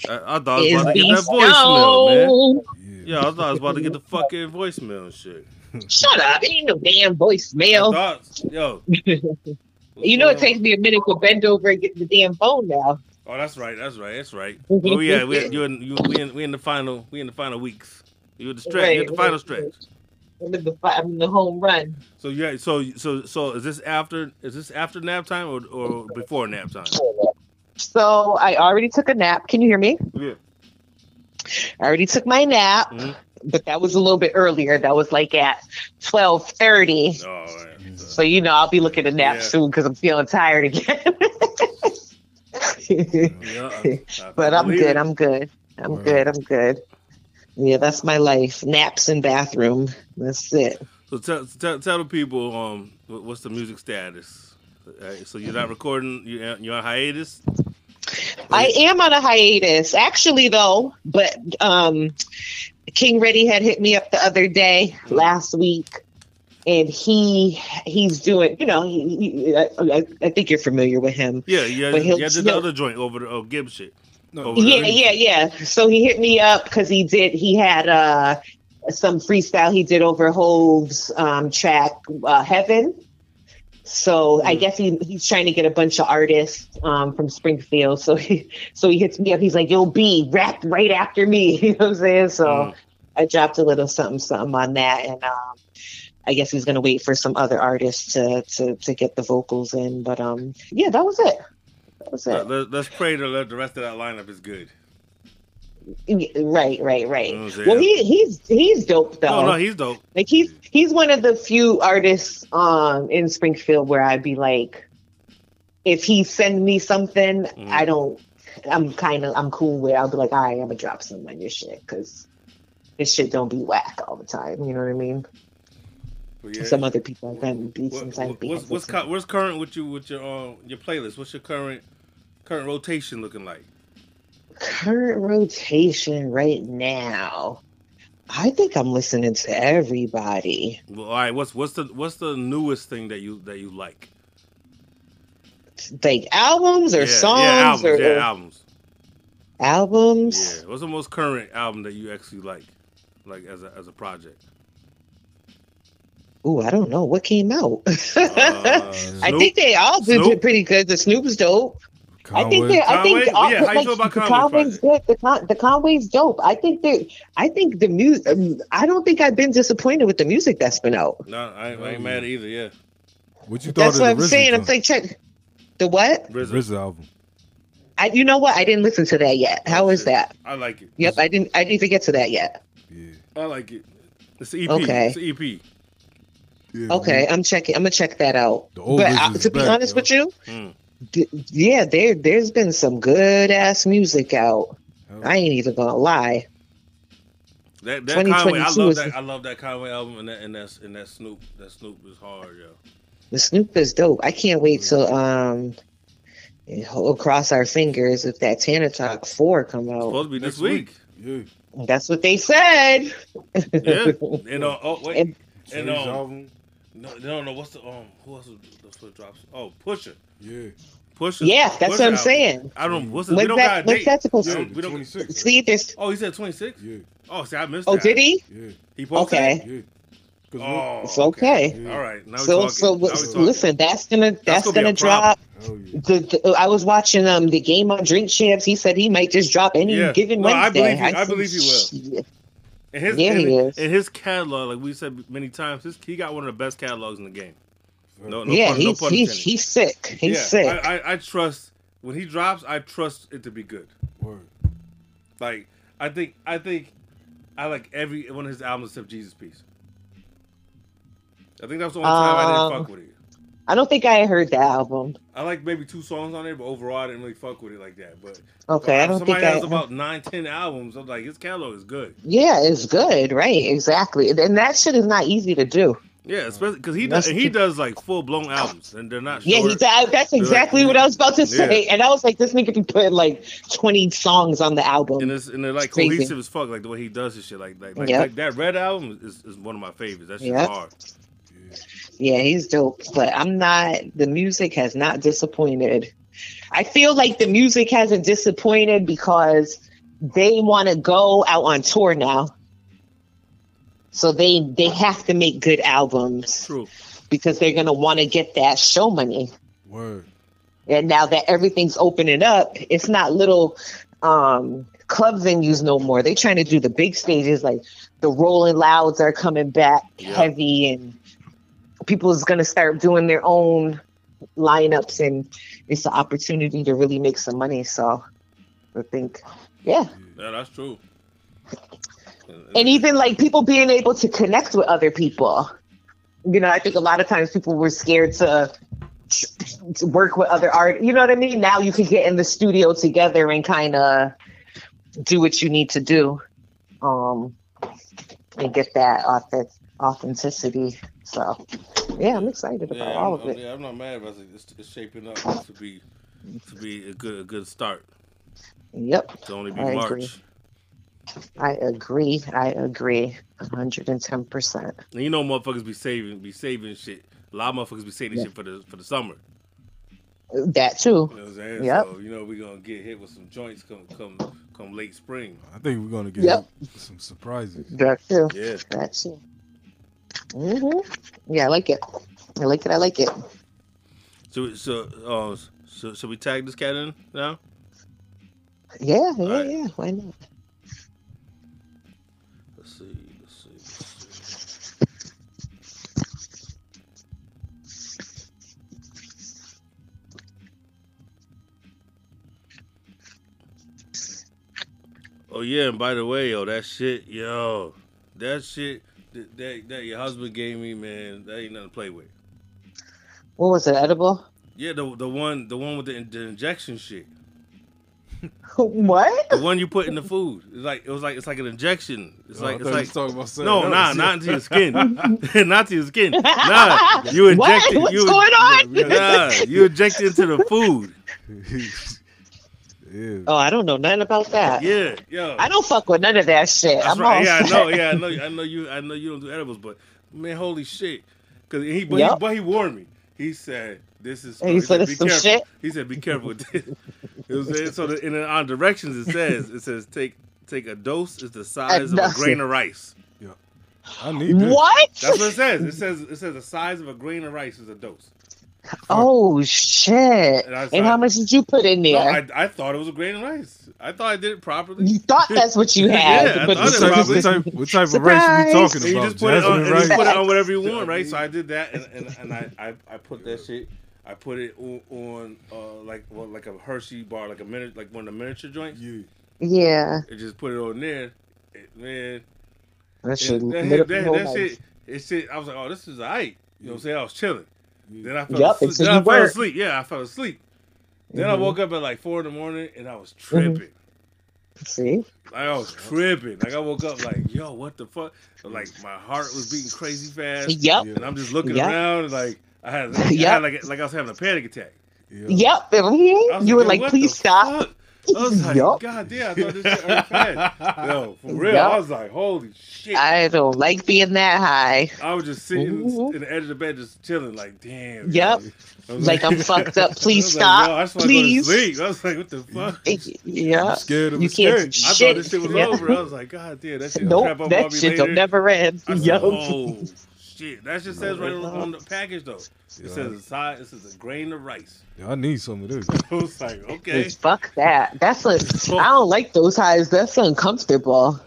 Speaker 4: I, I thought I was
Speaker 15: It's
Speaker 4: about to get that
Speaker 15: Beast
Speaker 4: voicemail, man. Yeah, I thought I was about to get the fucking voicemail and shit.
Speaker 15: Shut up. It ain't no damn voicemail.
Speaker 4: Thoughts? Yo.
Speaker 15: You know it takes me a minute to bend over and get the damn phone now.
Speaker 4: Oh, that's right, that's right, that's
Speaker 15: <laughs>
Speaker 4: right. Oh yeah, we you in you, we in we in the final we in the final weeks. You in the stretch, you in the
Speaker 15: Right,
Speaker 4: final
Speaker 15: right.
Speaker 4: stretch.
Speaker 15: I'm in the, fi- I'm in the home run.
Speaker 4: So yeah, so so so is this after is this after nap time or, or before nap time?
Speaker 15: So I already took a nap. Can you hear me?
Speaker 4: Yeah.
Speaker 15: I already took my nap,
Speaker 14: Mm-hmm.
Speaker 4: Mhm.
Speaker 15: but that was a little bit earlier. That was like at twelve thirty.
Speaker 4: Oh,
Speaker 15: So you know I'll be looking to nap
Speaker 4: Yeah.
Speaker 15: soon because I'm feeling tired again. <laughs>
Speaker 4: Yeah, I- I
Speaker 15: but I'm
Speaker 4: believe
Speaker 15: <laughs> good.
Speaker 4: it.
Speaker 15: I'm good. I'm good. I'm good. Yeah, that's my life. Naps in bathroom. That's it.
Speaker 4: So tell tell, tell the people um wh- what's the music status. Uh, so you're not recording. You're you're on hiatus.
Speaker 15: I am on a hiatus, actually, though. But um, King Reddy had hit me up the other day, last week, and he he's doing. You know, he, he, I, I- I think you're familiar with him.
Speaker 4: Yeah, yeah.
Speaker 15: But he'll
Speaker 4: You did the
Speaker 15: still-
Speaker 4: other joint over the oh, Gibbs shit. Over the-
Speaker 15: yeah, yeah, yeah. So he hit me up because he did. He had uh, some freestyle he did over Hove's um, track uh, "Heaven." So Oh, I guess he, he's trying to get a bunch of artists um, from Springfield. So he so he hits me up. He's like, "Yo, B, rap right after me." <laughs> You know what I'm saying? So I dropped a little something something on that, and um, I guess he's gonna wait for some other artists to to to get the vocals in. But um, yeah, that was it. That was it.
Speaker 4: Let- let- Let's pray to let the rest of that lineup is good.
Speaker 15: Y- Right, right, right.
Speaker 4: Oh, yeah.
Speaker 15: well, he he's he's dope though.
Speaker 4: No, no, he's dope.
Speaker 15: like he's he's one of the few artists um in Springfield where I'd be like, if he send me something,
Speaker 4: Mm-hmm.
Speaker 15: I don't. I'm kind of I'm cool with. I'll be like, all right, I'm gonna drop some on your shit because this shit don't be whack all the time. You know what I mean?
Speaker 4: But yeah.
Speaker 15: Some other people have done beats
Speaker 4: What-
Speaker 15: sometimes.
Speaker 4: what- what's what's, cu- what's current with you with your uh, your playlist? What's your current current rotation looking like?
Speaker 15: current rotation right now? I think I'm listening to everybody.
Speaker 4: Well, all right. What's what's the what's the newest thing that you that you like?
Speaker 15: like albums or
Speaker 4: yeah,
Speaker 15: songs
Speaker 4: yeah, albums,
Speaker 15: or
Speaker 4: yeah,
Speaker 15: <laughs>
Speaker 4: albums.
Speaker 15: albums.
Speaker 4: Yeah. What's the most current album that you actually like, like as a as a project?
Speaker 15: Ooh, I don't know what came out.
Speaker 4: Uh,
Speaker 15: I
Speaker 4: Snoop?
Speaker 15: think they all did,
Speaker 4: Snoop?
Speaker 15: pretty good. The Snoop's dope. I
Speaker 4: Conway?
Speaker 15: think they, I think
Speaker 4: Conway?
Speaker 15: all,
Speaker 4: Yeah, how you
Speaker 15: like,
Speaker 4: feel about
Speaker 15: the
Speaker 4: Conway's
Speaker 15: Conway's good. The, Con- the Conway's dope. I think they I think the music. I don't think I've been disappointed with the music that's been out.
Speaker 4: No, I, ain't- I ain't mad either. Yeah.
Speaker 3: What you
Speaker 15: That's what I'm saying. I'm like, check the what?
Speaker 4: RZA.
Speaker 3: album.
Speaker 15: I, you know what? I didn't listen to that yet. How is that?
Speaker 4: I like it.
Speaker 15: Yep, I didn't. I didn't even get to that yet.
Speaker 4: I like it. It's an EP.
Speaker 15: Okay.
Speaker 4: It's E an EP.
Speaker 15: Okay, I'm checking. I'm gonna check that out.
Speaker 4: Mm-hmm. old
Speaker 15: But uh,
Speaker 4: is
Speaker 15: to be
Speaker 4: back,
Speaker 15: honest
Speaker 4: yo.
Speaker 15: with you,
Speaker 4: Mm.
Speaker 15: d- yeah, there there's been some good ass music out. I ain't even gonna lie.
Speaker 4: That, that Conway, I
Speaker 15: 2022
Speaker 4: love
Speaker 15: is-
Speaker 4: that. I love that Conway album and that and that and that Snoop. That Snoop is hard, yo.
Speaker 15: The Snoop is dope. I can't wait till um you know, cross our fingers if that Tana Talk four come out.
Speaker 4: Supposed to be this week.
Speaker 15: That's what they said.
Speaker 4: Yeah. and uh, oh wait.
Speaker 15: And-
Speaker 4: And,
Speaker 15: His
Speaker 4: um,
Speaker 15: album.
Speaker 4: No, no, no. What's the um? Who else? Was, that's what drops. Oh, Pusher.
Speaker 3: Yeah.
Speaker 4: Pusher.
Speaker 15: Yeah, that's what I'm
Speaker 4: album.
Speaker 15: saying.
Speaker 4: I don't. What's the,
Speaker 15: When's
Speaker 4: we don't
Speaker 15: that-
Speaker 4: got a
Speaker 15: when's
Speaker 4: date.
Speaker 15: that supposed to-
Speaker 4: We don't- we don't-
Speaker 15: <laughs> See, there's
Speaker 4: Oh, he said 26. Yeah. Oh, see, I missed.
Speaker 15: Oh,
Speaker 4: that.
Speaker 15: did he?
Speaker 3: Yeah.
Speaker 4: He posted.
Speaker 15: Okay.
Speaker 4: It?
Speaker 3: Yeah.
Speaker 4: Oh,
Speaker 15: It's okay.
Speaker 4: All right. Now
Speaker 15: so
Speaker 4: we're talking.
Speaker 15: so
Speaker 4: now we
Speaker 15: li-
Speaker 4: talking.
Speaker 15: listen, that's gonna that's,
Speaker 4: gonna be a
Speaker 15: gonna
Speaker 4: problem.
Speaker 15: drop.
Speaker 3: Oh,
Speaker 15: The, the, I was watching um the game on Drink Champs. He said he might just drop any
Speaker 4: Yeah.
Speaker 15: given
Speaker 4: no, I
Speaker 15: Wednesday.
Speaker 4: believe. He, I
Speaker 15: said,
Speaker 4: believe he will. And his,
Speaker 15: Yeah,
Speaker 4: and,
Speaker 15: he is.
Speaker 4: and his catalog, like we said many times, his, he got one of the best catalogs in the game. No, no
Speaker 15: yeah,
Speaker 4: pun, no
Speaker 15: he's,
Speaker 4: pun
Speaker 15: he's,
Speaker 4: intended.
Speaker 15: he's sick. He's
Speaker 4: yeah,
Speaker 15: sick.
Speaker 4: I, I, I trust when he drops. I trust it to be good.
Speaker 3: Word.
Speaker 4: Like I think I think I like every one of his albums except Jesus Peace. I think that's the only time I didn't
Speaker 15: Um,
Speaker 4: fuck with it.
Speaker 15: I don't think I heard the album.
Speaker 4: I like maybe two songs on there, but overall I didn't really fuck with it like that. But
Speaker 15: Okay,
Speaker 4: but
Speaker 15: I don't
Speaker 4: somebody
Speaker 15: think I-
Speaker 4: has about nine, ten albums. I'm like his catalog is good.
Speaker 15: Yeah, it's good, right? Exactly. And that shit is not easy to do.
Speaker 4: Yeah, especially because he does,
Speaker 15: That's-
Speaker 4: he does like full blown albums, and they're not.
Speaker 15: Yeah,
Speaker 4: short.
Speaker 15: he, that- that's
Speaker 4: They're, like, "Mm,
Speaker 15: exactly what I was about to say.
Speaker 4: Yeah.
Speaker 15: And I was like, this nigga be putting like 20 songs on the album.
Speaker 4: and it's and they're like
Speaker 15: It's crazy.
Speaker 4: cohesive as fuck, like the way he does his shit. Like like, like,
Speaker 15: Yep.
Speaker 4: like, that red album is, is one of my favorites. That shit's
Speaker 15: Yep.
Speaker 4: hard.
Speaker 15: Yeah, he's dope. But I'm not, the music has not disappointed. I feel like the music hasn't disappointed because they want to go out on tour now. So they they have to make good albums.
Speaker 4: True.
Speaker 15: Because they're gonna want to get that show money.
Speaker 3: Word.
Speaker 15: And now that everything's opening up, it's not little um, club venues no more. They're trying to do the big stages, like the Rolling Louds are coming back heavy, and people's gonna start doing their own lineups, and it's an opportunity to really make some money. So I think, yeah,
Speaker 4: Yeah, that's true.
Speaker 15: and even like people being able to connect with other people. You know, I think a lot of times people were scared to, to work with other art. You know what I mean? Now you can get in the studio together and kind of do what you need to do. um, and get that authentic authenticity. So, yeah, I'm excited about
Speaker 4: Yeah,
Speaker 15: all
Speaker 4: I'm,
Speaker 15: of it.
Speaker 4: I'm, yeah, I'm not mad about it. It's, it's shaping up to be to be a good a good start.
Speaker 15: Yep.
Speaker 4: To only be
Speaker 15: I
Speaker 4: March.
Speaker 15: agree. I agree. I agree. 110%.
Speaker 4: And you know, motherfuckers be saving be saving shit. A lot of motherfuckers be saving
Speaker 15: Yeah.
Speaker 4: shit for the for the summer.
Speaker 15: That too.
Speaker 4: You know what I'm saying?
Speaker 15: Yep.
Speaker 4: So, you know, we gonna get hit with some joints come come come late spring.
Speaker 3: I think we're gonna get
Speaker 15: Yep.
Speaker 3: some surprises.
Speaker 15: That too.
Speaker 4: Yeah.
Speaker 15: That too. Mm-hmm. Yeah, I like it. I like it. I like it.
Speaker 4: So so uh, so should we tag this cat in now?
Speaker 15: Yeah, yeah, yeah. Why not?
Speaker 4: Let's see. Let's see. Let's see. Oh yeah, and by the way, yo, that shit, yo, that shit that, that that your husband gave me, man, that ain't nothing to play with.
Speaker 15: What was it? Edible? <laughs>
Speaker 4: Yeah, the the one the one with the, the injection shit.
Speaker 15: what?
Speaker 4: The one you put in the food. It's like it was like it's like an injection. It's
Speaker 3: Oh, I
Speaker 4: like it's
Speaker 3: thought you
Speaker 4: like
Speaker 3: was talking about
Speaker 4: no,
Speaker 3: something
Speaker 4: nah,
Speaker 3: else.
Speaker 4: not into your skin, <laughs> not to your
Speaker 15: <laughs>
Speaker 4: skin. Nah, you
Speaker 15: What?
Speaker 4: inject it.
Speaker 15: What's
Speaker 4: you,
Speaker 15: going on?
Speaker 4: Nah, you inject it into the food.
Speaker 15: <laughs>
Speaker 3: <laughs>
Speaker 15: Oh, I don't know nothing about that.
Speaker 4: Yeah, yo.
Speaker 15: I don't fuck with none of that shit.
Speaker 4: That's
Speaker 15: I'm
Speaker 4: right.
Speaker 15: all
Speaker 4: Yeah, I
Speaker 15: set.
Speaker 4: know. Yeah, I know.
Speaker 15: <laughs>
Speaker 4: I know you. I know you don't do edibles, but man, holy shit! Because he, but he,
Speaker 15: Yep.
Speaker 4: but he warned me. He said, "This is."
Speaker 15: And he said, "It's
Speaker 4: "Be
Speaker 15: some
Speaker 4: careful."
Speaker 15: shit?
Speaker 4: He said, "Be careful." With
Speaker 15: <laughs>
Speaker 4: this. It was, and so the, in the, on directions it says it says take take a dose is the size of a
Speaker 3: dose.
Speaker 4: grain of rice.
Speaker 3: Yeah. I need this.
Speaker 4: That's what it says. It says it says the size of a grain of rice is a dose.
Speaker 15: <laughs> Oh shit!
Speaker 4: And I was
Speaker 15: And how
Speaker 4: like-
Speaker 15: much did you put in
Speaker 4: No,
Speaker 15: there?
Speaker 4: I, I thought it was a grain of rice. I thought I did it properly.
Speaker 15: You thought that's what you
Speaker 4: <laughs>
Speaker 15: had,
Speaker 4: yeah, I
Speaker 15: but
Speaker 4: thought
Speaker 15: it's
Speaker 4: it
Speaker 15: just-
Speaker 4: properly.
Speaker 3: What type- what type of rice are we Surprise! talking
Speaker 4: And You
Speaker 3: about?
Speaker 4: just put it, on,
Speaker 3: Jasmine
Speaker 4: and you
Speaker 3: rice?
Speaker 4: put it on whatever you want, right? So I did that, and, and, and I, I, I put that shit. I put it on, on uh, like well, like a Hershey bar, like a minute, like one of the miniature joints. Yeah.
Speaker 15: <laughs> yeah.
Speaker 4: And just put it on there, It- man.
Speaker 15: That
Speaker 4: Yeah,
Speaker 15: shit
Speaker 4: That,
Speaker 15: lit up
Speaker 4: that-
Speaker 15: your
Speaker 4: that
Speaker 15: whole
Speaker 4: shit,
Speaker 15: life.
Speaker 4: it shit. I was like, oh, this is alright. You know what I'm saying? I was chilling. Then I fell,
Speaker 15: Yup,
Speaker 4: asleep.
Speaker 15: until
Speaker 4: Then
Speaker 15: you
Speaker 4: I fell
Speaker 15: work.
Speaker 4: asleep. Yeah, I fell asleep. Then I
Speaker 15: Mhm.
Speaker 4: woke up at like four in the morning and I was tripping.
Speaker 15: Mhm. See,
Speaker 4: Like I was tripping. Like I woke up like, yo, what the fuck? And, like my heart was beating crazy fast.
Speaker 15: Yup.
Speaker 4: And I'm just looking
Speaker 15: Yup.
Speaker 4: around and, like I had, I had,
Speaker 15: Yup.
Speaker 4: like like I was having a panic attack.
Speaker 15: yep, I'm here.
Speaker 4: was
Speaker 15: You were
Speaker 4: like, yo,
Speaker 15: like,
Speaker 4: what
Speaker 15: please
Speaker 4: the
Speaker 15: stop.
Speaker 4: I was like,
Speaker 15: Yup.
Speaker 4: God damn, I thought this shit already
Speaker 15: <laughs>
Speaker 4: passed. Yo, for real.
Speaker 15: Yup.
Speaker 4: I was like, holy shit.
Speaker 15: I don't like being that high.
Speaker 4: I was just sitting in the edge of the bed, just chilling, like, damn.
Speaker 15: Yep.
Speaker 4: I was
Speaker 15: Like I'm
Speaker 4: <laughs>
Speaker 15: fucked
Speaker 4: I
Speaker 15: up. Please
Speaker 4: was like,
Speaker 15: stop.
Speaker 4: yo, I just wanna go to
Speaker 15: please.
Speaker 4: sleep. I was like, what the fuck?
Speaker 15: Yeah.
Speaker 3: scared
Speaker 15: You can't do
Speaker 4: I
Speaker 15: shit.
Speaker 4: thought this shit was
Speaker 15: Yeah.
Speaker 4: over. I was like, God damn, that shit gonna crap
Speaker 15: Nope,
Speaker 4: up on
Speaker 15: that
Speaker 4: me
Speaker 15: shit don't
Speaker 4: later."
Speaker 15: never end.
Speaker 4: I said,
Speaker 15: Yup.
Speaker 4: Oh shit! That just says right on, on the package though.
Speaker 3: Yeah.
Speaker 4: It says a side. It says a grain of rice. <laughs>
Speaker 3: Yeah, I need some of this.
Speaker 4: I was like, okay.
Speaker 15: Dude, Fuck that. That's a. I don't like those highs. That's uncomfortable.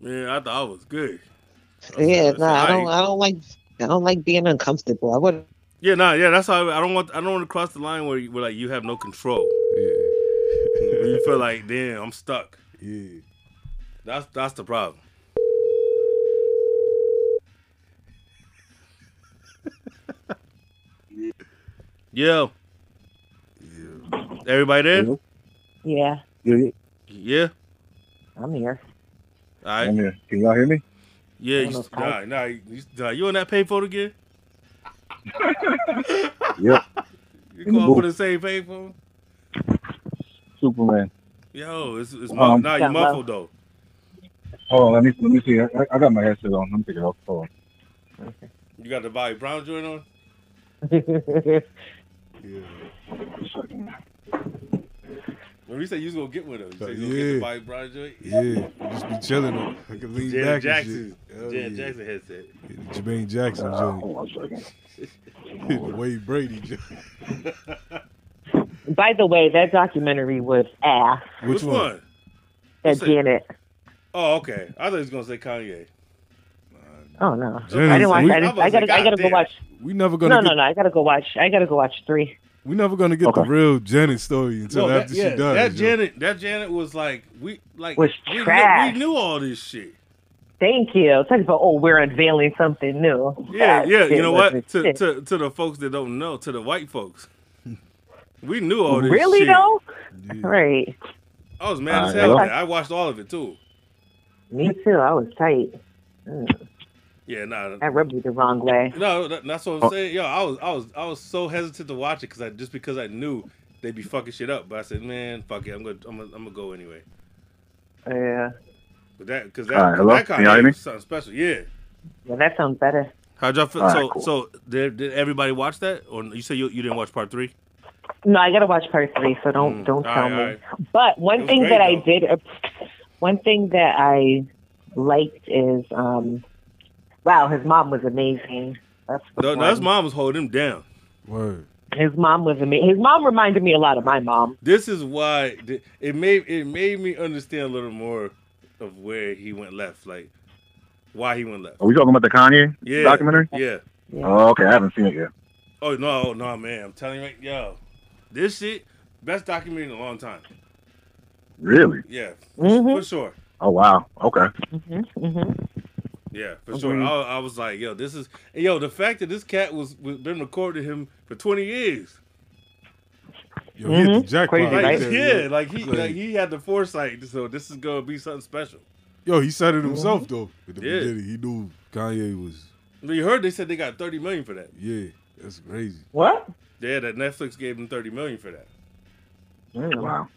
Speaker 4: Man, I thought I was good.
Speaker 15: Yeah, no, I
Speaker 4: alright.
Speaker 15: don't. I don't like. I don't like being uncomfortable. I would.
Speaker 4: Yeah, nah, yeah. That's how I, I don't want. I don't want to cross the line where, you, where like you have no control.
Speaker 3: Yeah.
Speaker 4: you feel like, damn, I'm stuck.
Speaker 3: Yeah.
Speaker 4: That's that's the
Speaker 3: <laughs>
Speaker 4: problem. Yeah. Everybody there?
Speaker 15: Yeah,
Speaker 4: Yeah.
Speaker 15: I'm here.
Speaker 4: <laughs> All right.
Speaker 16: I'm here. Can y'all hear me?
Speaker 4: Yeah,
Speaker 16: I
Speaker 4: you,
Speaker 16: don't know.
Speaker 4: nah, nah, you, nah, you on that pay phone
Speaker 3: <laughs>
Speaker 4: again?
Speaker 16: Yep.
Speaker 4: You
Speaker 16: In the
Speaker 4: going for the
Speaker 16: booth.
Speaker 4: same pay phone?
Speaker 16: Superman.
Speaker 4: Yo, it's, it's
Speaker 16: Um,
Speaker 4: muff- nah, you
Speaker 16: Yeah, well.
Speaker 4: muffled though.
Speaker 16: Hold on. Let me let me see. I, I got my headset on. Let me take it off. Hold
Speaker 4: You got the Bobby Brown joint on?
Speaker 16: on.
Speaker 4: When you say you was gonna get one of them, you say you gonna get
Speaker 3: Yeah.
Speaker 4: the Bobby Brown joint?
Speaker 3: Yeah. Just be chilling. I can lean
Speaker 4: Janet
Speaker 3: back
Speaker 4: Jackson.
Speaker 3: and shit. Hell
Speaker 4: Janet
Speaker 3: yeah.
Speaker 4: Jackson headset.
Speaker 3: Jermaine Jackson
Speaker 4: Oh.
Speaker 15: Oh,
Speaker 3: <laughs> joint. Wade Brady joint.
Speaker 15: By the way, that documentary was ass.
Speaker 3: Which Which one? one?
Speaker 15: That Janet.
Speaker 4: Oh, okay. I thought he was gonna say Kanye.
Speaker 15: Oh no,
Speaker 3: Janet,
Speaker 15: I didn't watch.
Speaker 3: we-
Speaker 15: that. I, didn't- I gotta. I gotta go watch.
Speaker 3: We never gonna
Speaker 15: No,
Speaker 3: get-
Speaker 15: no, no. I gotta go watch. I gotta go watch three.
Speaker 3: We're never gonna get the real Janet story until
Speaker 4: No, that,
Speaker 3: after
Speaker 4: yeah,
Speaker 3: she dies.
Speaker 4: that
Speaker 3: yo.
Speaker 4: Janet, that Janet was like we like
Speaker 15: Was
Speaker 4: we, knew,
Speaker 15: trash.
Speaker 4: we knew all this shit.
Speaker 15: Thank you. Talk about oh, we're unveiling something new.
Speaker 4: Yeah,
Speaker 15: That
Speaker 4: yeah.
Speaker 15: shit
Speaker 4: You know
Speaker 15: was
Speaker 4: what?
Speaker 15: <laughs> the
Speaker 4: To,
Speaker 15: shit.
Speaker 4: to to the folks that don't know, to the white folks, we knew all this.
Speaker 15: really
Speaker 4: shit.
Speaker 15: though? Right.
Speaker 4: I was mad as
Speaker 15: Uh,
Speaker 4: hell.
Speaker 15: yeah.
Speaker 4: I watched all of it too.
Speaker 15: Me too. I was tight. Mm.
Speaker 4: Yeah, nah.
Speaker 15: That rubbed you the wrong way.
Speaker 4: No, that, that's
Speaker 15: oh.
Speaker 4: what I'm saying. Yo, I was, I was, I was so hesitant to watch it because I just because I knew they'd be fucking shit up. But I said, man, fuck it, I'm gonna, I'm gonna, I'm gonna go anyway.
Speaker 15: Yeah.
Speaker 4: But that because
Speaker 15: All right,
Speaker 4: that,
Speaker 15: hello?
Speaker 4: that
Speaker 15: Can y'all hear
Speaker 4: kind
Speaker 15: me?
Speaker 4: of something special. Yeah.
Speaker 15: Well, that sounds better.
Speaker 4: How'd y'all feel?
Speaker 15: All
Speaker 4: so,
Speaker 15: right, cool.
Speaker 4: so did, did everybody watch that? Or you say you, you didn't watch part three?
Speaker 15: No, I gotta watch part three, so don't don't
Speaker 4: all
Speaker 15: tell
Speaker 4: right,
Speaker 15: me.
Speaker 4: all right.
Speaker 15: But
Speaker 4: Mm, It
Speaker 15: one
Speaker 4: was
Speaker 15: thing
Speaker 4: great,
Speaker 15: that I
Speaker 4: though.
Speaker 15: did, ap- one thing that I liked is, um, wow, his mom was amazing. That's the
Speaker 4: No, no, his
Speaker 15: one.
Speaker 4: mom was holding him down.
Speaker 3: Word.
Speaker 15: His mom was amazing. His mom reminded me a lot of my mom.
Speaker 4: This is why th- it made it made me understand a little more of where he went left, like why he went left.
Speaker 16: Are we talking about the Kanye
Speaker 4: Yeah,
Speaker 16: documentary?
Speaker 4: yeah.
Speaker 16: Oh, okay. I haven't seen it yet.
Speaker 4: Oh no, oh, no, man! I'm telling you, right, yo, this shit best documentary in a long time.
Speaker 16: Really?
Speaker 4: Yeah,
Speaker 16: Mhm.
Speaker 4: for sure.
Speaker 16: Oh wow. Okay. Mm-hmm.
Speaker 4: Yeah, for
Speaker 16: Agreed.
Speaker 4: sure. I, I was like, yo, this is and yo. The fact that this cat was, was been recording him for 20 years.
Speaker 3: Yo, he hit the Mhm. jackpot Crazy,
Speaker 4: like,
Speaker 3: right?
Speaker 4: Yeah, like he
Speaker 3: Like-
Speaker 4: like, he had the foresight. So this is gonna be something special.
Speaker 3: Yo, he said it himself though. At the
Speaker 4: Yeah.
Speaker 3: beginning, he knew Kanye was.
Speaker 4: But you heard they said they got 30 million for that.
Speaker 3: Yeah, that's crazy.
Speaker 15: What?
Speaker 4: Yeah, that Netflix gave them 30 million for that.
Speaker 3: Mm.
Speaker 16: Wow.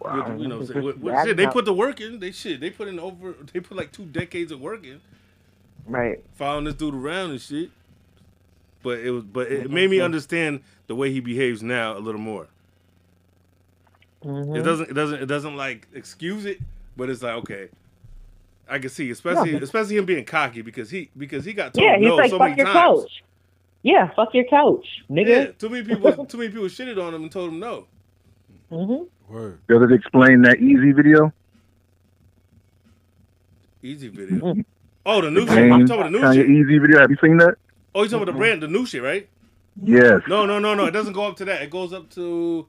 Speaker 4: With- you know, what I'm saying? With- with- shit, they put the work in. They shit. They put in over. They put like two decades of work in.
Speaker 15: Right.
Speaker 4: following this dude around and shit. But it was, but
Speaker 15: Mm-hmm.
Speaker 4: it made me understand the way he behaves now a little more.
Speaker 15: Mm-hmm.
Speaker 4: It doesn't, it doesn't, it doesn't like excuse it, but it's like okay, I can see, especially,
Speaker 15: No.
Speaker 4: especially him being cocky because he because he got told
Speaker 15: Yeah, he's
Speaker 4: Oh, no
Speaker 15: like,
Speaker 4: so many
Speaker 15: fuck your
Speaker 4: times.
Speaker 15: couch. Yeah, fuck your couch,
Speaker 4: Yeah,
Speaker 15: nigga.
Speaker 4: too many
Speaker 15: <laughs>
Speaker 4: people, too many people shitted on him and told him no.
Speaker 15: hmm
Speaker 3: Word.
Speaker 16: Does it explain that easy video?
Speaker 4: Easy video. Oh, the new shit.
Speaker 16: Dang,
Speaker 4: You talking about the new
Speaker 16: Kanye
Speaker 4: shit?
Speaker 16: easy video. Have you seen that?
Speaker 4: Oh, you talking
Speaker 15: Mm-hmm.
Speaker 4: about the brand, the new shit, right?
Speaker 16: Yes.
Speaker 4: No, no, no, no. It doesn't go up to that. It goes up to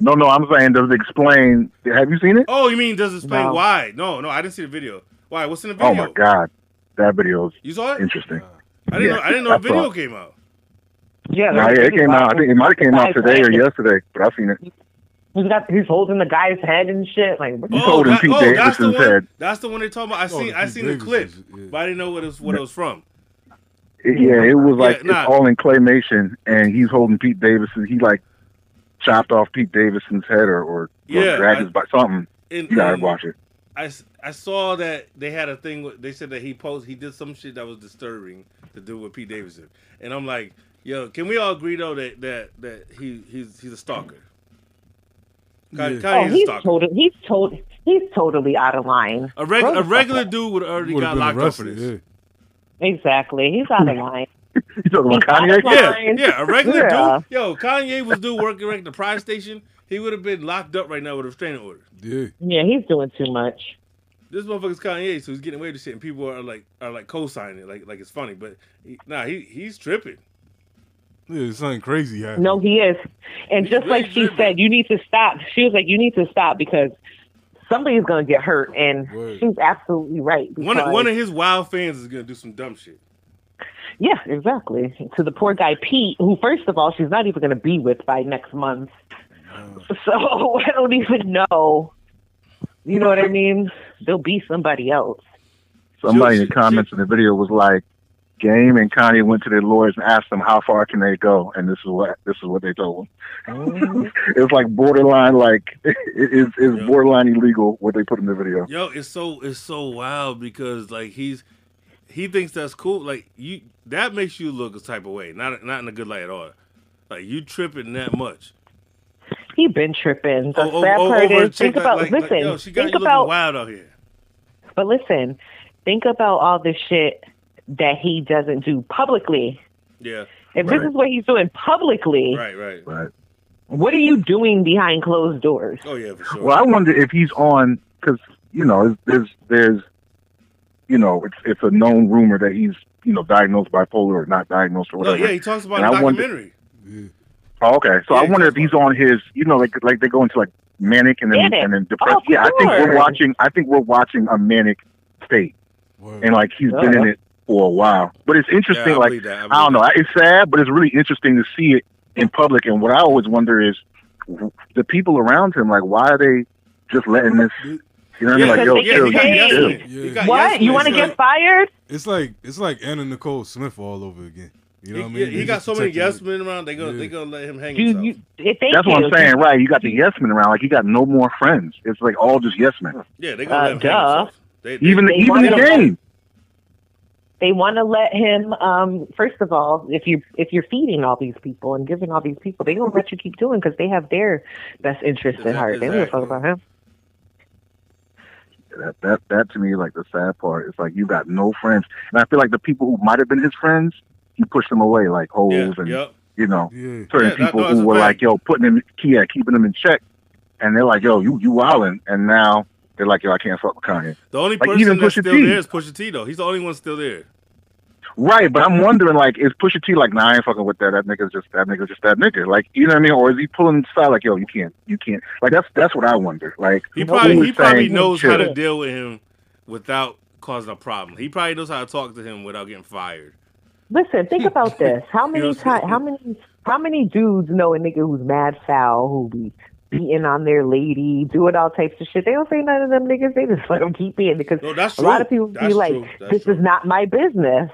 Speaker 16: No, no. I'm saying does it explain? Have you seen it?
Speaker 4: Oh, you mean does it explain
Speaker 16: No.
Speaker 4: why? No, no, I didn't see the video. Why? What's in the video? Uh,
Speaker 16: Oh my god, that video is
Speaker 4: You saw it?
Speaker 16: interesting.
Speaker 4: I didn't
Speaker 16: Yeah,
Speaker 4: know. I didn't know a
Speaker 16: I saw
Speaker 4: video
Speaker 16: it.
Speaker 4: came out.
Speaker 15: Yeah,
Speaker 16: Nah, yeah, it came out. I think it might have came out today or
Speaker 15: yesterday.
Speaker 16: yesterday, but I've seen it.
Speaker 15: He's got he's holding the guy's head and shit. Like what the-
Speaker 16: He's holding Pete
Speaker 4: Oh, that's the
Speaker 16: Davidson's
Speaker 4: one.
Speaker 16: head.
Speaker 4: That's the one they talking
Speaker 3: Oh,
Speaker 4: about. I seen. I seen the clip, but I didn't know what it was. What it was from.
Speaker 16: It- yeah, it was like
Speaker 4: nah.
Speaker 16: it's all in claymation, and he's holding Pete Davidson. He like chopped off Pete Davidson's head or or,
Speaker 4: Yeah,
Speaker 16: or grabbed
Speaker 4: I- Mm-hmm.
Speaker 16: his by something.
Speaker 4: And-
Speaker 16: you gotta
Speaker 4: and-
Speaker 16: watch it.
Speaker 4: I, s- I saw that they had a thing. with- They said that he posed. He did some shit that was disturbing to do with Pete Davidson. And I'm like, yo, can we all agree though that that that he he's he's a stalker. Kanye,
Speaker 15: oh,
Speaker 4: Kanye's a
Speaker 15: he's
Speaker 4: stalker.
Speaker 15: totally he's tot he's totally out of line.
Speaker 4: A, reg-
Speaker 15: Grow the
Speaker 4: a
Speaker 15: fuck
Speaker 4: regular
Speaker 15: up.
Speaker 4: dude would have already
Speaker 3: Would've
Speaker 4: got locked
Speaker 3: been
Speaker 4: up for
Speaker 3: arrested,
Speaker 4: this.
Speaker 15: Exactly, he's out of line.
Speaker 16: <laughs> you talking
Speaker 15: <laughs>
Speaker 16: about
Speaker 15: Kanye?
Speaker 4: Yeah, yeah, a regular
Speaker 15: Yeah.
Speaker 4: dude. Yo, Kanye was dude working right at the prize station. He would have been locked up right now with a restraining order.
Speaker 3: Yeah.
Speaker 15: Yeah, he's doing too much.
Speaker 4: This motherfucker's Kanye, so he's getting away with shit, and people are like are like co-signing, it, like like it's funny, but he, nah, he he's tripping.
Speaker 3: Yeah, something crazy happened.
Speaker 15: No, he is. And just like she said, you need to stop. She was like, you need to stop because somebody's gonna get hurt, and she's absolutely right.
Speaker 4: One of,
Speaker 15: because-
Speaker 4: one of his wild fans is gonna do some dumb shit.
Speaker 15: Yeah, exactly. To the poor guy Pete, who first of all she's not even going to be with by next month, <laughs> so I don't even know. You know what I mean? There'll be somebody else.
Speaker 16: Somebody in the comments in the video was like, "Game and Kanye went to their lawyers and asked them how far can they go, and this is what this is what they told
Speaker 4: Oh.
Speaker 16: them. <laughs> it's like borderline, like <laughs> it is it's borderline illegal what they put in the video.
Speaker 4: Yo, it's so it's so wild because like he's he thinks that's cool. Like you, that makes you look a type of way, not not in a good light at all. Like you tripping that much.
Speaker 15: He been tripping. The
Speaker 4: O- o-
Speaker 15: sad
Speaker 4: o-
Speaker 15: part
Speaker 4: over a
Speaker 15: is, think
Speaker 4: chick,
Speaker 15: about
Speaker 4: like- like,
Speaker 15: listen,
Speaker 4: yo, she got
Speaker 15: think
Speaker 4: you looking
Speaker 15: about
Speaker 4: wild out here.
Speaker 15: but listen, think about all the shit that he doesn't do publicly.
Speaker 4: Yeah.
Speaker 15: If this is what he's doing publicly,
Speaker 4: Right, right.
Speaker 16: Right.
Speaker 15: what are you doing behind closed doors?
Speaker 4: Oh yeah, for sure.
Speaker 16: Well, I wonder if he's on because you know there's there's you know it's it's a known rumor that he's you know diagnosed bipolar or not diagnosed or
Speaker 4: No,
Speaker 16: whatever.
Speaker 4: yeah, he talks about
Speaker 16: And
Speaker 4: in the
Speaker 16: I wonder-
Speaker 4: documentary.
Speaker 16: Oh, okay, so I wonder if he's on his you know like like they go into like manic and then
Speaker 4: Manic.
Speaker 16: and then depressed.
Speaker 4: Oh,
Speaker 16: yeah, I think we're
Speaker 4: sure.
Speaker 16: watching. I think we're watching a manic state, and like he's been in
Speaker 4: Yeah.
Speaker 16: it for a while. But it's interesting.
Speaker 4: Yeah, I
Speaker 16: like
Speaker 4: believe that. I
Speaker 16: I,
Speaker 4: believe
Speaker 16: don't know, it's sad, but it's really interesting to see it in public. And what I always wonder is the people around him, like why are they just letting this You know what I mean? Like, yo, chill, you chill.
Speaker 15: What? You want to get fired?
Speaker 3: It's like it's like Anna Nicole Smith all over again. You know what I
Speaker 4: He-
Speaker 3: mean?
Speaker 4: he
Speaker 3: They
Speaker 4: got
Speaker 3: just
Speaker 4: so many
Speaker 3: protecting
Speaker 4: yes men around. They gonna they gonna let him hang
Speaker 15: You- eh,
Speaker 4: himself.
Speaker 16: That's what I'm saying, right? You got the yes men around. Like, you got no more friends. It's like all just yes men.
Speaker 4: yeah, they
Speaker 15: Uh,
Speaker 4: gonna let him hang
Speaker 15: duh.
Speaker 4: himself. They, they,
Speaker 16: Even the,
Speaker 15: They
Speaker 16: even
Speaker 15: wanted
Speaker 16: the
Speaker 15: him-
Speaker 16: game.
Speaker 15: They want to let him. Um, first of all, if you if you're feeding all these people and giving all these people, they don't let you keep doing because they have their best interest at heart. They don't give a fuck about him.
Speaker 16: that that that to me is like the sad part. It's like you got no friends, and I feel like the people who might have been his friends, he pushed them away, like hoes and
Speaker 4: yep.
Speaker 16: you know
Speaker 3: Yeah.
Speaker 16: certain
Speaker 3: Yeah, that-
Speaker 16: people
Speaker 3: no, that's
Speaker 16: who
Speaker 3: a
Speaker 16: were
Speaker 3: fact.
Speaker 16: like, yo, putting him, yeah, keeping him in check, and they're like, yo, you you wilding, and now they're like, yo, I can't fuck with Kanye.
Speaker 4: the only
Speaker 16: like,
Speaker 4: person that's
Speaker 16: Pusha
Speaker 4: still
Speaker 16: T.
Speaker 4: there is Pusha T though. He's the only one still there.
Speaker 16: Right, but I'm wondering, like, is Pusha T like, nah, I ain't fucking with that. That nigga's just that nigga's just that nigga. Like, you know what I mean? Or is he pulling aside, like, yo, you can't, you can't. Like, that's that's what I wonder. Like,
Speaker 4: He
Speaker 16: who
Speaker 4: probably
Speaker 16: is
Speaker 4: he probably
Speaker 16: saying,
Speaker 4: knows how to
Speaker 16: chill?
Speaker 4: deal with him without causing a problem. He probably knows how to talk to him without getting fired. <laughs>
Speaker 15: Listen, think about this. How many times? How many? How many dudes know a nigga who's mad foul who be beating on their lady, doing all types of shit? They don't say none of them niggas. They just let them keep being because
Speaker 4: No, that's
Speaker 15: a lot of
Speaker 4: true.
Speaker 15: people
Speaker 4: That's
Speaker 15: be like,
Speaker 4: true. That's
Speaker 15: "This
Speaker 4: true.
Speaker 15: is not my business."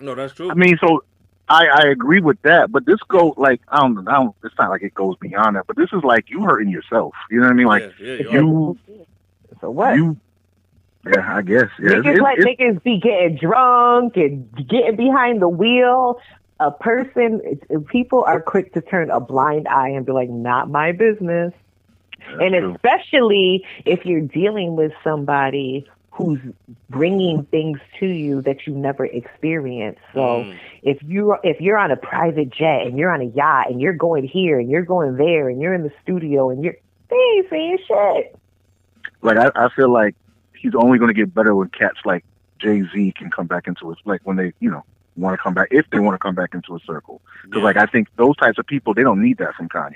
Speaker 4: No, that's true.
Speaker 16: I mean, so I, I agree with that, but this go like I don't, I don't. It's not like it goes beyond that, but this is like you hurting yourself. You know what I mean? Like
Speaker 4: yeah,
Speaker 16: you.
Speaker 15: So what?
Speaker 16: You. Yeah, I guess. Yeah,
Speaker 15: niggas
Speaker 16: it's-
Speaker 15: like
Speaker 16: it's-
Speaker 15: niggas be getting drunk and getting behind the wheel. A person, it's- people are quick to turn a blind eye and be like, "Not my business." and especially if you're dealing with somebody who's bringing things to you that you never experienced. So
Speaker 16: Mm.
Speaker 15: if you are if you're on a private jet and you're on a yacht and you're going here and you're going there and you're in the studio and you're they ain't saying shit.
Speaker 16: like I, I feel like he's only going to get better when cats like Jay Z can come back into his like when they you know want to come back if they want to come back into a circle because like I think those types of people they don't need that from Kanye.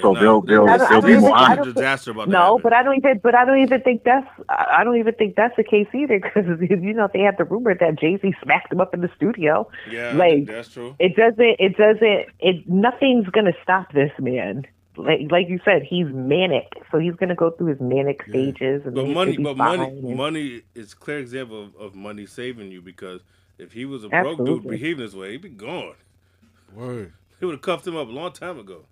Speaker 16: so they'll they'll
Speaker 15: I don't- I
Speaker 16: they'll
Speaker 15: don't
Speaker 16: be
Speaker 15: even-
Speaker 16: more
Speaker 15: I
Speaker 16: honest.
Speaker 15: don't-
Speaker 4: disaster about that
Speaker 15: no, but I don't even but I don't even think that's I I don't even think that's the case either because <laughs> you know they have the rumor that Jay Z smacked him up in the studio.
Speaker 4: Yeah,
Speaker 15: like
Speaker 4: that's true.
Speaker 15: It doesn't. It doesn't. It nothing's gonna stop this man. Like like you said, he's manic, so he's gonna go through his manic stages. And
Speaker 4: But
Speaker 15: he's
Speaker 4: money, but
Speaker 15: gonna be
Speaker 4: money,
Speaker 15: fine.
Speaker 4: money is clear example of, of money saving you because if he was a broke dude
Speaker 15: Absolutely.
Speaker 4: behaving this way, he'd be gone.
Speaker 3: Word.
Speaker 4: They would have cuffed him up a long time ago.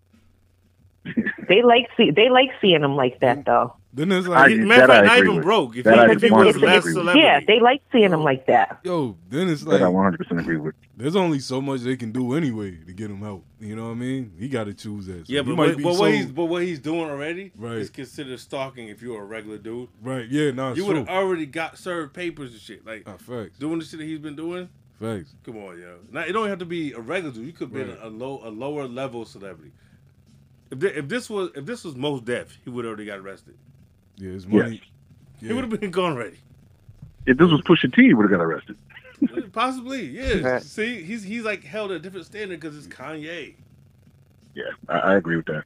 Speaker 15: They like see. They like seeing him like
Speaker 4: Mm-hmm.
Speaker 15: that though.
Speaker 3: Then there's
Speaker 4: like- I- matter of that fact, I not agree even with. broke. If That he- I if he was
Speaker 15: 100%
Speaker 4: less
Speaker 15: agree with.
Speaker 4: celebrity.
Speaker 15: yeah, they like seeing him like that.
Speaker 3: Yo, then it's
Speaker 16: That
Speaker 3: like
Speaker 16: I 100% agree with.
Speaker 3: There's only so much they can do anyway to get him help. You know what I mean? He got to choose that. So
Speaker 4: Yeah,
Speaker 3: he
Speaker 4: but,
Speaker 3: might
Speaker 4: what,
Speaker 3: be
Speaker 4: but
Speaker 3: so-
Speaker 4: what he's but what he's doing already
Speaker 3: Right.
Speaker 4: is considered stalking if you're a regular dude.
Speaker 3: Right, yeah, nah, it's
Speaker 4: you uh, would have
Speaker 3: true. Oh.
Speaker 4: already got served papers and shit. Like
Speaker 3: facts.
Speaker 4: doing the shit that he's been doing.
Speaker 3: Facts.
Speaker 4: Come on, yo. Now it don't have to be a regular dude. You could be
Speaker 3: Right.
Speaker 4: a low a lower level celebrity. If, thi- if this was if this was most deaf, he would already got arrested.
Speaker 3: yeah, his
Speaker 16: Yeah.
Speaker 3: money.
Speaker 4: He would have been gone
Speaker 3: <laughs>
Speaker 4: already.
Speaker 16: If this was Pusha T, he would have got arrested.
Speaker 4: Possibly, yeah.
Speaker 16: Right.
Speaker 4: See, he's he's like held at a different standard because it's Kanye.
Speaker 16: Yeah, I, I agree with that.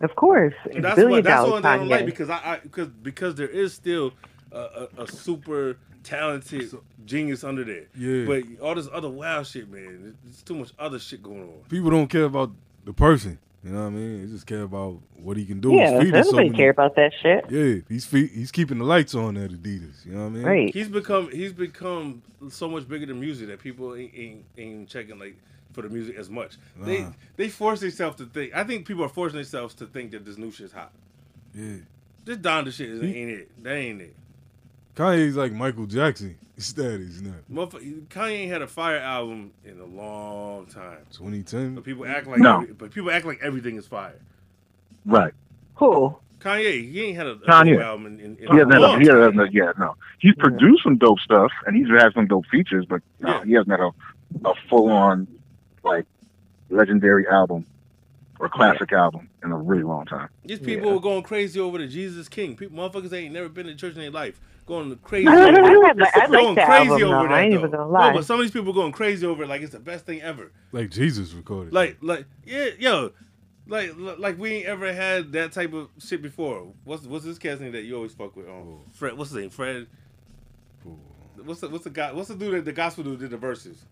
Speaker 15: Of course,
Speaker 4: And
Speaker 15: it's
Speaker 4: that's
Speaker 15: billion
Speaker 4: what that's
Speaker 15: dollar
Speaker 4: what I don't like
Speaker 15: Kanye.
Speaker 4: because I, I because because there is still a, a, a super talented genius under there.
Speaker 3: Yeah.
Speaker 4: But all this other wild shit, man, there's too much other shit going on.
Speaker 3: People don't care about the person. You know what I mean? They just care about what he can do.
Speaker 15: Yeah,
Speaker 3: He's feeding
Speaker 15: does
Speaker 3: so
Speaker 15: nobody
Speaker 3: many-
Speaker 15: care about that shit.
Speaker 3: Yeah, he's feed, he's keeping the lights on at Adidas. You know what I mean?
Speaker 4: He's become he's become so much bigger than music that people ain't ain't, ain't checking like for the music as much. They
Speaker 3: Nah.
Speaker 4: they force themselves to think. I think people are forcing themselves to think that this new shit's hot.
Speaker 3: Yeah.
Speaker 4: This Donda shit is, ain't it. That ain't it.
Speaker 3: Kanye's like Michael Jackson <laughs> status now.
Speaker 4: Motherfucker, Kanye ain't had a fire album in a long time.
Speaker 3: 2010.
Speaker 4: But people act like
Speaker 3: No.
Speaker 4: every- but people act like everything is fire.
Speaker 16: Right.
Speaker 15: Cool.
Speaker 4: Kanye, he ain't had a, a
Speaker 16: Kanye.
Speaker 4: dope album in, in, in
Speaker 16: He
Speaker 4: a
Speaker 16: hasn't had a,
Speaker 4: long
Speaker 16: he
Speaker 4: time.
Speaker 16: hasn't, had- yeah, no. He's produced some dope stuff and he's had some dope features, but no, he hasn't had a, a full on like legendary album or classic album in a really long time.
Speaker 4: These people were going crazy over the Jesus King. People, motherfuckers ain't never been to church in their life. Going crazy.
Speaker 15: <laughs> I like- I
Speaker 4: over-
Speaker 15: like that
Speaker 4: going
Speaker 15: album,
Speaker 4: crazy
Speaker 15: though.
Speaker 4: over that.
Speaker 15: I ain't
Speaker 4: though.
Speaker 15: even gonna lie.
Speaker 4: No, but some of these people going crazy over it like it's the best thing ever.
Speaker 3: Like Jesus recorded.
Speaker 4: Like, like, yeah, yo, like, like we ain't ever had that type of shit before. What's what's this cat's name that you always fuck with? Um, Fred. What's his name? Fred. What's the what's the guy? What's the dude that the gospel dude did the verses?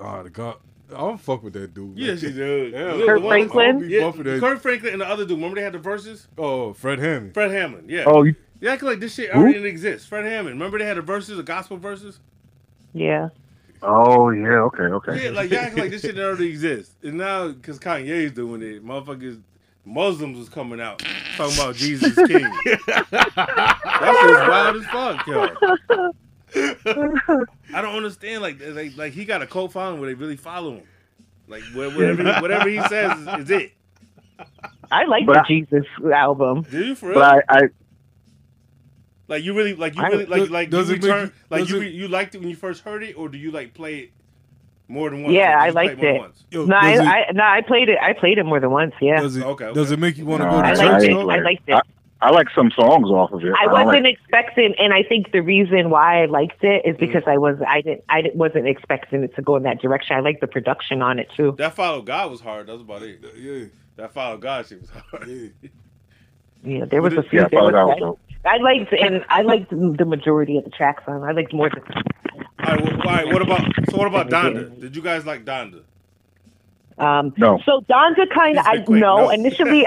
Speaker 3: Ah, the God, I don't fuck with that dude.
Speaker 4: Yes,
Speaker 3: man.
Speaker 4: he did.
Speaker 3: Yeah.
Speaker 4: Look, what-
Speaker 3: I don't be
Speaker 4: Yeah,
Speaker 3: bumping that-
Speaker 4: Kirk Franklin and the other dude. Remember they had the verses?
Speaker 3: Oh, Fred Hammond.
Speaker 4: Fred Hammond, yeah.
Speaker 3: Oh, you-
Speaker 4: They act like this shit
Speaker 3: Who?
Speaker 4: already didn't exist. Fred Hammond. Remember they had the verses, the gospel verses?
Speaker 15: Yeah.
Speaker 16: Oh yeah. Okay. Okay.
Speaker 4: Yeah, like y'all act like this shit already exists. And now, because Kanye's doing it, motherfuckers, Muslims was coming out talking about
Speaker 16: <laughs>
Speaker 4: Jesus is King. That's just wild as fuck,
Speaker 16: <laughs>
Speaker 4: yo. I don't understand. Like, like, like he got a cult following where they really follow him. Like, where- whatever, he- whatever he says is, is it.
Speaker 15: I like
Speaker 16: But
Speaker 15: the
Speaker 16: I-
Speaker 15: Jesus album.
Speaker 4: Do you for real?
Speaker 16: But I, I
Speaker 4: Like you really, like you
Speaker 15: I-
Speaker 4: really, like
Speaker 15: Does-
Speaker 4: like
Speaker 15: does
Speaker 4: you
Speaker 15: it make
Speaker 4: return,
Speaker 15: you-
Speaker 4: like
Speaker 15: does
Speaker 4: you
Speaker 15: it-
Speaker 4: re- you liked it when you first heard it, or do you like play it more than once? Like,
Speaker 15: Yeah, I
Speaker 4: you play
Speaker 15: liked
Speaker 4: more than
Speaker 15: it.
Speaker 4: once?
Speaker 15: No, I, I no, I played it. I played it more than once. Yeah.
Speaker 3: Does it,
Speaker 4: okay,
Speaker 3: Does it make you want to
Speaker 16: no,
Speaker 3: go
Speaker 16: I,
Speaker 3: to
Speaker 16: I,
Speaker 3: church?
Speaker 16: ain't
Speaker 3: though?
Speaker 16: like-
Speaker 15: I liked it.
Speaker 16: I, I like some songs off of it.
Speaker 15: I
Speaker 16: don't
Speaker 15: wasn't
Speaker 16: like-
Speaker 15: expecting, and I think the reason why I liked it
Speaker 4: Mm.
Speaker 15: is because I was I didn't I didn't, wasn't expecting it to go in that direction. I like the production on it too.
Speaker 4: That follow God was hard. That's about it.
Speaker 3: Yeah,
Speaker 4: that follow God shit was hard.
Speaker 15: Yeah, there was a
Speaker 4: But it-
Speaker 15: few.
Speaker 4: Yeah, I
Speaker 15: there
Speaker 4: thought that
Speaker 15: was,
Speaker 4: was dope.
Speaker 15: I, I liked, and I liked the majority of the tracks on. I liked more. Than,
Speaker 4: <laughs> All right, well, all right, what about so? What about Donda? Did you guys like Donda?
Speaker 15: um,
Speaker 4: No.
Speaker 15: So Donda kind of, I know initially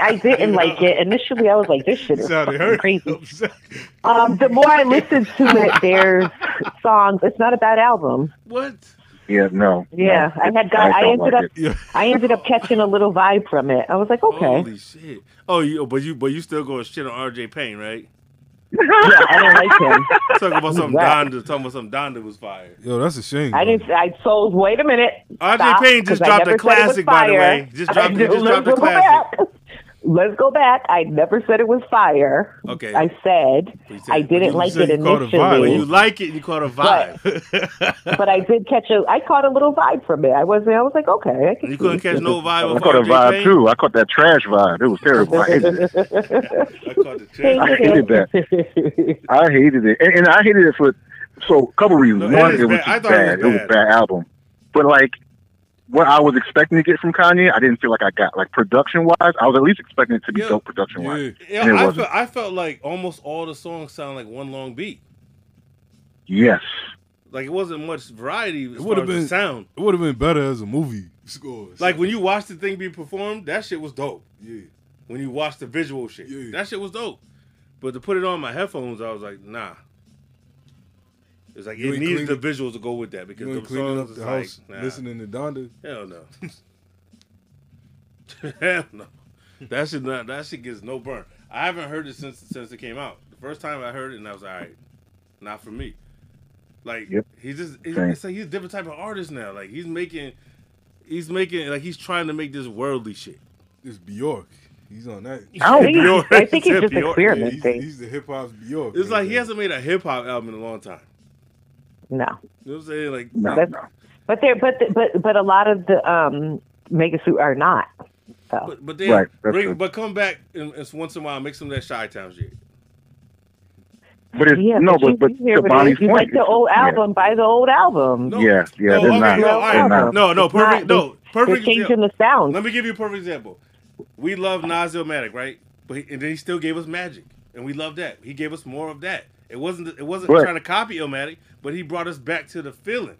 Speaker 4: <laughs>
Speaker 15: I didn't like it. Initially, I was like, this shit is
Speaker 4: Sounded
Speaker 15: <laughs> fucking
Speaker 4: hurt.
Speaker 15: crazy. Um, the more I listened to it, there's songs. It's not a bad album.
Speaker 4: <laughs> What?
Speaker 16: Yeah. No.
Speaker 15: Yeah,
Speaker 16: no,
Speaker 15: I had got. I,
Speaker 16: don't
Speaker 15: ended
Speaker 16: like
Speaker 15: up.
Speaker 16: it.
Speaker 15: I ended up catching a little vibe from it. I was like, okay.
Speaker 4: Holy shit! Oh, you, but you, but you still going shit on RJ Payne, right?
Speaker 15: yeah, I don't
Speaker 4: <laughs>
Speaker 15: like him.
Speaker 4: Talking about some
Speaker 15: Right.
Speaker 4: Donda. Talking about some Donda was fire.
Speaker 3: Yo, that's a shame.
Speaker 15: I didn't. I told. Wait a minute.
Speaker 4: RJ
Speaker 15: Stop,
Speaker 4: Payne just
Speaker 15: 'cause I
Speaker 4: dropped a
Speaker 15: never said it was
Speaker 4: classic, by the
Speaker 15: fire.
Speaker 4: way. Just
Speaker 15: I
Speaker 4: dropped, he
Speaker 15: did-
Speaker 4: just dropped a
Speaker 15: let's go
Speaker 4: classic.
Speaker 15: Back. Let's go back. I never said it was fire.
Speaker 4: Okay.
Speaker 15: I said,
Speaker 4: You said-
Speaker 15: I didn't
Speaker 4: you
Speaker 15: like
Speaker 4: said
Speaker 15: it
Speaker 4: you caught a vibe. When you
Speaker 15: initially,
Speaker 4: like it, you caught a vibe.
Speaker 15: but I did catch a. I caught a little vibe from it. I wasn't. I was like, okay. I can
Speaker 4: You couldn't
Speaker 15: see
Speaker 4: catch no
Speaker 15: <laughs>
Speaker 4: vibe.
Speaker 16: I
Speaker 4: with
Speaker 16: caught a
Speaker 4: RJ
Speaker 16: vibe
Speaker 4: Payne?
Speaker 16: too. I caught that trash vibe. It was terrible. I hated
Speaker 15: <laughs>
Speaker 4: <laughs>
Speaker 16: it.
Speaker 4: I caught the
Speaker 16: I hated
Speaker 15: that.
Speaker 16: I hated it, and, and I hated it for so a couple reasons.
Speaker 4: No, it
Speaker 16: One,
Speaker 4: is
Speaker 16: it
Speaker 4: bad.
Speaker 16: was just
Speaker 4: I
Speaker 16: bad.
Speaker 4: thought it was
Speaker 16: It was a
Speaker 4: bad.
Speaker 16: bad album. But like what I was expecting to get from Kanye, I didn't feel like I got. Like production wise, I was at least expecting it to be dope production wise.
Speaker 4: Yeah,
Speaker 16: and it
Speaker 4: I
Speaker 16: wasn't.
Speaker 4: felt, I felt like almost all the songs sound like one long beat.
Speaker 16: yes.
Speaker 4: Like it wasn't much variety. As
Speaker 3: It would have been
Speaker 4: sound.
Speaker 3: It would have been better as a movie score.
Speaker 4: Like when you watch the thing be performed, that shit was dope. Yeah. When you watch the visual shit, that shit was dope. But to put it on my headphones, I was like, nah. It's like
Speaker 3: You
Speaker 4: it
Speaker 3: ain't
Speaker 4: needs
Speaker 3: cleaning-
Speaker 4: the visuals to go with that because
Speaker 3: You ain't
Speaker 4: the
Speaker 3: cleaning
Speaker 4: songs
Speaker 3: up
Speaker 4: is
Speaker 3: the
Speaker 4: like,
Speaker 3: house
Speaker 4: nah.
Speaker 3: listening to Donda.
Speaker 4: Hell no. <laughs> Hell no. That shit not that shit gets no burn. I haven't heard it since since it came out. The first time I heard it and I was like, all right, not for me. Like
Speaker 16: Yep.
Speaker 4: he's just he's,
Speaker 16: Same.
Speaker 4: it's like he's a different type of artist now. Like he's making he's making like he's trying to make this worldly shit.
Speaker 3: It's Bjork. He's on that.
Speaker 4: I think he's- I think <laughs> he's just
Speaker 3: Bjork.
Speaker 4: experimenting.
Speaker 3: Yeah, he's, he's the hip hop's Bjork.
Speaker 4: It's like he hasn't made a hip hop album in a long time.
Speaker 15: <laughs>
Speaker 4: You
Speaker 15: No.
Speaker 4: know what I'm saying? Like
Speaker 15: That's- But there, but the, but but a lot of the um Megasuit are not. So.
Speaker 4: But, but then
Speaker 15: Right, that's
Speaker 4: bring,
Speaker 15: true.
Speaker 4: but come back and, and once in a while make some of that shy town shit.
Speaker 16: But it's no, but but
Speaker 15: Here
Speaker 16: to
Speaker 15: it is.
Speaker 16: Bonnie's
Speaker 15: you
Speaker 16: point,
Speaker 15: like the
Speaker 16: it's-
Speaker 15: old
Speaker 16: yeah.
Speaker 15: album, buy the old album.
Speaker 16: yeah, yeah,
Speaker 4: No,
Speaker 16: they're
Speaker 4: okay,
Speaker 16: not.
Speaker 4: no, all
Speaker 16: they're
Speaker 4: right.
Speaker 16: not.
Speaker 4: No, no,
Speaker 15: It's not-
Speaker 4: perfect. no,
Speaker 15: they're-
Speaker 4: perfect.
Speaker 15: they're changing
Speaker 4: example.
Speaker 15: the sound.
Speaker 4: Let me give you a perfect example. We love Nas Illmatic, right? But he, and then he still gave us Magic, and we love that. He gave us more of that. It wasn't. It wasn't
Speaker 16: Right.
Speaker 4: trying to copy Illmatic, but he brought us back to the feeling.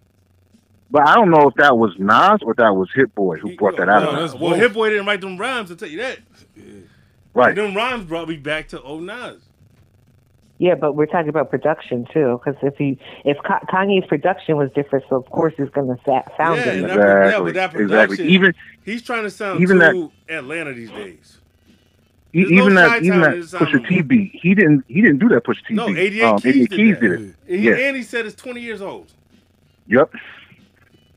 Speaker 16: But I don't know if that was Nas or that was Hit Boy who brought that out.
Speaker 4: well, well, Hit Boy didn't write them rhymes. I'll tell you that.
Speaker 16: Right.
Speaker 4: Them rhymes brought me back to old Nas.
Speaker 15: Yeah, but we're talking about production too, because if he if Ka- Kanye's production was different, so of course it's going to sa- sound
Speaker 4: Yeah, and
Speaker 15: different.
Speaker 4: that, yeah,
Speaker 16: Exactly,
Speaker 4: but that
Speaker 16: exactly.
Speaker 4: production.
Speaker 16: Even-
Speaker 4: he's trying to sound
Speaker 16: even that-
Speaker 4: too Atlanta these days.
Speaker 16: E-
Speaker 4: There's
Speaker 16: even
Speaker 4: no
Speaker 16: that,
Speaker 4: Chi-Town
Speaker 16: even that
Speaker 4: in this album.
Speaker 16: Pusha T beat, he didn't, he didn't do that Pusha T
Speaker 4: um, No,
Speaker 16: beat.
Speaker 4: 88
Speaker 16: um,
Speaker 4: Keys
Speaker 16: 88
Speaker 4: did
Speaker 16: Keys
Speaker 4: that.
Speaker 16: did it.
Speaker 4: And, he-
Speaker 16: yeah.
Speaker 4: and he said it's twenty years old.
Speaker 16: Yep.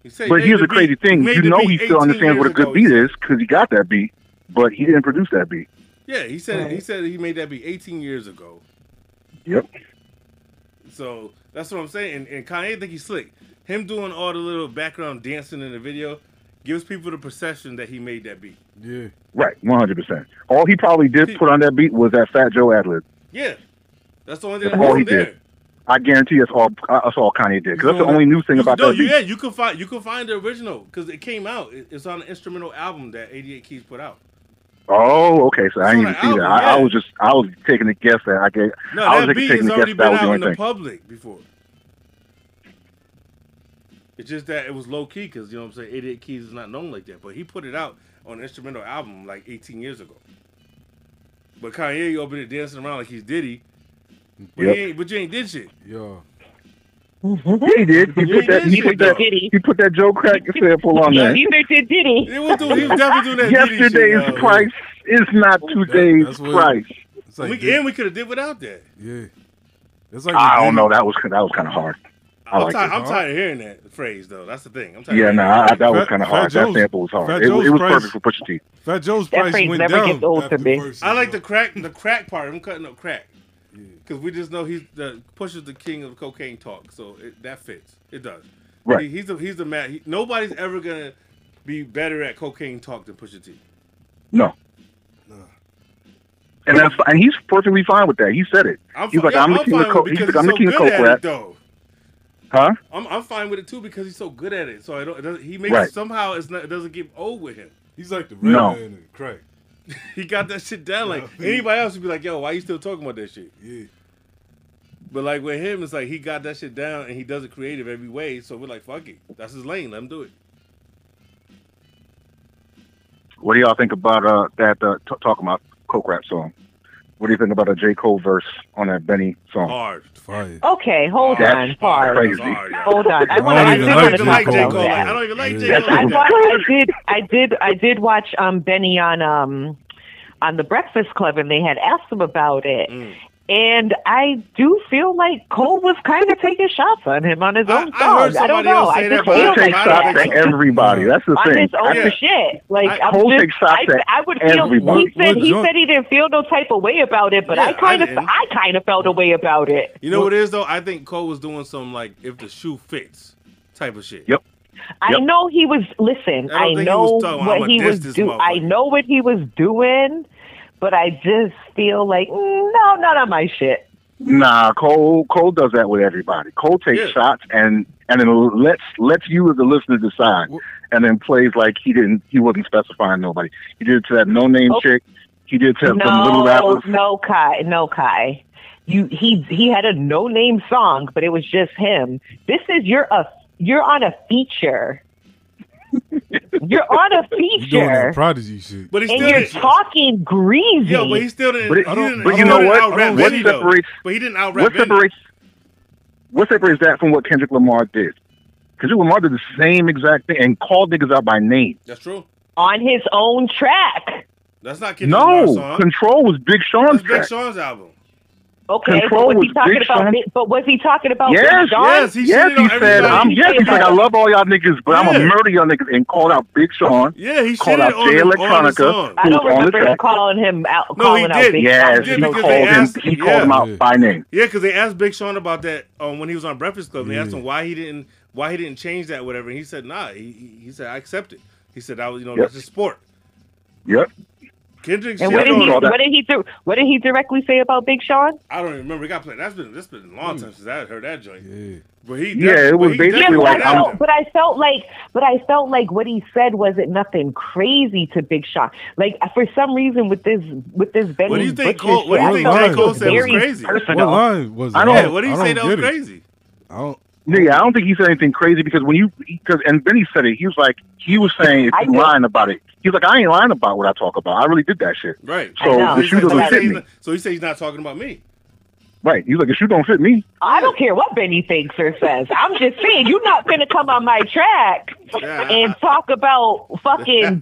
Speaker 4: He said he
Speaker 16: But
Speaker 4: made
Speaker 16: here's
Speaker 4: the
Speaker 16: the
Speaker 4: beat-
Speaker 16: crazy thing:
Speaker 4: made
Speaker 16: you
Speaker 4: the
Speaker 16: know
Speaker 4: beat
Speaker 16: he still
Speaker 4: 18
Speaker 16: understands what a
Speaker 4: years
Speaker 16: good
Speaker 4: ago.
Speaker 16: beat is because he got that beat, but he didn't produce that beat.
Speaker 4: Yeah, he said he said he made that be 18 years ago.
Speaker 16: Yep.
Speaker 4: So that's what I'm saying. And, and Kanye think he's slick. Him doing all the little background dancing in the video gives people the perception that he made that beat.
Speaker 3: Yeah.
Speaker 16: Right, one hundred percent. All he probably did put on that beat was that Fat Joe ad lib.
Speaker 4: Yeah, that's the only thing
Speaker 16: That's
Speaker 4: that
Speaker 16: all he
Speaker 4: was there.
Speaker 16: did. I guarantee that's all. uh, That's all Kanye did. 'cause that's the only new thing
Speaker 4: You
Speaker 16: about
Speaker 4: can- no,
Speaker 16: that
Speaker 4: you-
Speaker 16: beat.
Speaker 4: Yeah, you can find you can find the original because it came out. It- It's on an instrumental album that 88 Keys put out.
Speaker 16: Oh, okay. So I didn't even
Speaker 4: It's
Speaker 16: see
Speaker 4: on the album,
Speaker 16: that. I, I
Speaker 4: yeah.
Speaker 16: was just, I was taking a guess that I gave.
Speaker 4: No,
Speaker 16: I was
Speaker 4: that
Speaker 16: just
Speaker 4: beat has
Speaker 16: taking a guess
Speaker 4: already been
Speaker 16: that that was
Speaker 4: out
Speaker 16: the
Speaker 4: in
Speaker 16: only
Speaker 4: the
Speaker 16: thing.
Speaker 4: public before. It's just that it was low key because you know what I'm saying. 88 Keys is not known like that, but he put it out on an instrumental album like 18 years ago. But Kanye over there dancing around like he's Diddy, but
Speaker 3: Yep.
Speaker 4: he ain't, but you ain't did shit.
Speaker 3: Yo.
Speaker 16: Yeah, he did. He
Speaker 4: Yeah,
Speaker 16: put that.
Speaker 4: he
Speaker 16: He put
Speaker 4: did,
Speaker 16: that.
Speaker 4: though.
Speaker 16: He put that Joe Crack sample on
Speaker 15: <laughs>
Speaker 16: there.
Speaker 15: did Diddy.
Speaker 4: He was, doing, he
Speaker 16: <laughs>
Speaker 4: was definitely doing that. Diddy shit, uh,
Speaker 16: Yesterday's
Speaker 4: yo.
Speaker 16: price is not today's
Speaker 4: that's what-
Speaker 16: price.
Speaker 4: we, and we could have did without that.
Speaker 3: Yeah. It's
Speaker 16: I don't know. That was that was kind of hard. I
Speaker 4: I'm,
Speaker 16: like
Speaker 4: tired,
Speaker 16: it.
Speaker 4: I'm tired of hearing that phrase though. That's the thing. I'm tired.
Speaker 16: Yeah,
Speaker 4: of
Speaker 16: no,
Speaker 4: hearing
Speaker 16: I,
Speaker 4: that.
Speaker 16: I- that was
Speaker 4: Fat-
Speaker 16: kind of
Speaker 4: Fat
Speaker 16: hard.
Speaker 4: Joe's-
Speaker 16: that sample was
Speaker 4: Fat
Speaker 16: hard. It,
Speaker 4: Joe's
Speaker 16: it was
Speaker 4: price-
Speaker 16: perfect for Pusha T.
Speaker 3: Fat Joe's
Speaker 4: That
Speaker 3: price
Speaker 4: phrase
Speaker 3: went
Speaker 4: never
Speaker 3: down.
Speaker 4: gets old
Speaker 3: after
Speaker 4: to me.
Speaker 3: verses,
Speaker 4: I like
Speaker 3: yo.
Speaker 4: the crack, the crack part. I'm cutting up crack because we just know he's the pushes the king of cocaine talk, so it, that fits. It does.
Speaker 16: Right.
Speaker 4: He- he's the he's the man. He, nobody's ever gonna be better at cocaine talk than Pusha T.
Speaker 16: No. And that's and he's perfectly fine with that. He said it.
Speaker 4: I'm
Speaker 16: he's
Speaker 4: fi-
Speaker 16: like,
Speaker 4: yeah,
Speaker 16: I'm the
Speaker 4: I'm
Speaker 16: king
Speaker 4: fine
Speaker 16: of coke.
Speaker 4: with it
Speaker 16: He's like,
Speaker 4: because
Speaker 16: I'm the
Speaker 4: he's
Speaker 16: king of
Speaker 4: so good
Speaker 16: coke
Speaker 4: at it,
Speaker 16: rap.
Speaker 4: though.
Speaker 16: Huh?
Speaker 4: I'm I'm fine with it too because he's so good at it. So I don't. It doesn't, he makes
Speaker 16: Right.
Speaker 4: it somehow it's not, it doesn't get old with him.
Speaker 3: He's like the
Speaker 16: red No. man
Speaker 3: in crack.
Speaker 4: he got that shit down. Like anybody else would be like, "Yo, why you still talking about that shit?"
Speaker 3: Yeah.
Speaker 4: But like with him, it's like he got that shit down and he does it creative every way. So we're like, "Fuck it, that's his lane. Let him do it."
Speaker 16: What do y'all think about uh that uh, t- talking about coke rap song? What do you think about a J Cole verse on that Benny song?
Speaker 4: Hard.
Speaker 3: Fire.
Speaker 15: Okay, hold
Speaker 16: Oh, That's
Speaker 15: on. Hard.
Speaker 16: crazy.
Speaker 4: <laughs>
Speaker 15: Hold on. I want to.
Speaker 16: I don't even
Speaker 15: I want to
Speaker 16: like
Speaker 15: talk
Speaker 16: J. Cole.
Speaker 15: about
Speaker 16: Like,
Speaker 15: that.
Speaker 16: I don't even like J.
Speaker 15: Yes,
Speaker 16: Cole
Speaker 15: I,
Speaker 16: like
Speaker 15: wa-
Speaker 16: that.
Speaker 15: I did. I did. I did watch um, Benny on um, on the Breakfast Club, and they had asked him about it. And I do feel like Cole was kind of taking shots on him on his own song. I, don't know. I just feel
Speaker 16: Cole
Speaker 15: like
Speaker 16: takes
Speaker 15: that.
Speaker 16: shots at everybody. That's the
Speaker 15: on
Speaker 16: thing.
Speaker 15: his own
Speaker 16: That's-
Speaker 15: shit. Like
Speaker 16: I-
Speaker 15: I, am
Speaker 16: Cole
Speaker 15: just,
Speaker 16: takes shots
Speaker 15: I,
Speaker 16: at
Speaker 15: I would feel.
Speaker 16: everybody.
Speaker 15: He said
Speaker 16: What
Speaker 15: he
Speaker 16: junk-
Speaker 15: said he didn't feel no type of way about it, but I kind of I kind of felt a way about it.
Speaker 4: You know what it is though? I think Cole was doing some like if the shoe fits type of shit.
Speaker 16: Yep.
Speaker 15: I know he was.
Speaker 4: I
Speaker 15: Listen,
Speaker 4: don't
Speaker 15: I,
Speaker 4: think he
Speaker 15: know
Speaker 4: was talking about
Speaker 15: what
Speaker 4: I'ma
Speaker 15: he
Speaker 4: diss
Speaker 15: was
Speaker 4: this
Speaker 15: do. I
Speaker 4: motherfucker.
Speaker 15: know what he was doing, but I just feel like mm, no, not on my shit.
Speaker 16: Nah, Cole Cole does that with everybody. Cole takes shots and and then lets lets you as the listener decide, and then plays like he didn't he wasn't specifying nobody. He did it to that no name
Speaker 15: Oh.
Speaker 16: chick. He did it to some little
Speaker 15: No,
Speaker 16: rappers.
Speaker 15: no, Kai, no, Kai. You he he had a no name song, but it was just him. This is you're a you're on a feature. <laughs> you're on a
Speaker 3: You doing that
Speaker 15: feature.
Speaker 3: prodigy shit.
Speaker 4: But he
Speaker 15: and
Speaker 4: still
Speaker 15: you're
Speaker 4: didn't-
Speaker 15: talking greasy.
Speaker 4: Yeah, but he still didn't.
Speaker 16: But, it-
Speaker 4: he didn't,
Speaker 16: but
Speaker 4: he
Speaker 16: you know
Speaker 4: didn't
Speaker 16: what?
Speaker 4: outrap
Speaker 16: What
Speaker 4: Benny, though.
Speaker 16: separates
Speaker 4: But he didn't outrap
Speaker 16: what
Speaker 4: Benny.
Speaker 16: separates what separates that from what Kendrick Lamar did? Kendrick Lamar did the same exact thing and called niggas out by name.
Speaker 4: That's true.
Speaker 15: on his own track.
Speaker 4: That's not Kendrick Lamar's
Speaker 16: No,
Speaker 4: song.
Speaker 16: Control was Big Sean's
Speaker 4: That's Big
Speaker 16: track.
Speaker 4: Sean's album.
Speaker 15: Okay,
Speaker 16: Control
Speaker 15: but was
Speaker 16: was
Speaker 15: he talking
Speaker 16: Big
Speaker 15: about?
Speaker 16: Sean.
Speaker 15: Big- But was he talking about?
Speaker 16: Yes,
Speaker 15: Big Sean?
Speaker 16: yes, he, said, I'm, yes, he's like, I love all y'all niggas, but I'm gonna murder y'all niggas, and called out Big Sean.
Speaker 4: Yeah, he said
Speaker 16: called out
Speaker 4: it on
Speaker 16: Jay
Speaker 4: the- on the
Speaker 16: Electronica,
Speaker 4: song.
Speaker 15: I
Speaker 16: who
Speaker 15: don't
Speaker 16: was on the
Speaker 15: remember him
Speaker 16: track.
Speaker 15: calling him out.
Speaker 4: No, he
Speaker 15: calling out
Speaker 4: did.
Speaker 15: Big
Speaker 16: Yes,
Speaker 15: Sean.
Speaker 16: he called him.
Speaker 4: asked-
Speaker 16: He called him
Speaker 4: yeah.
Speaker 16: out by name.
Speaker 4: Yeah, because they asked Big Sean about that um, when he was on Breakfast Club. They asked him why he didn't why he didn't change that, whatever. And he said, Nah. He, he- he said, I accept it. He said, I was, you know,
Speaker 16: Yep.
Speaker 4: that's a sport.
Speaker 16: Yep.
Speaker 4: Kendrick. "Oh,
Speaker 15: And
Speaker 4: shit
Speaker 15: what did
Speaker 4: on
Speaker 15: he?
Speaker 4: him.
Speaker 15: What did he? do- What did he directly say about Big Sean?
Speaker 4: I don't even remember. It got played. That's been that's been a long time since I heard that joint. But he
Speaker 16: Yeah,
Speaker 4: def-
Speaker 16: it
Speaker 4: but
Speaker 16: was
Speaker 4: he
Speaker 16: basically
Speaker 4: definitely
Speaker 16: like,
Speaker 4: did
Speaker 16: I'm-
Speaker 4: that.
Speaker 15: No, but I felt like, but I felt like what he said wasn't nothing crazy to Big Sean. Like for some reason with this, with this Benny.
Speaker 4: What do you think
Speaker 15: Butcher
Speaker 4: Cole- what do you
Speaker 15: shit,
Speaker 4: think
Speaker 15: I
Speaker 4: J.
Speaker 15: felt
Speaker 4: Cole
Speaker 15: it
Speaker 4: said was
Speaker 15: very
Speaker 4: crazy?
Speaker 15: personal.
Speaker 3: What line was
Speaker 16: I
Speaker 3: it?
Speaker 16: don't-
Speaker 3: I
Speaker 16: Yeah, what
Speaker 4: What do you
Speaker 3: don't
Speaker 4: say that was
Speaker 3: get it.
Speaker 4: crazy?
Speaker 3: I don't.
Speaker 16: Nigga, I don't think he said anything crazy because when you because and Benny said it, he was like he was saying if
Speaker 4: I
Speaker 16: you
Speaker 4: know.
Speaker 16: lying about it, he was like I ain't lying about what I talk about. I really did that shit.
Speaker 4: Right.
Speaker 16: So the shoe
Speaker 4: so, he
Speaker 16: doesn't
Speaker 4: said
Speaker 16: fit
Speaker 4: he's
Speaker 16: me.
Speaker 4: not, so he said he's not talking about me.
Speaker 16: Right. He's like the shoe don't fit me.
Speaker 15: I don't care what Benny thinks or says. I'm just saying you're not gonna come on my track and talk about fucking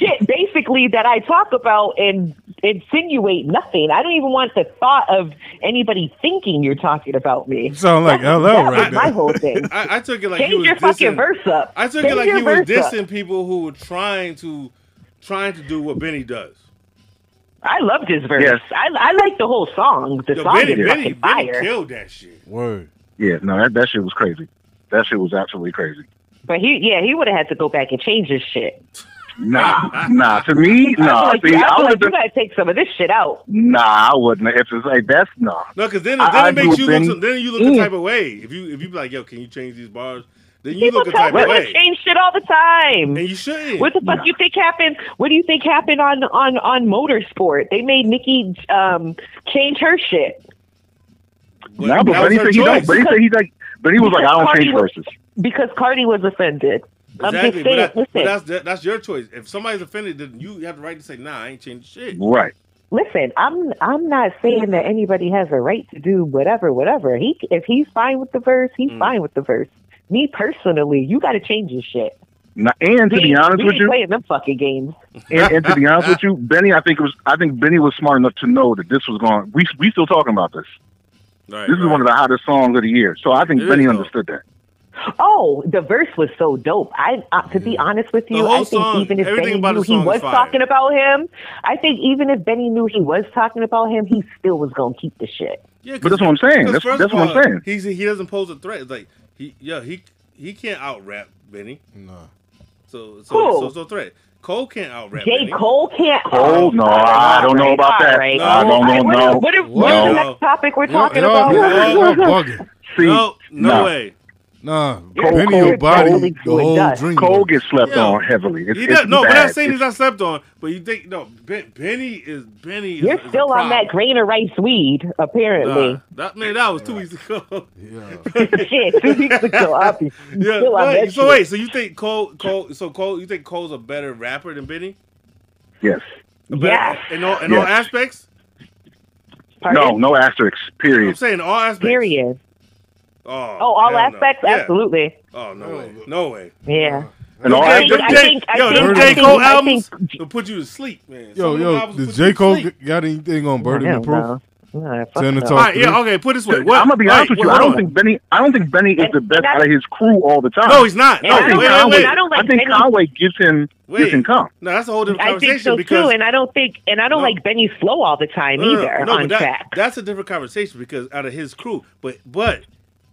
Speaker 15: shit basically that I talk about and insinuate nothing. I don't even want the thought of anybody thinking you're talking about me. You
Speaker 3: sound like LL right
Speaker 15: My
Speaker 3: now.
Speaker 15: whole
Speaker 4: <laughs>
Speaker 15: thing.
Speaker 4: I, I took it like
Speaker 15: Change
Speaker 4: he was
Speaker 15: your fucking
Speaker 4: dissing-
Speaker 15: verse up.
Speaker 4: I took
Speaker 15: Change
Speaker 4: it like
Speaker 15: your
Speaker 4: he was
Speaker 15: verse up.
Speaker 4: dissing people who were trying to trying to do what Benny does.
Speaker 15: I loved his verse.
Speaker 4: Yes.
Speaker 15: I, I like the whole song. The
Speaker 4: Yo,
Speaker 15: song
Speaker 4: Benny,
Speaker 15: is
Speaker 4: Benny,
Speaker 15: fucking
Speaker 4: Benny
Speaker 15: fire.
Speaker 4: killed that shit.
Speaker 3: Word.
Speaker 16: Yeah. No, that that shit was crazy. That shit was absolutely crazy.
Speaker 15: But he, yeah, he would have had to go back and change his shit.
Speaker 4: <laughs>
Speaker 16: Nah, nah. To
Speaker 15: I
Speaker 16: me,
Speaker 15: feel
Speaker 16: nah.
Speaker 15: like,
Speaker 16: Uh, See,
Speaker 15: I feel
Speaker 16: I
Speaker 15: like
Speaker 16: would
Speaker 15: you
Speaker 16: have
Speaker 15: gotta take some of this shit out.
Speaker 16: Nah, I wouldn't. If it's like that's nah.
Speaker 4: No, because then,
Speaker 16: I-
Speaker 4: then
Speaker 16: I
Speaker 4: it makes
Speaker 16: agree
Speaker 4: you look
Speaker 16: with Benny.
Speaker 4: some, then you look the
Speaker 16: Mm.
Speaker 4: type of way. If you if you be like, yo, can you change these bars? Then you
Speaker 15: People
Speaker 4: look a
Speaker 15: tell
Speaker 4: type
Speaker 15: people
Speaker 4: of
Speaker 15: to
Speaker 4: way.
Speaker 15: change shit all the time.
Speaker 4: And you shouldn't.
Speaker 15: What the fuck you think happened? What do you think happened on on on Motorsport? They made Nikki um, change her shit.
Speaker 16: Nah, but
Speaker 15: that was
Speaker 16: Benny
Speaker 15: her
Speaker 16: said he
Speaker 15: choice.
Speaker 16: don't. Benny said he's like But he was like, I don't
Speaker 15: Cardi
Speaker 16: change
Speaker 15: was-
Speaker 16: verses.
Speaker 15: Because Cardi was offended. I'm
Speaker 4: Exactly, but,
Speaker 15: just saying,
Speaker 4: that- but
Speaker 15: listen,
Speaker 4: that's that, that's your choice. If somebody's offended, then you have the right to say, "Nah, I ain't changed shit."
Speaker 16: Right.
Speaker 15: listen, I'm I'm not saying that anybody has a right to do whatever, whatever. He if he's fine with the verse, he's
Speaker 4: Mm.
Speaker 15: fine with the verse. Me personally, you gotta change your shit.
Speaker 16: Now, and to
Speaker 15: We
Speaker 16: be
Speaker 15: ain't-
Speaker 16: honest
Speaker 15: we
Speaker 16: with
Speaker 15: ain't
Speaker 16: you,
Speaker 15: playing them fucking games.
Speaker 16: and, and to be honest with you, Benny, I think it was. I think Benny was smart enough to know that this was going. We we still talking about this.
Speaker 4: Right,
Speaker 16: this is one of the hottest songs of the year. So I think
Speaker 15: It
Speaker 16: Benny
Speaker 15: is, though.
Speaker 16: understood that.
Speaker 15: Oh, the verse was so dope. I uh, to be honest with you,
Speaker 16: whole
Speaker 15: I think
Speaker 16: song,
Speaker 15: even if
Speaker 16: everything
Speaker 15: Benny
Speaker 16: about
Speaker 15: knew
Speaker 16: the
Speaker 15: he
Speaker 16: song is
Speaker 15: was
Speaker 16: fire.
Speaker 15: talking about him, I think even if Benny knew he was talking about him, he still was gonna keep the shit.
Speaker 4: Yeah,
Speaker 16: But that's what I'm saying. That's-
Speaker 4: first
Speaker 16: that's
Speaker 4: of
Speaker 16: what I'm
Speaker 4: all,
Speaker 16: saying.
Speaker 4: He's, he doesn't pose a threat. It's like he yeah he he can't out rap Benny. No. So so,
Speaker 15: Who?
Speaker 4: so it's no threat. Cole can't out rap.
Speaker 15: J.
Speaker 4: Benny.
Speaker 15: Cole can't.
Speaker 4: Oh,
Speaker 16: Cole? No, I don't know about that.
Speaker 15: Alright,
Speaker 16: I
Speaker 15: alright.
Speaker 16: don't know.
Speaker 15: What
Speaker 16: Oh, No.
Speaker 15: is- What is, what is
Speaker 16: No.
Speaker 15: the next topic we're
Speaker 16: Yo-
Speaker 15: talking
Speaker 16: yo,
Speaker 15: about?
Speaker 16: yo,
Speaker 15: <laughs>
Speaker 16: yo, bugging. See,
Speaker 4: no, no
Speaker 16: nah.
Speaker 4: way.
Speaker 3: Nah,
Speaker 16: Cole,
Speaker 3: Benny
Speaker 16: Cole-
Speaker 3: will body
Speaker 16: Cole-
Speaker 3: the whole dream.
Speaker 16: Cole gets slept
Speaker 4: Yeah.
Speaker 16: on heavily. It's,
Speaker 4: He
Speaker 16: it's
Speaker 4: does, no,
Speaker 16: bad.
Speaker 4: but I'm saying
Speaker 16: It's-
Speaker 4: he's not slept on. But you think no, ben, Benny is Benny. Is,
Speaker 15: You're
Speaker 4: is a
Speaker 15: still
Speaker 4: problem.
Speaker 15: on that grain of rice weed, apparently.
Speaker 4: Nah, that man, that was two weeks ago. <laughs> Yeah.
Speaker 15: <laughs> Shit, two weeks
Speaker 16: <laughs>
Speaker 15: ago, I'll be
Speaker 4: Yeah.
Speaker 15: still on
Speaker 4: wait,
Speaker 15: that
Speaker 4: so
Speaker 15: shit.
Speaker 4: wait, so you think Cole, Cole, so Cole, you think Cole's a better rapper than Benny?
Speaker 16: Yes.
Speaker 4: A better- In all, in all
Speaker 16: Yes.
Speaker 4: aspects.
Speaker 16: No, no asterisks. Period.
Speaker 4: I'm saying all aspects.
Speaker 15: Period.
Speaker 4: Oh, oh,
Speaker 15: all aspects? Absolutely.
Speaker 4: Oh no way, no way.
Speaker 15: Yeah.
Speaker 16: And all
Speaker 4: Them J-
Speaker 16: aspects.
Speaker 4: them J-
Speaker 16: I
Speaker 4: yo,
Speaker 16: think-
Speaker 4: them
Speaker 16: I
Speaker 4: J
Speaker 16: think-
Speaker 4: Cole
Speaker 16: I
Speaker 4: albums
Speaker 16: think-
Speaker 4: will put you to sleep, man. Some
Speaker 3: Yo,
Speaker 4: of them
Speaker 3: yo,
Speaker 4: albums will
Speaker 3: does
Speaker 4: put you
Speaker 3: J.
Speaker 4: to
Speaker 3: Cole
Speaker 4: sleep.
Speaker 3: g- got anything on Burden
Speaker 4: hell
Speaker 3: of Proof? Santa
Speaker 4: no.
Speaker 3: Talk
Speaker 4: Alright, yeah,
Speaker 3: Three?
Speaker 4: okay, put it this way.
Speaker 16: I'm
Speaker 4: What-
Speaker 16: gonna be
Speaker 4: wait,
Speaker 16: honest with you.
Speaker 4: wait,
Speaker 16: I don't
Speaker 4: hold
Speaker 16: think Benny. I don't think Benny is the best out of his crew all the time.
Speaker 4: No, he's not. No,
Speaker 16: I think
Speaker 4: wait, wait,
Speaker 16: Conway.
Speaker 4: wait. I don't like
Speaker 16: I think
Speaker 4: Benny.
Speaker 16: Conway gives him
Speaker 4: Wait.
Speaker 16: gives him come.
Speaker 4: No, that's a whole different
Speaker 15: I
Speaker 4: conversation
Speaker 15: think so
Speaker 4: because
Speaker 15: too, and I don't think, and I don't like Benny Slow all the time
Speaker 4: No, no, no,
Speaker 15: either
Speaker 4: no,
Speaker 15: on
Speaker 4: but that-
Speaker 15: track.
Speaker 4: That's a different conversation because out of his crew, but but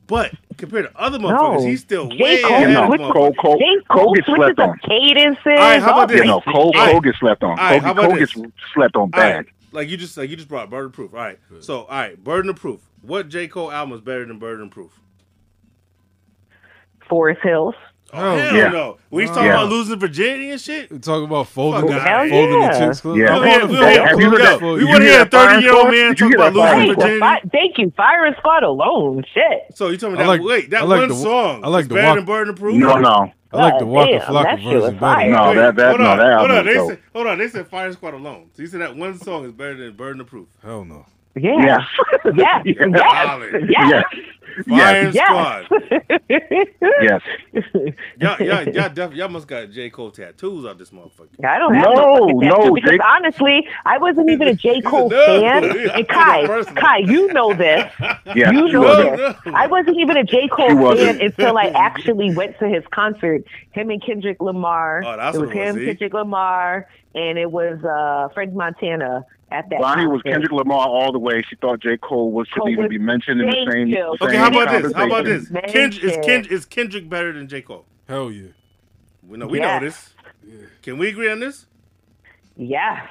Speaker 4: but compared to other
Speaker 15: No.
Speaker 4: motherfuckers, he's still
Speaker 15: J.
Speaker 4: way
Speaker 15: Cole
Speaker 4: ahead of
Speaker 15: switches-
Speaker 4: motherfuckers.
Speaker 16: Cole, Cole,
Speaker 15: J.
Speaker 16: Cole
Speaker 15: Cole
Speaker 16: gets
Speaker 15: switches
Speaker 16: slept
Speaker 15: up
Speaker 16: on.
Speaker 15: cadences.
Speaker 4: how about
Speaker 15: all
Speaker 4: this?
Speaker 16: Yeah, no, Cole,
Speaker 4: All right.
Speaker 16: Cole gets slept on.
Speaker 4: All right,
Speaker 16: Cole,
Speaker 4: how about
Speaker 16: Cole
Speaker 4: this?
Speaker 16: gets slept on
Speaker 4: All
Speaker 16: bad.
Speaker 4: right, Like you just like you just brought burden of proof. All right. So all right, burden of proof. What J Cole album is better than burden of proof?
Speaker 15: Forest Hills.
Speaker 4: Oh, hell
Speaker 3: yeah.
Speaker 4: no. We talking
Speaker 3: Yeah.
Speaker 4: about losing virginity and shit.
Speaker 3: Talk about folding,
Speaker 4: Fuck outta here. Hell
Speaker 3: folding the
Speaker 4: yeah.
Speaker 3: chicks club.
Speaker 4: Yeah.
Speaker 3: Come
Speaker 4: Yeah,
Speaker 3: on,
Speaker 4: we-
Speaker 3: fold
Speaker 4: have you
Speaker 3: the
Speaker 4: heard that-
Speaker 3: chicks club.
Speaker 4: we wanna hear a 30-year-old man
Speaker 3: Did you
Speaker 4: talk
Speaker 3: hear
Speaker 4: about
Speaker 3: that
Speaker 4: losing
Speaker 3: fire
Speaker 15: Hey,
Speaker 4: virginity?
Speaker 15: the fi- thank you, Fire and Squad alone. Shit.
Speaker 4: So you talking
Speaker 3: I
Speaker 4: about
Speaker 3: like-
Speaker 4: that, wait,
Speaker 3: I
Speaker 4: that
Speaker 3: like
Speaker 4: one
Speaker 3: the-
Speaker 4: song
Speaker 3: I like
Speaker 4: is
Speaker 3: the
Speaker 4: better
Speaker 3: walk-
Speaker 4: than burden of proof?
Speaker 16: No, no.
Speaker 3: I like the Waka
Speaker 15: Damn, that
Speaker 3: Flocka
Speaker 15: shit was
Speaker 3: version better.
Speaker 15: fire.
Speaker 16: No, that that
Speaker 4: hold
Speaker 16: no,
Speaker 4: on,
Speaker 16: that
Speaker 4: hold on.
Speaker 16: album is
Speaker 4: They
Speaker 16: dope.
Speaker 4: said, hold on, they said Fire Squad alone. So you said that one song is better than Burden of
Speaker 16: <laughs>
Speaker 4: Proof.
Speaker 3: Hell no.
Speaker 15: <laughs> Yeah. Yes. Yes.
Speaker 16: <laughs>
Speaker 4: Solid.
Speaker 15: Yes.
Speaker 4: Fire
Speaker 15: Yes.
Speaker 4: Squad.
Speaker 16: Yes.
Speaker 4: Y'all, y'all, y'all, def- y'all must got J. Cole tattoos on this motherfucker. <laughs>
Speaker 15: <laughs> I don't have
Speaker 16: No,
Speaker 15: no, fucking tattoo
Speaker 16: no,
Speaker 15: because
Speaker 16: Jake-
Speaker 15: honestly, I wasn't even a J. Cole
Speaker 4: no.
Speaker 15: fan.
Speaker 4: Yeah,
Speaker 15: And Kai,
Speaker 4: personal.
Speaker 15: Kai, you know this.
Speaker 16: Yeah,
Speaker 15: you
Speaker 16: she
Speaker 15: know
Speaker 16: wasn't.
Speaker 15: this. I wasn't even a J. Cole
Speaker 16: She
Speaker 15: fan
Speaker 16: wasn't.
Speaker 15: until I actually went to his concert. Him and Kendrick Lamar.
Speaker 16: Oh, that's
Speaker 15: it
Speaker 16: what
Speaker 15: was
Speaker 16: it was,
Speaker 15: him,
Speaker 16: see?
Speaker 15: Kendrick Lamar, and it was uh, Frank Montana at that.
Speaker 16: Bonnie was
Speaker 15: concert.
Speaker 16: Kendrick Lamar all the way. She thought J. Cole was should
Speaker 15: Cole
Speaker 16: even
Speaker 15: was-
Speaker 16: be mentioned in the
Speaker 15: Thank
Speaker 16: same.
Speaker 15: you.
Speaker 16: same
Speaker 4: Okay, how about this? How about this?
Speaker 16: conversation.
Speaker 4: Kendrick, is,
Speaker 15: Thank
Speaker 4: Kend- is Kendrick better than J. Cole?
Speaker 3: Hell yeah.
Speaker 4: We know, we
Speaker 15: Yes.
Speaker 4: know this. Can we agree on this?
Speaker 15: Yes.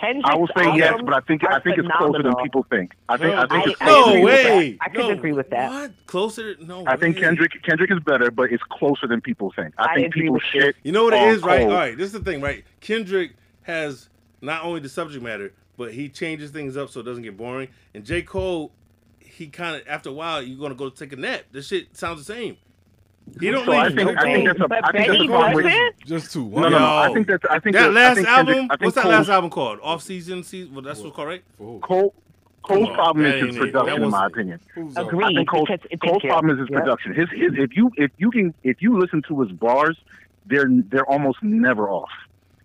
Speaker 15: Kendrick's
Speaker 16: I will say yes,
Speaker 15: albums
Speaker 16: but I think I
Speaker 15: are
Speaker 16: think it's closer than
Speaker 15: phenomenal.
Speaker 16: people think. I think I think it's
Speaker 15: I
Speaker 16: closer
Speaker 15: agree
Speaker 16: than
Speaker 15: with
Speaker 16: people
Speaker 15: that.
Speaker 16: think.
Speaker 15: I could agree with that.
Speaker 4: What? Closer? No.
Speaker 16: I think
Speaker 4: way.
Speaker 16: Kendrick Kendrick is better, but it's closer than people think. I,
Speaker 4: I
Speaker 16: think
Speaker 4: agree
Speaker 16: people
Speaker 4: with you.
Speaker 16: shit.
Speaker 4: You know what it
Speaker 16: on
Speaker 4: is, right?
Speaker 16: Cole.
Speaker 4: All right, this is the thing, right? Kendrick has not only the subject matter, but he changes things up so it doesn't get boring. And J. Cole, he kind of after a while, you're gonna go take a nap. This shit sounds the same. He don't
Speaker 16: So
Speaker 4: leave.
Speaker 16: I think- I think that's a- But I think that's a Benny problem with- wasn't?
Speaker 3: Just two.
Speaker 16: No, no, no. I think that's. I think
Speaker 4: that
Speaker 16: that- I
Speaker 4: last
Speaker 16: think Kendrick-
Speaker 4: album.
Speaker 16: I think
Speaker 4: what's that
Speaker 16: Cole-
Speaker 4: last album called? Off season season. Well, that's what's called, right?
Speaker 16: Cole Cole's
Speaker 4: on,
Speaker 16: problem
Speaker 4: that
Speaker 16: is
Speaker 4: ain't
Speaker 16: his
Speaker 4: it. That
Speaker 16: production, in my
Speaker 4: wasn't
Speaker 16: opinion.
Speaker 15: Agreed,
Speaker 16: I think Cole's,
Speaker 15: because it-
Speaker 16: Cole's
Speaker 15: thank you.
Speaker 16: problem is his
Speaker 15: Yeah.
Speaker 16: production. His, his if you if you can if you listen to his bars, they're they're almost never off.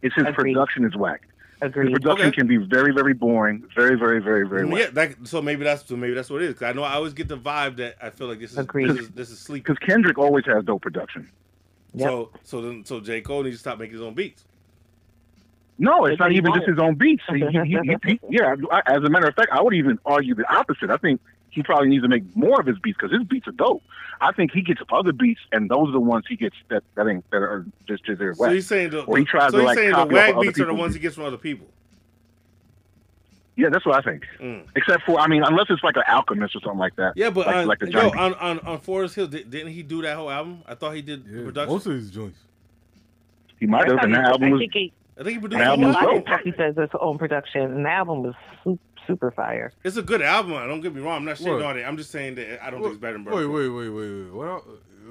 Speaker 16: It's his production is whack.
Speaker 15: Agreed.
Speaker 16: His production
Speaker 4: Okay.
Speaker 16: can be very very boring, very very very very
Speaker 4: Mm,
Speaker 16: whack.
Speaker 4: Yeah, that, so maybe that's so maybe that's what it is. 'Cause I know I always get the vibe that I feel like this is
Speaker 15: Agreed.
Speaker 4: this is, this is sleep.
Speaker 16: Because Kendrick always has dope production.
Speaker 4: So so then so J Cole needs to stop making his own beats.
Speaker 16: No, it's not
Speaker 4: he
Speaker 16: even
Speaker 4: won't.
Speaker 16: just his own beats. He, he, he, he-
Speaker 15: <laughs>
Speaker 16: he- yeah, I, as a matter of fact, I would even argue the opposite. I think he probably needs to make more of his beats because his beats are dope. I think he gets other beats, and those are the ones he gets that that ain't that are just just their
Speaker 4: So
Speaker 16: whack.
Speaker 4: you're saying the
Speaker 16: or he tries
Speaker 4: so
Speaker 16: to
Speaker 4: you're
Speaker 16: like
Speaker 4: saying the
Speaker 16: copy off
Speaker 4: wag
Speaker 16: other
Speaker 4: beats are the
Speaker 16: people's
Speaker 4: ones he
Speaker 16: beats.
Speaker 4: gets from other people.
Speaker 16: Yeah, that's what I think. Except for, I mean, unless it's like an alchemist or something like that.
Speaker 4: Mm. Yeah, but
Speaker 16: like,
Speaker 4: on,
Speaker 16: like the
Speaker 4: yo, uh,
Speaker 16: Johnny
Speaker 4: on, on on Forest Hill, di- didn't he do that whole album? I thought he did the production.
Speaker 3: Most of his joints.
Speaker 16: He might have, and that album was.
Speaker 15: I think he,
Speaker 4: I think he
Speaker 15: I
Speaker 4: produced the
Speaker 15: think
Speaker 4: whole
Speaker 15: a lot
Speaker 4: album.
Speaker 15: of times he does his own production, and the album was su-
Speaker 17: super fire.
Speaker 4: <laughs> It's a good album. Don't get me wrong. I'm not shitting
Speaker 3: What?
Speaker 4: on it. I'm just saying that I don't think it's better than
Speaker 3: Wait,
Speaker 4: Brother
Speaker 3: wait, wait, wait, wait. What? el-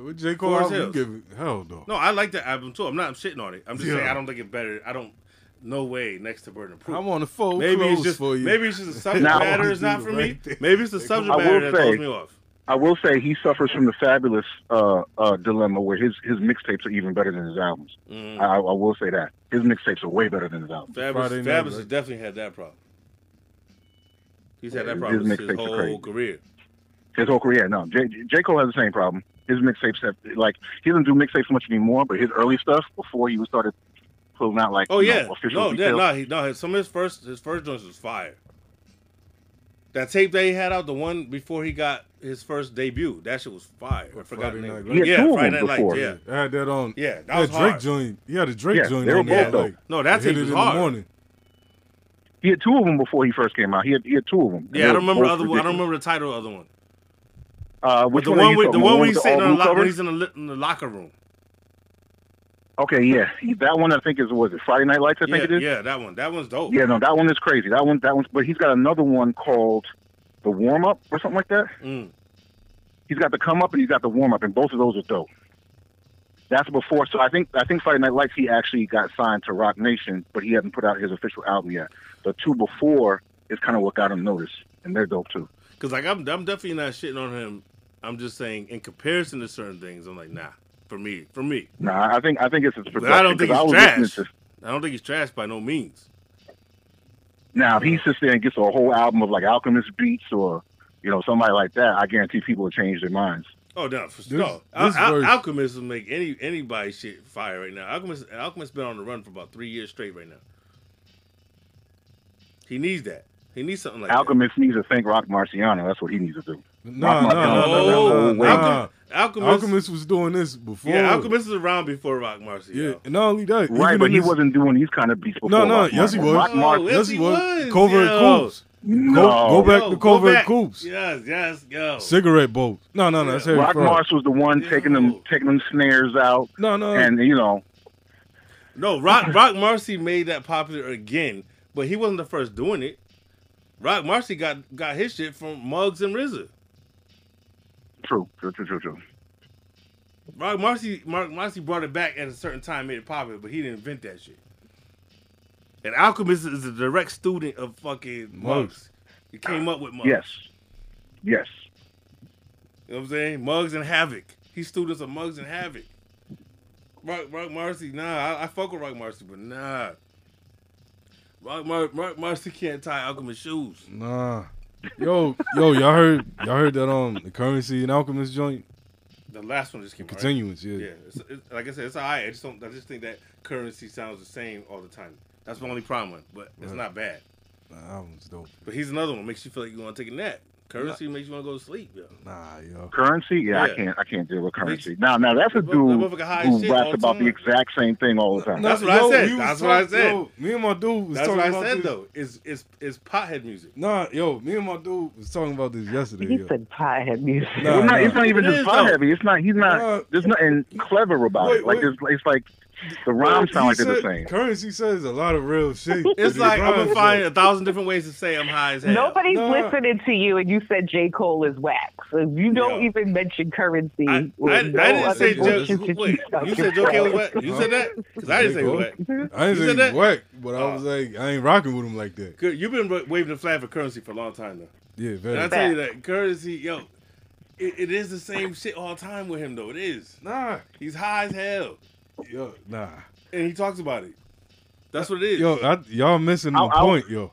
Speaker 3: What J Cole
Speaker 4: Forest
Speaker 3: album you
Speaker 4: Hills.
Speaker 3: giving? Hell no.
Speaker 4: No, I like the album too. I'm not I'm shitting on it. I'm just
Speaker 3: Yeah.
Speaker 4: saying I don't think it better. I don't. No way. Next to Burden of Proof.
Speaker 3: I'm on the phone
Speaker 4: Maybe it's
Speaker 3: close
Speaker 4: just
Speaker 3: for you.
Speaker 4: maybe
Speaker 16: <laughs>
Speaker 4: it's just the subject
Speaker 16: Now-
Speaker 4: matter is not for me. Maybe it's the subject
Speaker 16: I will
Speaker 4: matter that
Speaker 16: say-
Speaker 4: throws me off.
Speaker 16: I will say he suffers from the fabulous uh, uh, dilemma where his, his mixtapes are even better than his albums.
Speaker 4: Mm.
Speaker 16: I, I will say that his mixtapes are way better than his albums.
Speaker 4: Fabulous, Fabulous has definitely had that problem. He's had
Speaker 16: Yeah,
Speaker 4: that
Speaker 16: his
Speaker 4: problem his,
Speaker 16: mixtapes are
Speaker 4: whole
Speaker 16: crazy.
Speaker 4: career.
Speaker 16: His whole career, no. J, J Cole has the same problem. His mixtapes have like he doesn't do mixtapes much anymore, but his early stuff before he was started pulling out like
Speaker 4: Oh
Speaker 16: you know,
Speaker 4: yeah,
Speaker 16: official
Speaker 4: no, yeah,
Speaker 16: details.
Speaker 4: no, he, no. his- Some of his first, his first joints was fire. That tape that he had out, the one before he got his first debut, that shit was fire. I forgot the
Speaker 3: Friday
Speaker 4: name.
Speaker 3: Night Lights. He had
Speaker 4: yeah,
Speaker 3: two of
Speaker 4: Friday
Speaker 3: them
Speaker 4: Night Lights.
Speaker 3: before.
Speaker 4: Yeah,
Speaker 3: I had that on-
Speaker 4: Yeah, that
Speaker 3: Yeah,
Speaker 4: was
Speaker 3: Drake
Speaker 4: hard.
Speaker 3: joint- yeah, the Drake
Speaker 16: Yeah, joint they were on both there, though. like,
Speaker 4: no, that
Speaker 16: they
Speaker 4: tape
Speaker 16: hit it
Speaker 4: was
Speaker 16: in the
Speaker 4: hard.
Speaker 16: morning. He had two of them before he first came out. He had he had two of them.
Speaker 4: Yeah, I don't remember the other. One, I don't remember the title of the other one.
Speaker 16: Uh,
Speaker 4: But
Speaker 16: which
Speaker 4: the
Speaker 16: one? are
Speaker 4: one
Speaker 16: you
Speaker 4: with
Speaker 16: talking
Speaker 4: the
Speaker 16: about?
Speaker 4: one when
Speaker 16: with
Speaker 4: he's
Speaker 16: the
Speaker 4: sitting
Speaker 16: all
Speaker 4: on the
Speaker 16: blue
Speaker 4: locker, when
Speaker 16: cover?
Speaker 4: he's in the, li- in the locker room.
Speaker 16: Okay, yeah, He- that one I think is was it Friday Night Lights? I think
Speaker 4: yeah,
Speaker 16: it is.
Speaker 4: yeah, that one. That one's dope.
Speaker 16: Yeah, no, that one is crazy. That one, that one's. But he's got another one called the warm up or something like that.
Speaker 4: Mm.
Speaker 16: He's got the come up and he's got the warm up, and both of those are dope. That's before. So I think I think Friday Night Lights he actually got signed to Rock Nation, but he hasn't put out his official album yet. The two before is kind of what got him noticed, and they're dope too.
Speaker 4: Because like I'm, I'm definitely not shitting on him. I'm just saying in comparison to certain things, I'm like nah. For me, for me,
Speaker 16: Nah, I think I think it's his
Speaker 4: but
Speaker 16: production.
Speaker 4: I don't think
Speaker 16: 'cause
Speaker 4: he's
Speaker 16: was listening
Speaker 4: trash.
Speaker 16: to-
Speaker 4: I don't think he's trash by no means.
Speaker 16: Now, if he sits there and gets a whole album of like Alchemist beats or you know somebody like that, I guarantee people will change their minds.
Speaker 4: Oh no, for,
Speaker 16: This-
Speaker 4: no.
Speaker 16: this
Speaker 4: Al- Al-
Speaker 16: verse-
Speaker 4: Alchemist will make any anybody shit fire right now. Alchemist, Alchemist been on the run for about three years straight right now. He needs that. He needs something like
Speaker 16: Alchemist needs to thank Rock Marciano. That's what he needs to do.
Speaker 3: Nah, nah,
Speaker 16: Rock
Speaker 3: nah,
Speaker 16: Marciano does that
Speaker 3: nah, nah,
Speaker 16: whole way.
Speaker 3: nah.
Speaker 4: Alchemist-
Speaker 3: Alchemist was doing this
Speaker 4: that.
Speaker 3: before.
Speaker 4: Yeah, Alchemist is around before Rock Marcy.
Speaker 3: Yeah, and not only that,
Speaker 16: Right,
Speaker 3: even
Speaker 16: but
Speaker 3: in
Speaker 16: he
Speaker 3: his-
Speaker 16: wasn't doing these kind of beats before.
Speaker 3: No, no,
Speaker 16: Rock
Speaker 3: yes he
Speaker 16: Marciano.
Speaker 3: was.
Speaker 16: Rock Mar-
Speaker 3: yes he was.
Speaker 4: was,
Speaker 3: Covert
Speaker 4: yo.
Speaker 3: Coops. Go, go
Speaker 16: No.
Speaker 3: back
Speaker 16: Yo,
Speaker 3: to
Speaker 16: go
Speaker 3: Covert
Speaker 16: back.
Speaker 3: Coops.
Speaker 4: Yes, yes, yo.
Speaker 3: Cigarette boat. No, no, no. That's Harry
Speaker 16: Rock
Speaker 3: Fraud.
Speaker 16: Marsh was the one taking them taking them snares out.
Speaker 3: No, no.
Speaker 16: And you know,
Speaker 4: No, Rock Rock Marcy made that popular again, but he wasn't the first doing it. Rock Marcy got got his shit from Muggs and RZA.
Speaker 16: true, true, true, true, true.
Speaker 4: Rock Marcy Mark Marcy brought it back at a certain time, made it popular, but he didn't invent that shit. And Alchemist is a direct student of fucking Muggs. He came up with Muggs.
Speaker 16: Yes, yes.
Speaker 4: You know what I'm saying? Muggs and Havoc. He's students of Muggs and Havoc. Rock, Rock Marcy, nah, I, I fuck with Rock Marcy, but nah. Rock, Mar- Rock Marcy can't tie Alchemist shoes.
Speaker 3: Nah. Yo, yo, y'all heard y'all heard that um the currency and alchemist joint?
Speaker 4: The last one just came out, right?
Speaker 3: Continuance, yeah.
Speaker 4: Yeah, it's, it's, like I said, it's all right. I just, don't, I just think that currency sounds the same all the time. That's my only problem, with it, but it's
Speaker 3: Right.
Speaker 4: not bad.
Speaker 3: Nah, that one's dope.
Speaker 4: But he's another one. Makes you feel like you want to take a nap. Currency makes you want to go to sleep. Yo.
Speaker 3: Nah, yo.
Speaker 16: Currency, yeah,
Speaker 4: Yeah.
Speaker 16: I can't, I can't deal with currency. Now, now that's a
Speaker 4: That
Speaker 16: dude
Speaker 4: motherfucker high as shit
Speaker 16: who
Speaker 4: all
Speaker 16: raps
Speaker 4: the
Speaker 16: about the
Speaker 4: time.
Speaker 16: exact same thing all the time.
Speaker 4: That's what I said.
Speaker 3: we was
Speaker 4: That's what I
Speaker 3: talking-
Speaker 4: said.
Speaker 3: yo, me and my dude was
Speaker 4: That's
Speaker 3: talking
Speaker 4: what I
Speaker 3: about
Speaker 4: said
Speaker 3: this.
Speaker 4: though. Is is is pothead music?
Speaker 3: Nah, yo, me and my dude was talking about this yesterday.
Speaker 4: He
Speaker 3: yo.
Speaker 17: said pothead music.
Speaker 16: Well, not, It's not even just fun heavy. It's not. He's not.
Speaker 3: Nah.
Speaker 16: there's nothing clever about
Speaker 3: Wait,
Speaker 16: it. Like
Speaker 3: wait.
Speaker 16: there's, it's like the rhymes sound
Speaker 3: He
Speaker 16: like they're the
Speaker 3: said-
Speaker 16: same.
Speaker 3: Currency says a lot of real shit.
Speaker 4: <laughs> It's
Speaker 3: The
Speaker 4: like I'm
Speaker 3: rhymes,
Speaker 4: gonna
Speaker 3: yo.
Speaker 4: find a thousand different ways to say I'm high as hell.
Speaker 17: Nobody's listening to you, and you said J. Cole is whack. So you don't even mention currency. I,
Speaker 4: I, I didn't say Joe. Wait, you said Joe K was wet. You said that? Because I didn't say he was wet.
Speaker 3: I
Speaker 4: <laughs> You
Speaker 3: didn't say
Speaker 4: said that? Oh.
Speaker 3: whack, but I was like, I ain't rocking with him like that.
Speaker 4: Good, You've been wa- waving the flag for currency for a long time now.
Speaker 3: Yeah,
Speaker 4: And
Speaker 3: very.
Speaker 4: I tell you that currency, yo, it, it is the same shit all the time with him though. It is.
Speaker 3: Nah,
Speaker 4: he's high as hell,
Speaker 3: Yo, nah.
Speaker 4: and he talks about it. That's what it is.
Speaker 3: Yo, I, y'all missing the
Speaker 16: I'll- I'll-
Speaker 3: point, yo.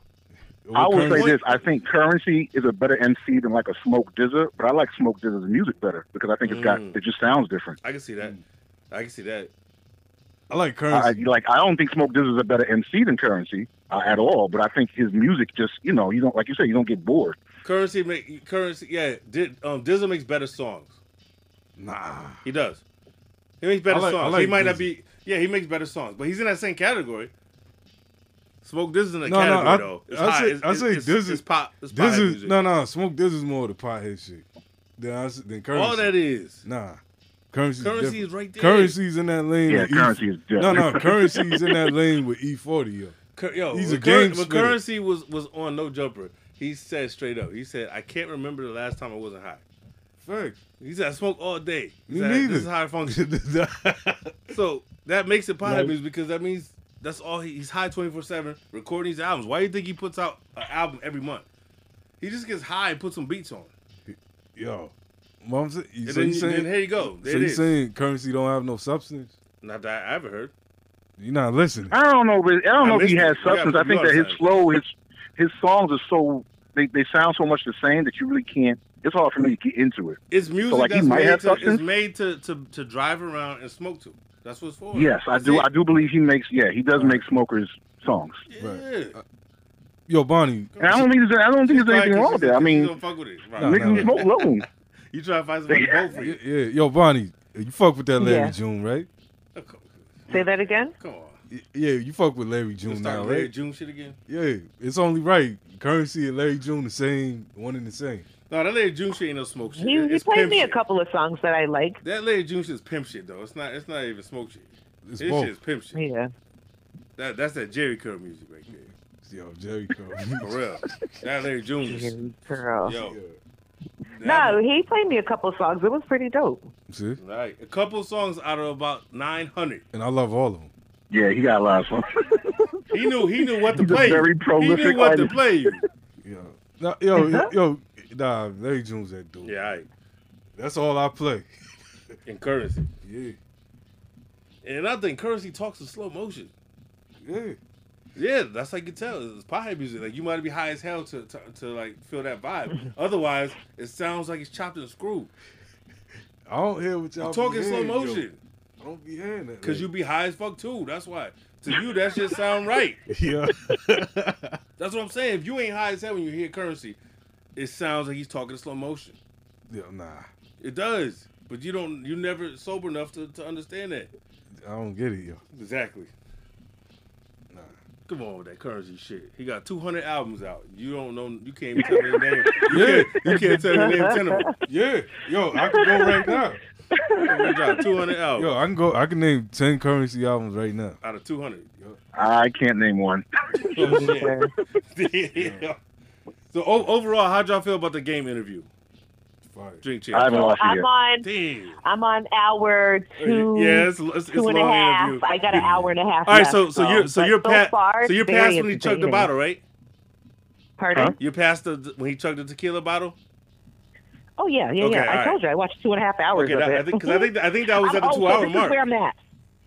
Speaker 16: I will say
Speaker 3: Currency-
Speaker 16: this: I think Currency is a better MC than like a Smoke Dizza, but I like Smoke Dizza's music better because I think it's got
Speaker 4: Mm.
Speaker 16: it just sounds different.
Speaker 4: I can see that. I can see that.
Speaker 3: I like
Speaker 16: I, like I don't think Smoke Dizza's a better MC than Currency uh, at all, but I think his music just you know you don't like you said you don't get bored.
Speaker 4: Currency make currency. Yeah, did um Dizzle makes better songs.
Speaker 3: Nah,
Speaker 4: he does. He makes better
Speaker 3: I like- I
Speaker 4: songs.
Speaker 3: like
Speaker 4: he might not be. Yeah, he makes better songs, but he's in that same category. Smoke Dizzle in the
Speaker 3: No,
Speaker 4: category
Speaker 3: no, I,
Speaker 4: though. It's
Speaker 3: I
Speaker 4: high.
Speaker 3: say,
Speaker 4: it's,
Speaker 3: I say
Speaker 4: it's,
Speaker 3: this
Speaker 4: it's,
Speaker 3: is
Speaker 4: it's pop. It's
Speaker 3: this
Speaker 4: pop
Speaker 3: is
Speaker 4: music.
Speaker 3: no, no. Smoke this is more the pothead shit than I, s- than currency.
Speaker 4: that is.
Speaker 3: nah. Currency's
Speaker 4: Currency
Speaker 3: different.
Speaker 4: is right there.
Speaker 3: Currency's in that lane.
Speaker 16: Yeah,
Speaker 3: with
Speaker 16: currency
Speaker 3: e,
Speaker 16: is different.
Speaker 3: No, no,
Speaker 16: <laughs>
Speaker 3: currency's in that lane with E forty. Yo,
Speaker 4: Cur- yo,
Speaker 3: he's
Speaker 4: when
Speaker 3: a
Speaker 4: Cur-
Speaker 3: game
Speaker 4: when
Speaker 3: splitter.
Speaker 4: currency was was on no jumper. He said straight up. He said, "I can't remember the last time I wasn't high." Fuck. He said, "I smoke all day." He
Speaker 3: Me
Speaker 4: said,
Speaker 3: neither.
Speaker 4: This is how I
Speaker 3: <laughs>
Speaker 4: function. so that makes it pot
Speaker 3: Right.
Speaker 4: abuse because that means that's all he, he's high twenty four seven recording these albums. Why do you think he puts out an album every month? He just gets high and puts some beats on.
Speaker 3: Yo. Mom, so you
Speaker 4: And
Speaker 3: so
Speaker 4: then
Speaker 3: you
Speaker 4: you-
Speaker 3: saying,
Speaker 4: then here you go. There
Speaker 3: so
Speaker 4: it
Speaker 3: you
Speaker 4: is.
Speaker 3: saying currency don't have no substance?
Speaker 4: Not that I ever heard.
Speaker 3: You're not listening.
Speaker 16: I don't know, but I don't
Speaker 4: I
Speaker 16: know if he
Speaker 4: missed
Speaker 16: has
Speaker 4: it. You gotta
Speaker 16: substance. I
Speaker 4: put me
Speaker 16: think
Speaker 4: on
Speaker 16: that his
Speaker 4: something.
Speaker 16: flow, his his songs are so they, they sound so much the same that you really can't. It's hard for me to get into it.
Speaker 4: It's music
Speaker 16: So like he
Speaker 4: that's
Speaker 16: might
Speaker 4: made
Speaker 16: have
Speaker 4: to, it's
Speaker 16: substance.
Speaker 4: made to, to, to drive around and smoke to. That's what it's for.
Speaker 16: Yes, I
Speaker 4: That's
Speaker 16: do.
Speaker 4: it.
Speaker 16: I do believe he makes. Yeah, he does make smokers songs.
Speaker 4: Yeah.
Speaker 3: Yo, Bonnie.
Speaker 16: And I don't think there's, I don't think there's anything wrong with that. I
Speaker 4: You
Speaker 16: mean,
Speaker 4: don't fuck with it. Right.
Speaker 16: niggas who smoke low.
Speaker 4: You try to find somebody to vote for
Speaker 3: Yeah,
Speaker 4: you.
Speaker 3: yeah. Yo, Bonnie, you fuck with that Larry
Speaker 15: Yeah.
Speaker 3: June, right?
Speaker 15: Say that again.
Speaker 4: Come on.
Speaker 3: Y- Yeah, you fuck with Larry June
Speaker 4: Start
Speaker 3: now,
Speaker 4: Larry
Speaker 3: right?
Speaker 4: June shit again.
Speaker 3: Yeah, it's only right. Currency and Larry June the same, one and the same.
Speaker 4: No, that Larry June shit ain't no smoke shit.
Speaker 15: He,
Speaker 4: It-
Speaker 15: he
Speaker 4: it's
Speaker 15: played
Speaker 4: pimp
Speaker 15: me a
Speaker 4: shit.
Speaker 15: couple of songs that I like.
Speaker 4: That Larry June shit is pimp shit though. It's not. It's not even smoke shit.
Speaker 3: It's
Speaker 4: this
Speaker 3: both.
Speaker 4: shit is pimp shit.
Speaker 15: Yeah.
Speaker 4: That that's that Jerry Curl music right there.
Speaker 3: Yo, Jerry Curl.
Speaker 4: <laughs> For
Speaker 3: <laughs>
Speaker 15: <laughs>
Speaker 4: real. That Larry June. was-
Speaker 15: Jerry Curl.
Speaker 4: Yo.
Speaker 15: No, he played me a couple of songs. It was pretty dope.
Speaker 3: See?
Speaker 4: Right. A couple songs out of about nine hundred.
Speaker 3: And I love all of them.
Speaker 16: Yeah, he got a lot of songs. <laughs>
Speaker 4: He knew. He knew
Speaker 3: <laughs>
Speaker 4: what to
Speaker 3: He's a
Speaker 4: play.
Speaker 3: very
Speaker 4: He
Speaker 3: prolific
Speaker 4: knew what
Speaker 3: artist.
Speaker 4: to play. you.
Speaker 3: Nah,
Speaker 4: <laughs>
Speaker 3: yo, yo, yo, nah, Larry June's that dude.
Speaker 4: Yeah, I.
Speaker 3: That's all I play.
Speaker 4: In currency.
Speaker 3: Yeah.
Speaker 4: And I think currency talks in slow motion.
Speaker 3: Yeah.
Speaker 4: Yeah, that's how you can tell. It's pie music. Like you might be high as hell to, to, to like feel that vibe. Otherwise, it sounds like it's chopped and screwed.
Speaker 3: I don't hear what y'all
Speaker 4: You
Speaker 3: be
Speaker 4: talking slow
Speaker 3: hearing, yo.
Speaker 4: motion.
Speaker 3: I don't be hearing that.
Speaker 4: Cause you be high as fuck too. That's why. To you, that shit sound right.
Speaker 3: <laughs> Yeah.
Speaker 4: That's what I'm saying. If you ain't high as hell when you hear currency, it sounds like he's talking in slow motion.
Speaker 3: Yeah, nah.
Speaker 4: It does. But you don't you never sober enough to, to understand that.
Speaker 3: I don't get it, yo.
Speaker 4: Exactly. Nah. Come on with that currency shit. He got 200 albums out. You don't know. You can't even tell me the <laughs> name. You
Speaker 3: Yeah.
Speaker 4: can't, you can't tell me the name of 10 of them. <laughs>
Speaker 3: Yeah. Yo, I can go right now.
Speaker 4: He got 200 albums
Speaker 3: Yo, I can go. I can name ten currency albums right now.
Speaker 4: out of 200.
Speaker 16: I can't name one.
Speaker 4: Oh, shit. <laughs> Yeah. So o- overall, how'd y'all feel about the game interview? Drink champ.
Speaker 16: I haven't watched it
Speaker 15: I'm
Speaker 16: yet.
Speaker 15: on.
Speaker 4: Damn.
Speaker 15: I'm on hour two.
Speaker 4: Yeah, it's- Uh, it's- it's
Speaker 15: two and a
Speaker 4: long
Speaker 15: half.
Speaker 4: interview.
Speaker 15: I got an hour and a half.
Speaker 4: All right,
Speaker 15: left,
Speaker 4: so so you're so
Speaker 15: but
Speaker 4: you're pa-
Speaker 15: far,
Speaker 4: so you're
Speaker 15: it's very
Speaker 4: past when he chugged the
Speaker 15: entertaining.
Speaker 4: bottle, right?
Speaker 15: Pardon?
Speaker 4: You passed the when he chugged the tequila bottle.
Speaker 15: Oh yeah, yeah,
Speaker 4: Okay,
Speaker 15: yeah. I
Speaker 4: all
Speaker 15: told you I watched two and a half hours
Speaker 4: Okay,
Speaker 15: of
Speaker 4: that-
Speaker 15: it.
Speaker 4: I think- 'cause I think- I think that was at
Speaker 15: I'm-
Speaker 4: the
Speaker 15: oh, so
Speaker 4: two-hour
Speaker 15: this is
Speaker 4: mark.
Speaker 15: where I'm at.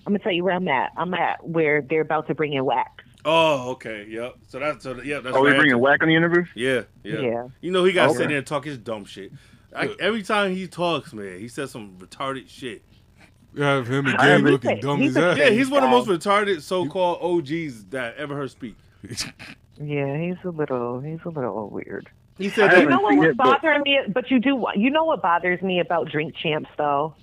Speaker 15: I'm gonna tell you where I'm at. I'm at where they're about to bring in wax.
Speaker 4: Oh, okay, yep. So that's so yeah. That's
Speaker 16: oh, they
Speaker 4: right.
Speaker 16: bringing whack on the interview.
Speaker 4: Yeah, yeah,
Speaker 16: Yeah.
Speaker 4: You know he got to sit
Speaker 16: Okay.
Speaker 4: there and talk his dumb shit. I, every time he talks, man, he says some retarded shit.
Speaker 3: You have him and
Speaker 4: I
Speaker 3: Gabe
Speaker 4: haven't-
Speaker 3: looking dumb as hell.
Speaker 4: Yeah, he's one of the most
Speaker 16: um,
Speaker 4: retarded so-called OGs that I ever heard speak.
Speaker 3: <laughs>
Speaker 15: Yeah, he's a little, he's a little weird.
Speaker 4: He
Speaker 15: You
Speaker 4: said that-
Speaker 15: know what was bothering me, but you do. You know what bothers me about Drink Champs though.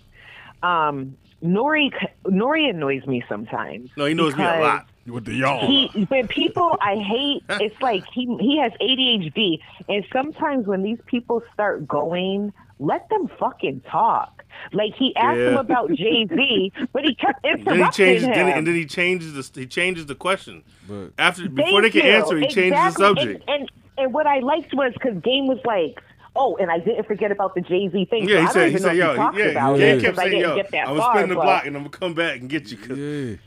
Speaker 15: Um, Nori, Nori annoys me sometimes.
Speaker 4: No, he knows me a
Speaker 15: because- <laughs>
Speaker 4: lot. With the y'all.
Speaker 15: He, when people I hate, it's like he he has ADHD, and sometimes when these people start going, let them fucking talk. Like he asked him
Speaker 4: Yeah.
Speaker 15: about Jay Z, but he kept
Speaker 4: then he
Speaker 15: interrupting
Speaker 4: changes,
Speaker 15: him.
Speaker 4: then, and then he changes the he changes the question after
Speaker 15: Thank
Speaker 4: before they can
Speaker 15: you.
Speaker 4: answer. He changes the
Speaker 15: Exactly. And-
Speaker 4: subject.
Speaker 15: And, and what I liked was because Game was like. Oh, and I didn't forget about the Jay Z thing.
Speaker 4: yeah, he
Speaker 15: so
Speaker 4: said,
Speaker 15: I don't
Speaker 4: he
Speaker 15: even know
Speaker 4: said,
Speaker 15: if
Speaker 4: yo,
Speaker 15: he talked
Speaker 4: yeah,
Speaker 15: about
Speaker 4: yeah,
Speaker 15: it
Speaker 4: he kept
Speaker 15: because I
Speaker 4: saying,
Speaker 15: didn't
Speaker 4: yo,
Speaker 15: get that
Speaker 4: I was
Speaker 15: far,
Speaker 4: spinning the
Speaker 15: but-
Speaker 4: block and I'm gonna come back and get you. 'cause-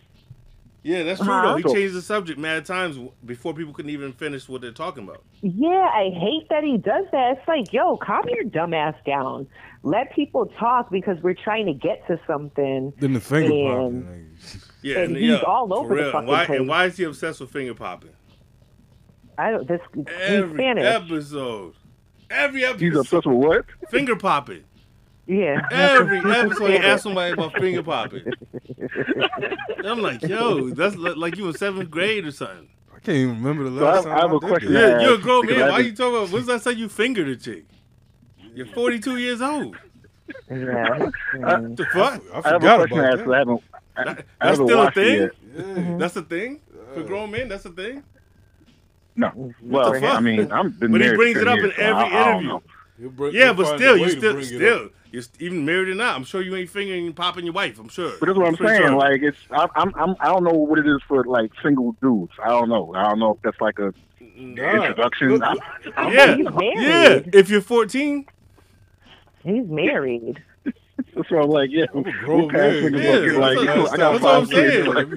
Speaker 4: Yeah, that's true
Speaker 15: Huh?
Speaker 4: though. He changed the subject mad times w- before people couldn't even finish what they're talking about.
Speaker 15: Yeah, I hate that he does that. It's like, yo, calm your dumb ass down. Let people talk because we're trying to get to something.
Speaker 3: Then the finger
Speaker 15: And-
Speaker 3: popping. Like,
Speaker 4: Yeah,
Speaker 15: And he's all
Speaker 4: for
Speaker 15: over the
Speaker 4: real.
Speaker 15: fucking
Speaker 4: why,
Speaker 15: place.
Speaker 4: And why is he obsessed with finger popping?
Speaker 15: I don't. This he's
Speaker 4: Every
Speaker 15: Spanish.
Speaker 4: episode, every episode,
Speaker 16: He's obsessed with what?
Speaker 4: finger
Speaker 15: <laughs>
Speaker 4: popping.
Speaker 15: yeah.
Speaker 4: Every episode, he asks somebody about finger popping.
Speaker 15: <laughs>
Speaker 4: And I'm like, yo, that's li- like you in seventh grade or something.
Speaker 3: I can't even remember the
Speaker 16: So I-
Speaker 3: last
Speaker 16: I
Speaker 3: time.
Speaker 16: have a
Speaker 3: did
Speaker 16: question
Speaker 3: that.
Speaker 16: to
Speaker 4: You're a grown
Speaker 16: because
Speaker 4: man.
Speaker 16: I
Speaker 4: Why
Speaker 16: did-
Speaker 4: you talking about? When's the last time you fingered a chick? You're 42 years old.
Speaker 15: Yeah.
Speaker 4: The fuck?
Speaker 3: I
Speaker 16: I have a
Speaker 3: forgot
Speaker 16: question
Speaker 3: about
Speaker 16: to ask.
Speaker 3: that.
Speaker 16: I haven't. I,
Speaker 4: That-
Speaker 16: I
Speaker 4: that's
Speaker 16: haven't
Speaker 4: still a
Speaker 16: watched it
Speaker 4: thing.
Speaker 16: yet.
Speaker 4: That's a thing for grown men. That's a thing.
Speaker 16: No. Well,
Speaker 4: the fuck?
Speaker 16: I mean, I'm been
Speaker 4: But he
Speaker 16: married
Speaker 4: brings it
Speaker 16: 10
Speaker 4: up
Speaker 16: years,
Speaker 4: in
Speaker 16: so I-
Speaker 4: every
Speaker 16: I don't
Speaker 4: interview.
Speaker 16: know.
Speaker 3: He'll bring-
Speaker 4: yeah,
Speaker 3: he'll
Speaker 4: but
Speaker 3: find
Speaker 4: still,
Speaker 3: a
Speaker 4: you
Speaker 3: way to
Speaker 4: still,
Speaker 3: bring it
Speaker 4: still,
Speaker 3: up.
Speaker 4: you're st- even married or not. I'm sure you ain't fingering and popping your wife. I'm sure.
Speaker 16: But that's what I'm
Speaker 4: pretty
Speaker 16: saying.
Speaker 4: sure.
Speaker 16: Like it's I, I'm I'm I don't know what it is for like single dudes. I don't know. I don't know if that's like a introduction. I, I don't
Speaker 4: yeah,
Speaker 16: know.
Speaker 4: yeah. If you're 14,
Speaker 15: he's married.
Speaker 16: That's what I'm like. Yeah,
Speaker 4: grown
Speaker 16: what kind of
Speaker 4: man.
Speaker 16: nigga gonna
Speaker 4: Yeah,
Speaker 16: get like?
Speaker 4: that's what-
Speaker 16: I got
Speaker 4: that's what I'm
Speaker 16: five kids.
Speaker 4: saying.
Speaker 16: Like,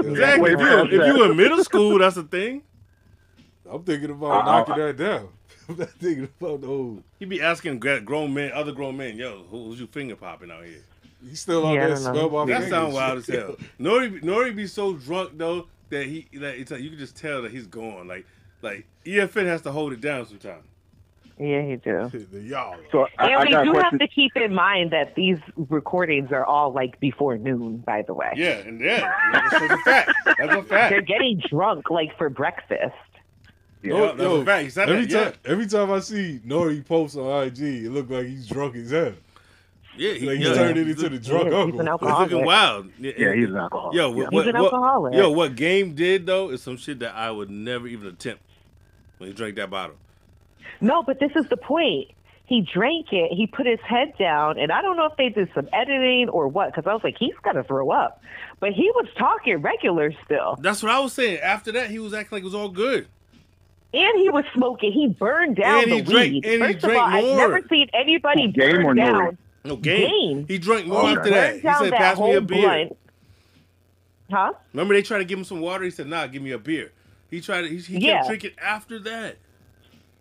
Speaker 4: Yeah, exactly.
Speaker 16: Way
Speaker 4: If you're,
Speaker 16: past
Speaker 4: if you
Speaker 16: that.
Speaker 4: were in middle school, that's the thing.
Speaker 3: I'm thinking about knocking that down. <laughs> I'm not thinking about the old.
Speaker 4: You be asking gra- grown men, other grown men, yo, who- who's you finger popping out here?
Speaker 3: He still out Yeah, I there don't know.
Speaker 16: Oh,
Speaker 3: scrub off
Speaker 4: That
Speaker 3: fingers.
Speaker 4: sound
Speaker 16: <laughs>
Speaker 4: wild as
Speaker 3: <laughs>
Speaker 4: hell. Nori, Nori be so drunk though that he that it's like, you can just tell that he's gone. Like like EFN has to hold it down sometimes.
Speaker 15: Yeah, he do.
Speaker 4: Y'all.
Speaker 16: So
Speaker 15: and we do have to keep in mind that these recordings are all like before noon, by the way.
Speaker 4: Yeah, and yeah, that's a fact. That's a fact.
Speaker 15: They're getting drunk like for breakfast.
Speaker 4: Yeah, that's a fact. He said
Speaker 3: every
Speaker 4: that, yeah.
Speaker 3: time, every time I see Nori post on IG, it look like he's drunk as hell.
Speaker 4: Yeah, he-
Speaker 3: like
Speaker 4: yeah.
Speaker 3: he's turned it into the drunk
Speaker 4: Yeah, he's an
Speaker 3: uncle.
Speaker 4: alcoholic. looking wild.
Speaker 16: Yeah, he's an alcoholic.
Speaker 4: Yo,
Speaker 16: Yeah.
Speaker 4: what,
Speaker 16: He's
Speaker 4: what,
Speaker 16: an
Speaker 4: what-
Speaker 16: alcoholic.
Speaker 4: Yo, what game did though is some shit that I would never even attempt when he drank that bottle.
Speaker 15: No, but this is the point. He drank it. He put his head down, and I don't know if they did some editing or what, because I was like, he's gonna throw up. But he was talking regular still,
Speaker 4: That's what I was saying. After that, he was acting like it was all good.
Speaker 15: and he was smoking. He burned down
Speaker 4: And
Speaker 15: the
Speaker 4: he drank-
Speaker 15: weed.
Speaker 4: and he
Speaker 15: First of
Speaker 4: drank
Speaker 15: all, I've
Speaker 4: more.
Speaker 15: never seen anybody burn down.
Speaker 4: No game.
Speaker 15: Game.
Speaker 4: He drank more
Speaker 15: He
Speaker 4: after that.
Speaker 15: burned
Speaker 4: He
Speaker 15: down
Speaker 4: said,
Speaker 15: that
Speaker 4: "Pass me a
Speaker 15: whole
Speaker 4: beer."
Speaker 15: blunt. Huh?
Speaker 4: Remember they tried to give him some water. He said, "Nah, give me a beer." He tried. To, he, he
Speaker 15: Yeah.
Speaker 4: kept drinking after that.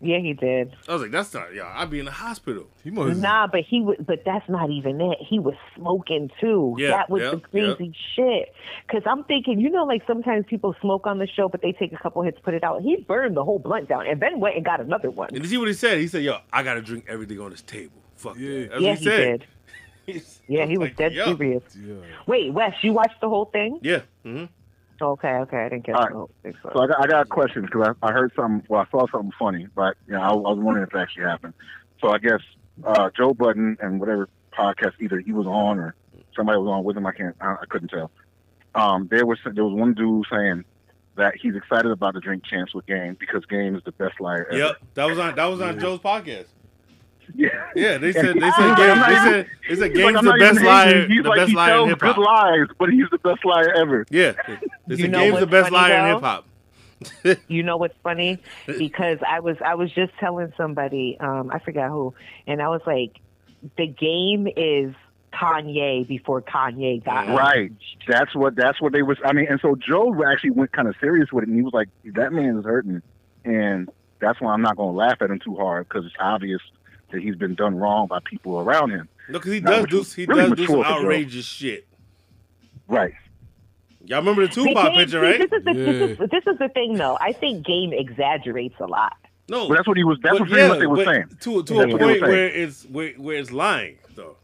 Speaker 15: Yeah, he did.
Speaker 4: I was like, "That's not y'all. I'd be in the hospital." He
Speaker 15: Nah, but he was, but that's not even it. He was smoking too.
Speaker 4: Yeah,
Speaker 15: that was
Speaker 4: yeah,
Speaker 15: the crazy shit. Because I'm thinking, you know, like sometimes people smoke on the show, but they take a couple hits, put it out. He burned the whole blunt down, and then went and got another one.
Speaker 4: And you see what he said? He said, "Yo, I gotta drink everything on this table." Fuck yeah. That. That's
Speaker 15: Yeah,
Speaker 4: what he
Speaker 15: he
Speaker 4: said. <laughs>
Speaker 15: Yeah, he was dead
Speaker 4: yo.
Speaker 15: serious. Wait, Wes, you watched the whole thing?
Speaker 4: Yeah. Mm-hmm.
Speaker 15: Okay, okay, I didn't get
Speaker 16: All
Speaker 15: the
Speaker 16: right.
Speaker 15: whole thing. so-
Speaker 16: So I got, I got a question because I, I heard something. Well, I saw something funny, but you know, I, I was wondering if it actually happened. So I guess uh, Joe Budden and whatever podcast either he was on or somebody was on with him. I can't. I, I couldn't tell. Um, there was there was one dude saying that he's excited about the drink champs with Game because Game is the best liar ever.
Speaker 4: Yep. That was on. That was on
Speaker 16: Yeah.
Speaker 4: Joe's podcast.
Speaker 16: <laughs> Yeah.
Speaker 4: Yeah. They
Speaker 16: And
Speaker 4: said.
Speaker 16: he-
Speaker 4: They
Speaker 16: he's
Speaker 4: said.
Speaker 16: like,
Speaker 4: Game,
Speaker 16: "I'm not
Speaker 4: they
Speaker 16: even-
Speaker 4: said. They said.
Speaker 16: he's like,
Speaker 4: Game's
Speaker 16: "I'm
Speaker 4: the
Speaker 16: not even
Speaker 4: best
Speaker 16: hating."
Speaker 4: liar.
Speaker 16: He's
Speaker 4: The
Speaker 16: like,
Speaker 4: best
Speaker 16: he
Speaker 4: liar in
Speaker 16: tells
Speaker 4: hip hop.
Speaker 16: Good lies, but he's the best liar ever.
Speaker 4: Yeah. They
Speaker 15: You
Speaker 4: said
Speaker 15: know
Speaker 4: Game's
Speaker 15: what's
Speaker 4: the best liar
Speaker 15: funny,
Speaker 4: in
Speaker 15: though?
Speaker 4: hip hop.
Speaker 15: you know what's
Speaker 4: <laughs>
Speaker 15: funny? Because I was I was just telling somebody, um, I forgot who, and I was like, the game is Kanye before Kanye got him.
Speaker 16: Right. That's what that's what they was I mean, and so Joe actually went kind of serious with it and he was like, That man is hurting and that's why I'm not gonna laugh at him too hard because it's obvious that he's been done wrong by people around him.
Speaker 4: No, because he
Speaker 16: Nah,
Speaker 4: does
Speaker 16: which
Speaker 4: do.
Speaker 16: was
Speaker 4: He
Speaker 16: really
Speaker 4: does do some
Speaker 16: mature for Joe.
Speaker 4: outrageous shit.
Speaker 16: Right.
Speaker 4: Y'all remember the
Speaker 15: But
Speaker 4: Tupac
Speaker 15: Game-
Speaker 4: picture,
Speaker 15: see,
Speaker 4: right?
Speaker 15: This is, the, this, is, this is the thing, though. I think game exaggerates a lot.
Speaker 4: No,
Speaker 16: But that's what he was- that's
Speaker 4: but
Speaker 16: what pretty much they
Speaker 4: but
Speaker 16: was saying.
Speaker 4: To to a
Speaker 16: That's what they was
Speaker 4: point
Speaker 16: saying.
Speaker 4: where it's where, where it's lying though.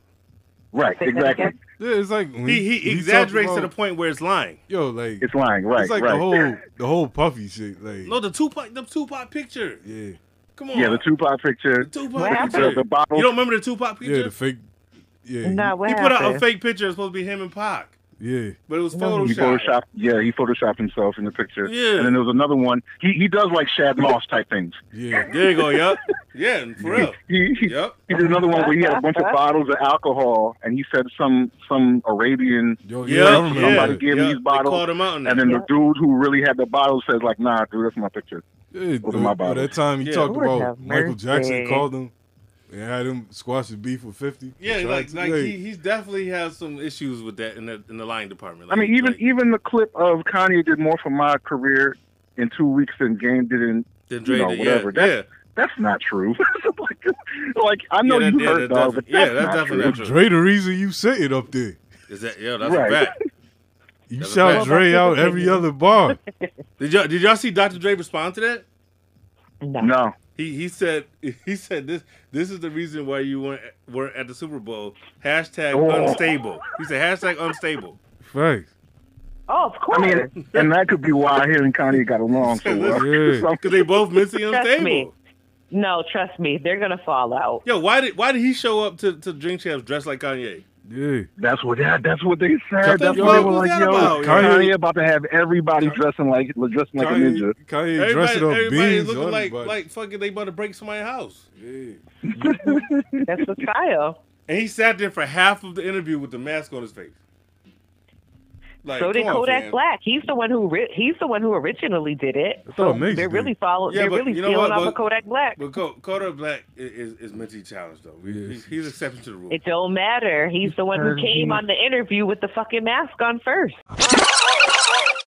Speaker 16: Right,
Speaker 4: Say that exactly. again?
Speaker 3: Yeah, it's like when
Speaker 4: He he,
Speaker 3: when talk
Speaker 4: exaggerates to
Speaker 3: about-
Speaker 4: the point where it's lying.
Speaker 3: Yo, like
Speaker 16: it's lying, right,
Speaker 3: It's like
Speaker 16: right.
Speaker 3: the whole the whole puffy shit. Like
Speaker 4: No, the Tupac the Tupac picture.
Speaker 3: Yeah.
Speaker 4: Come on.
Speaker 16: Yeah, the Tupac picture. The
Speaker 4: Tupac
Speaker 16: the,
Speaker 4: picture.
Speaker 16: the bottle
Speaker 4: You don't remember the Tupac picture?
Speaker 3: yeah, the fake. Yeah,
Speaker 4: he, he put out a fake picture. It's supposed to be him and Pac,
Speaker 3: Yeah,
Speaker 4: but it was
Speaker 16: He
Speaker 4: photoshopped.
Speaker 16: photoshopped, yeah, he photoshopped himself in the picture.
Speaker 4: Yeah.
Speaker 16: And then there was another one. He he does like Shad Moss type things.
Speaker 3: Yeah.
Speaker 4: There you go. Yep. Yeah, and for real.
Speaker 16: He, he, he did another one where he had a bunch of bottles of alcohol, and he said some some Arabian.
Speaker 4: yeah, yeah, I remember
Speaker 16: somebody
Speaker 4: that.
Speaker 16: gave
Speaker 4: Yeah,
Speaker 16: me these
Speaker 4: they
Speaker 16: bottles,
Speaker 4: called him out on
Speaker 16: and
Speaker 4: that.
Speaker 16: then
Speaker 4: Yeah.
Speaker 16: the dude who really had the bottle says like, "Nah, dude, that's my picture."
Speaker 3: Yeah,
Speaker 16: Those are
Speaker 3: or-
Speaker 16: my
Speaker 3: or
Speaker 16: bottles.
Speaker 3: that time he
Speaker 16: Yeah.
Speaker 3: talked
Speaker 16: Lord
Speaker 3: about
Speaker 16: have
Speaker 3: Michael Jackson
Speaker 16: mercy.
Speaker 3: called him and had him squash his beef with fifty.
Speaker 4: Yeah,
Speaker 3: Tried
Speaker 4: like
Speaker 3: to-
Speaker 4: like
Speaker 3: hey,
Speaker 4: he, he's definitely has some issues with that in the in the lying department.
Speaker 16: I
Speaker 4: Like,
Speaker 16: mean, even even the clip of Kanye did more for my career in two weeks than Game did in
Speaker 4: Than
Speaker 16: you
Speaker 4: Dre
Speaker 16: know,
Speaker 4: did, yeah,
Speaker 16: whatever. That's,
Speaker 4: yeah.
Speaker 16: that's not true. <laughs> like, like, I know
Speaker 4: Yeah, that-
Speaker 16: you
Speaker 4: yeah,
Speaker 16: heard
Speaker 4: that
Speaker 16: dog, but
Speaker 4: defi- yeah,
Speaker 16: that's
Speaker 4: that's
Speaker 16: not
Speaker 4: definitely
Speaker 16: true.
Speaker 4: not true.
Speaker 3: Dre, the reason you sitting up there,
Speaker 4: is that yeah, that's
Speaker 3: Right.
Speaker 4: a fact.
Speaker 3: you
Speaker 4: That's a
Speaker 3: shout
Speaker 4: fact.
Speaker 3: Dre out
Speaker 4: <laughs>
Speaker 3: every other bar.
Speaker 4: Did y'all did y'all see Dr. Dre respond to that?
Speaker 15: No.
Speaker 16: No.
Speaker 4: He he said <laughs> he said this this is the reason why you weren't weren't at the Super Bowl. Hashtag
Speaker 16: Oh.
Speaker 4: unstable. He said hashtag unstable.
Speaker 3: Right.
Speaker 15: Oh, of course.
Speaker 16: I mean, and that could be why him and Kanye got
Speaker 4: <laughs>
Speaker 16: along <laughs> so well.
Speaker 4: Because they both missing
Speaker 15: Trust
Speaker 4: unstable.
Speaker 15: me. No, trust me, they're gonna fall out.
Speaker 4: Yo, why did why did he show up to, to Drink Champs dressed like Kanye?
Speaker 5: Yeah.
Speaker 16: That's what that, that's what they
Speaker 5: Cut
Speaker 16: said.
Speaker 5: that
Speaker 16: That's what they
Speaker 5: fuck
Speaker 16: were
Speaker 5: was
Speaker 16: like,
Speaker 5: that
Speaker 16: yo,
Speaker 5: about?
Speaker 16: Kanye about to have everybody dressing like dressing like
Speaker 5: Kanye-
Speaker 16: a ninja.
Speaker 5: Kanye dressing up
Speaker 4: everybody
Speaker 5: beans
Speaker 4: looking
Speaker 5: on
Speaker 4: like
Speaker 5: everybody.
Speaker 4: like fucking they about to break somebody's house.
Speaker 15: That's the style.
Speaker 4: And he sat there for half of the interview with the mask on his face. Like,
Speaker 15: so did
Speaker 4: come on,
Speaker 15: Kodak
Speaker 4: fam.
Speaker 15: Black. He's the one who ri- he's the one who originally did it.
Speaker 4: thought
Speaker 15: So
Speaker 4: Miggs
Speaker 15: they're
Speaker 4: did.
Speaker 15: really follow.
Speaker 4: Yeah,
Speaker 15: they're
Speaker 4: but
Speaker 15: really
Speaker 4: you know
Speaker 15: stealing
Speaker 4: what,
Speaker 15: off
Speaker 4: but-
Speaker 15: of Kodak Black.
Speaker 4: But Co- Kodak Black i- is, is mentally challenged though. He- He's, he's exception to the rule.
Speaker 15: It don't matter. He's the one who came on the interview with the fucking mask on first.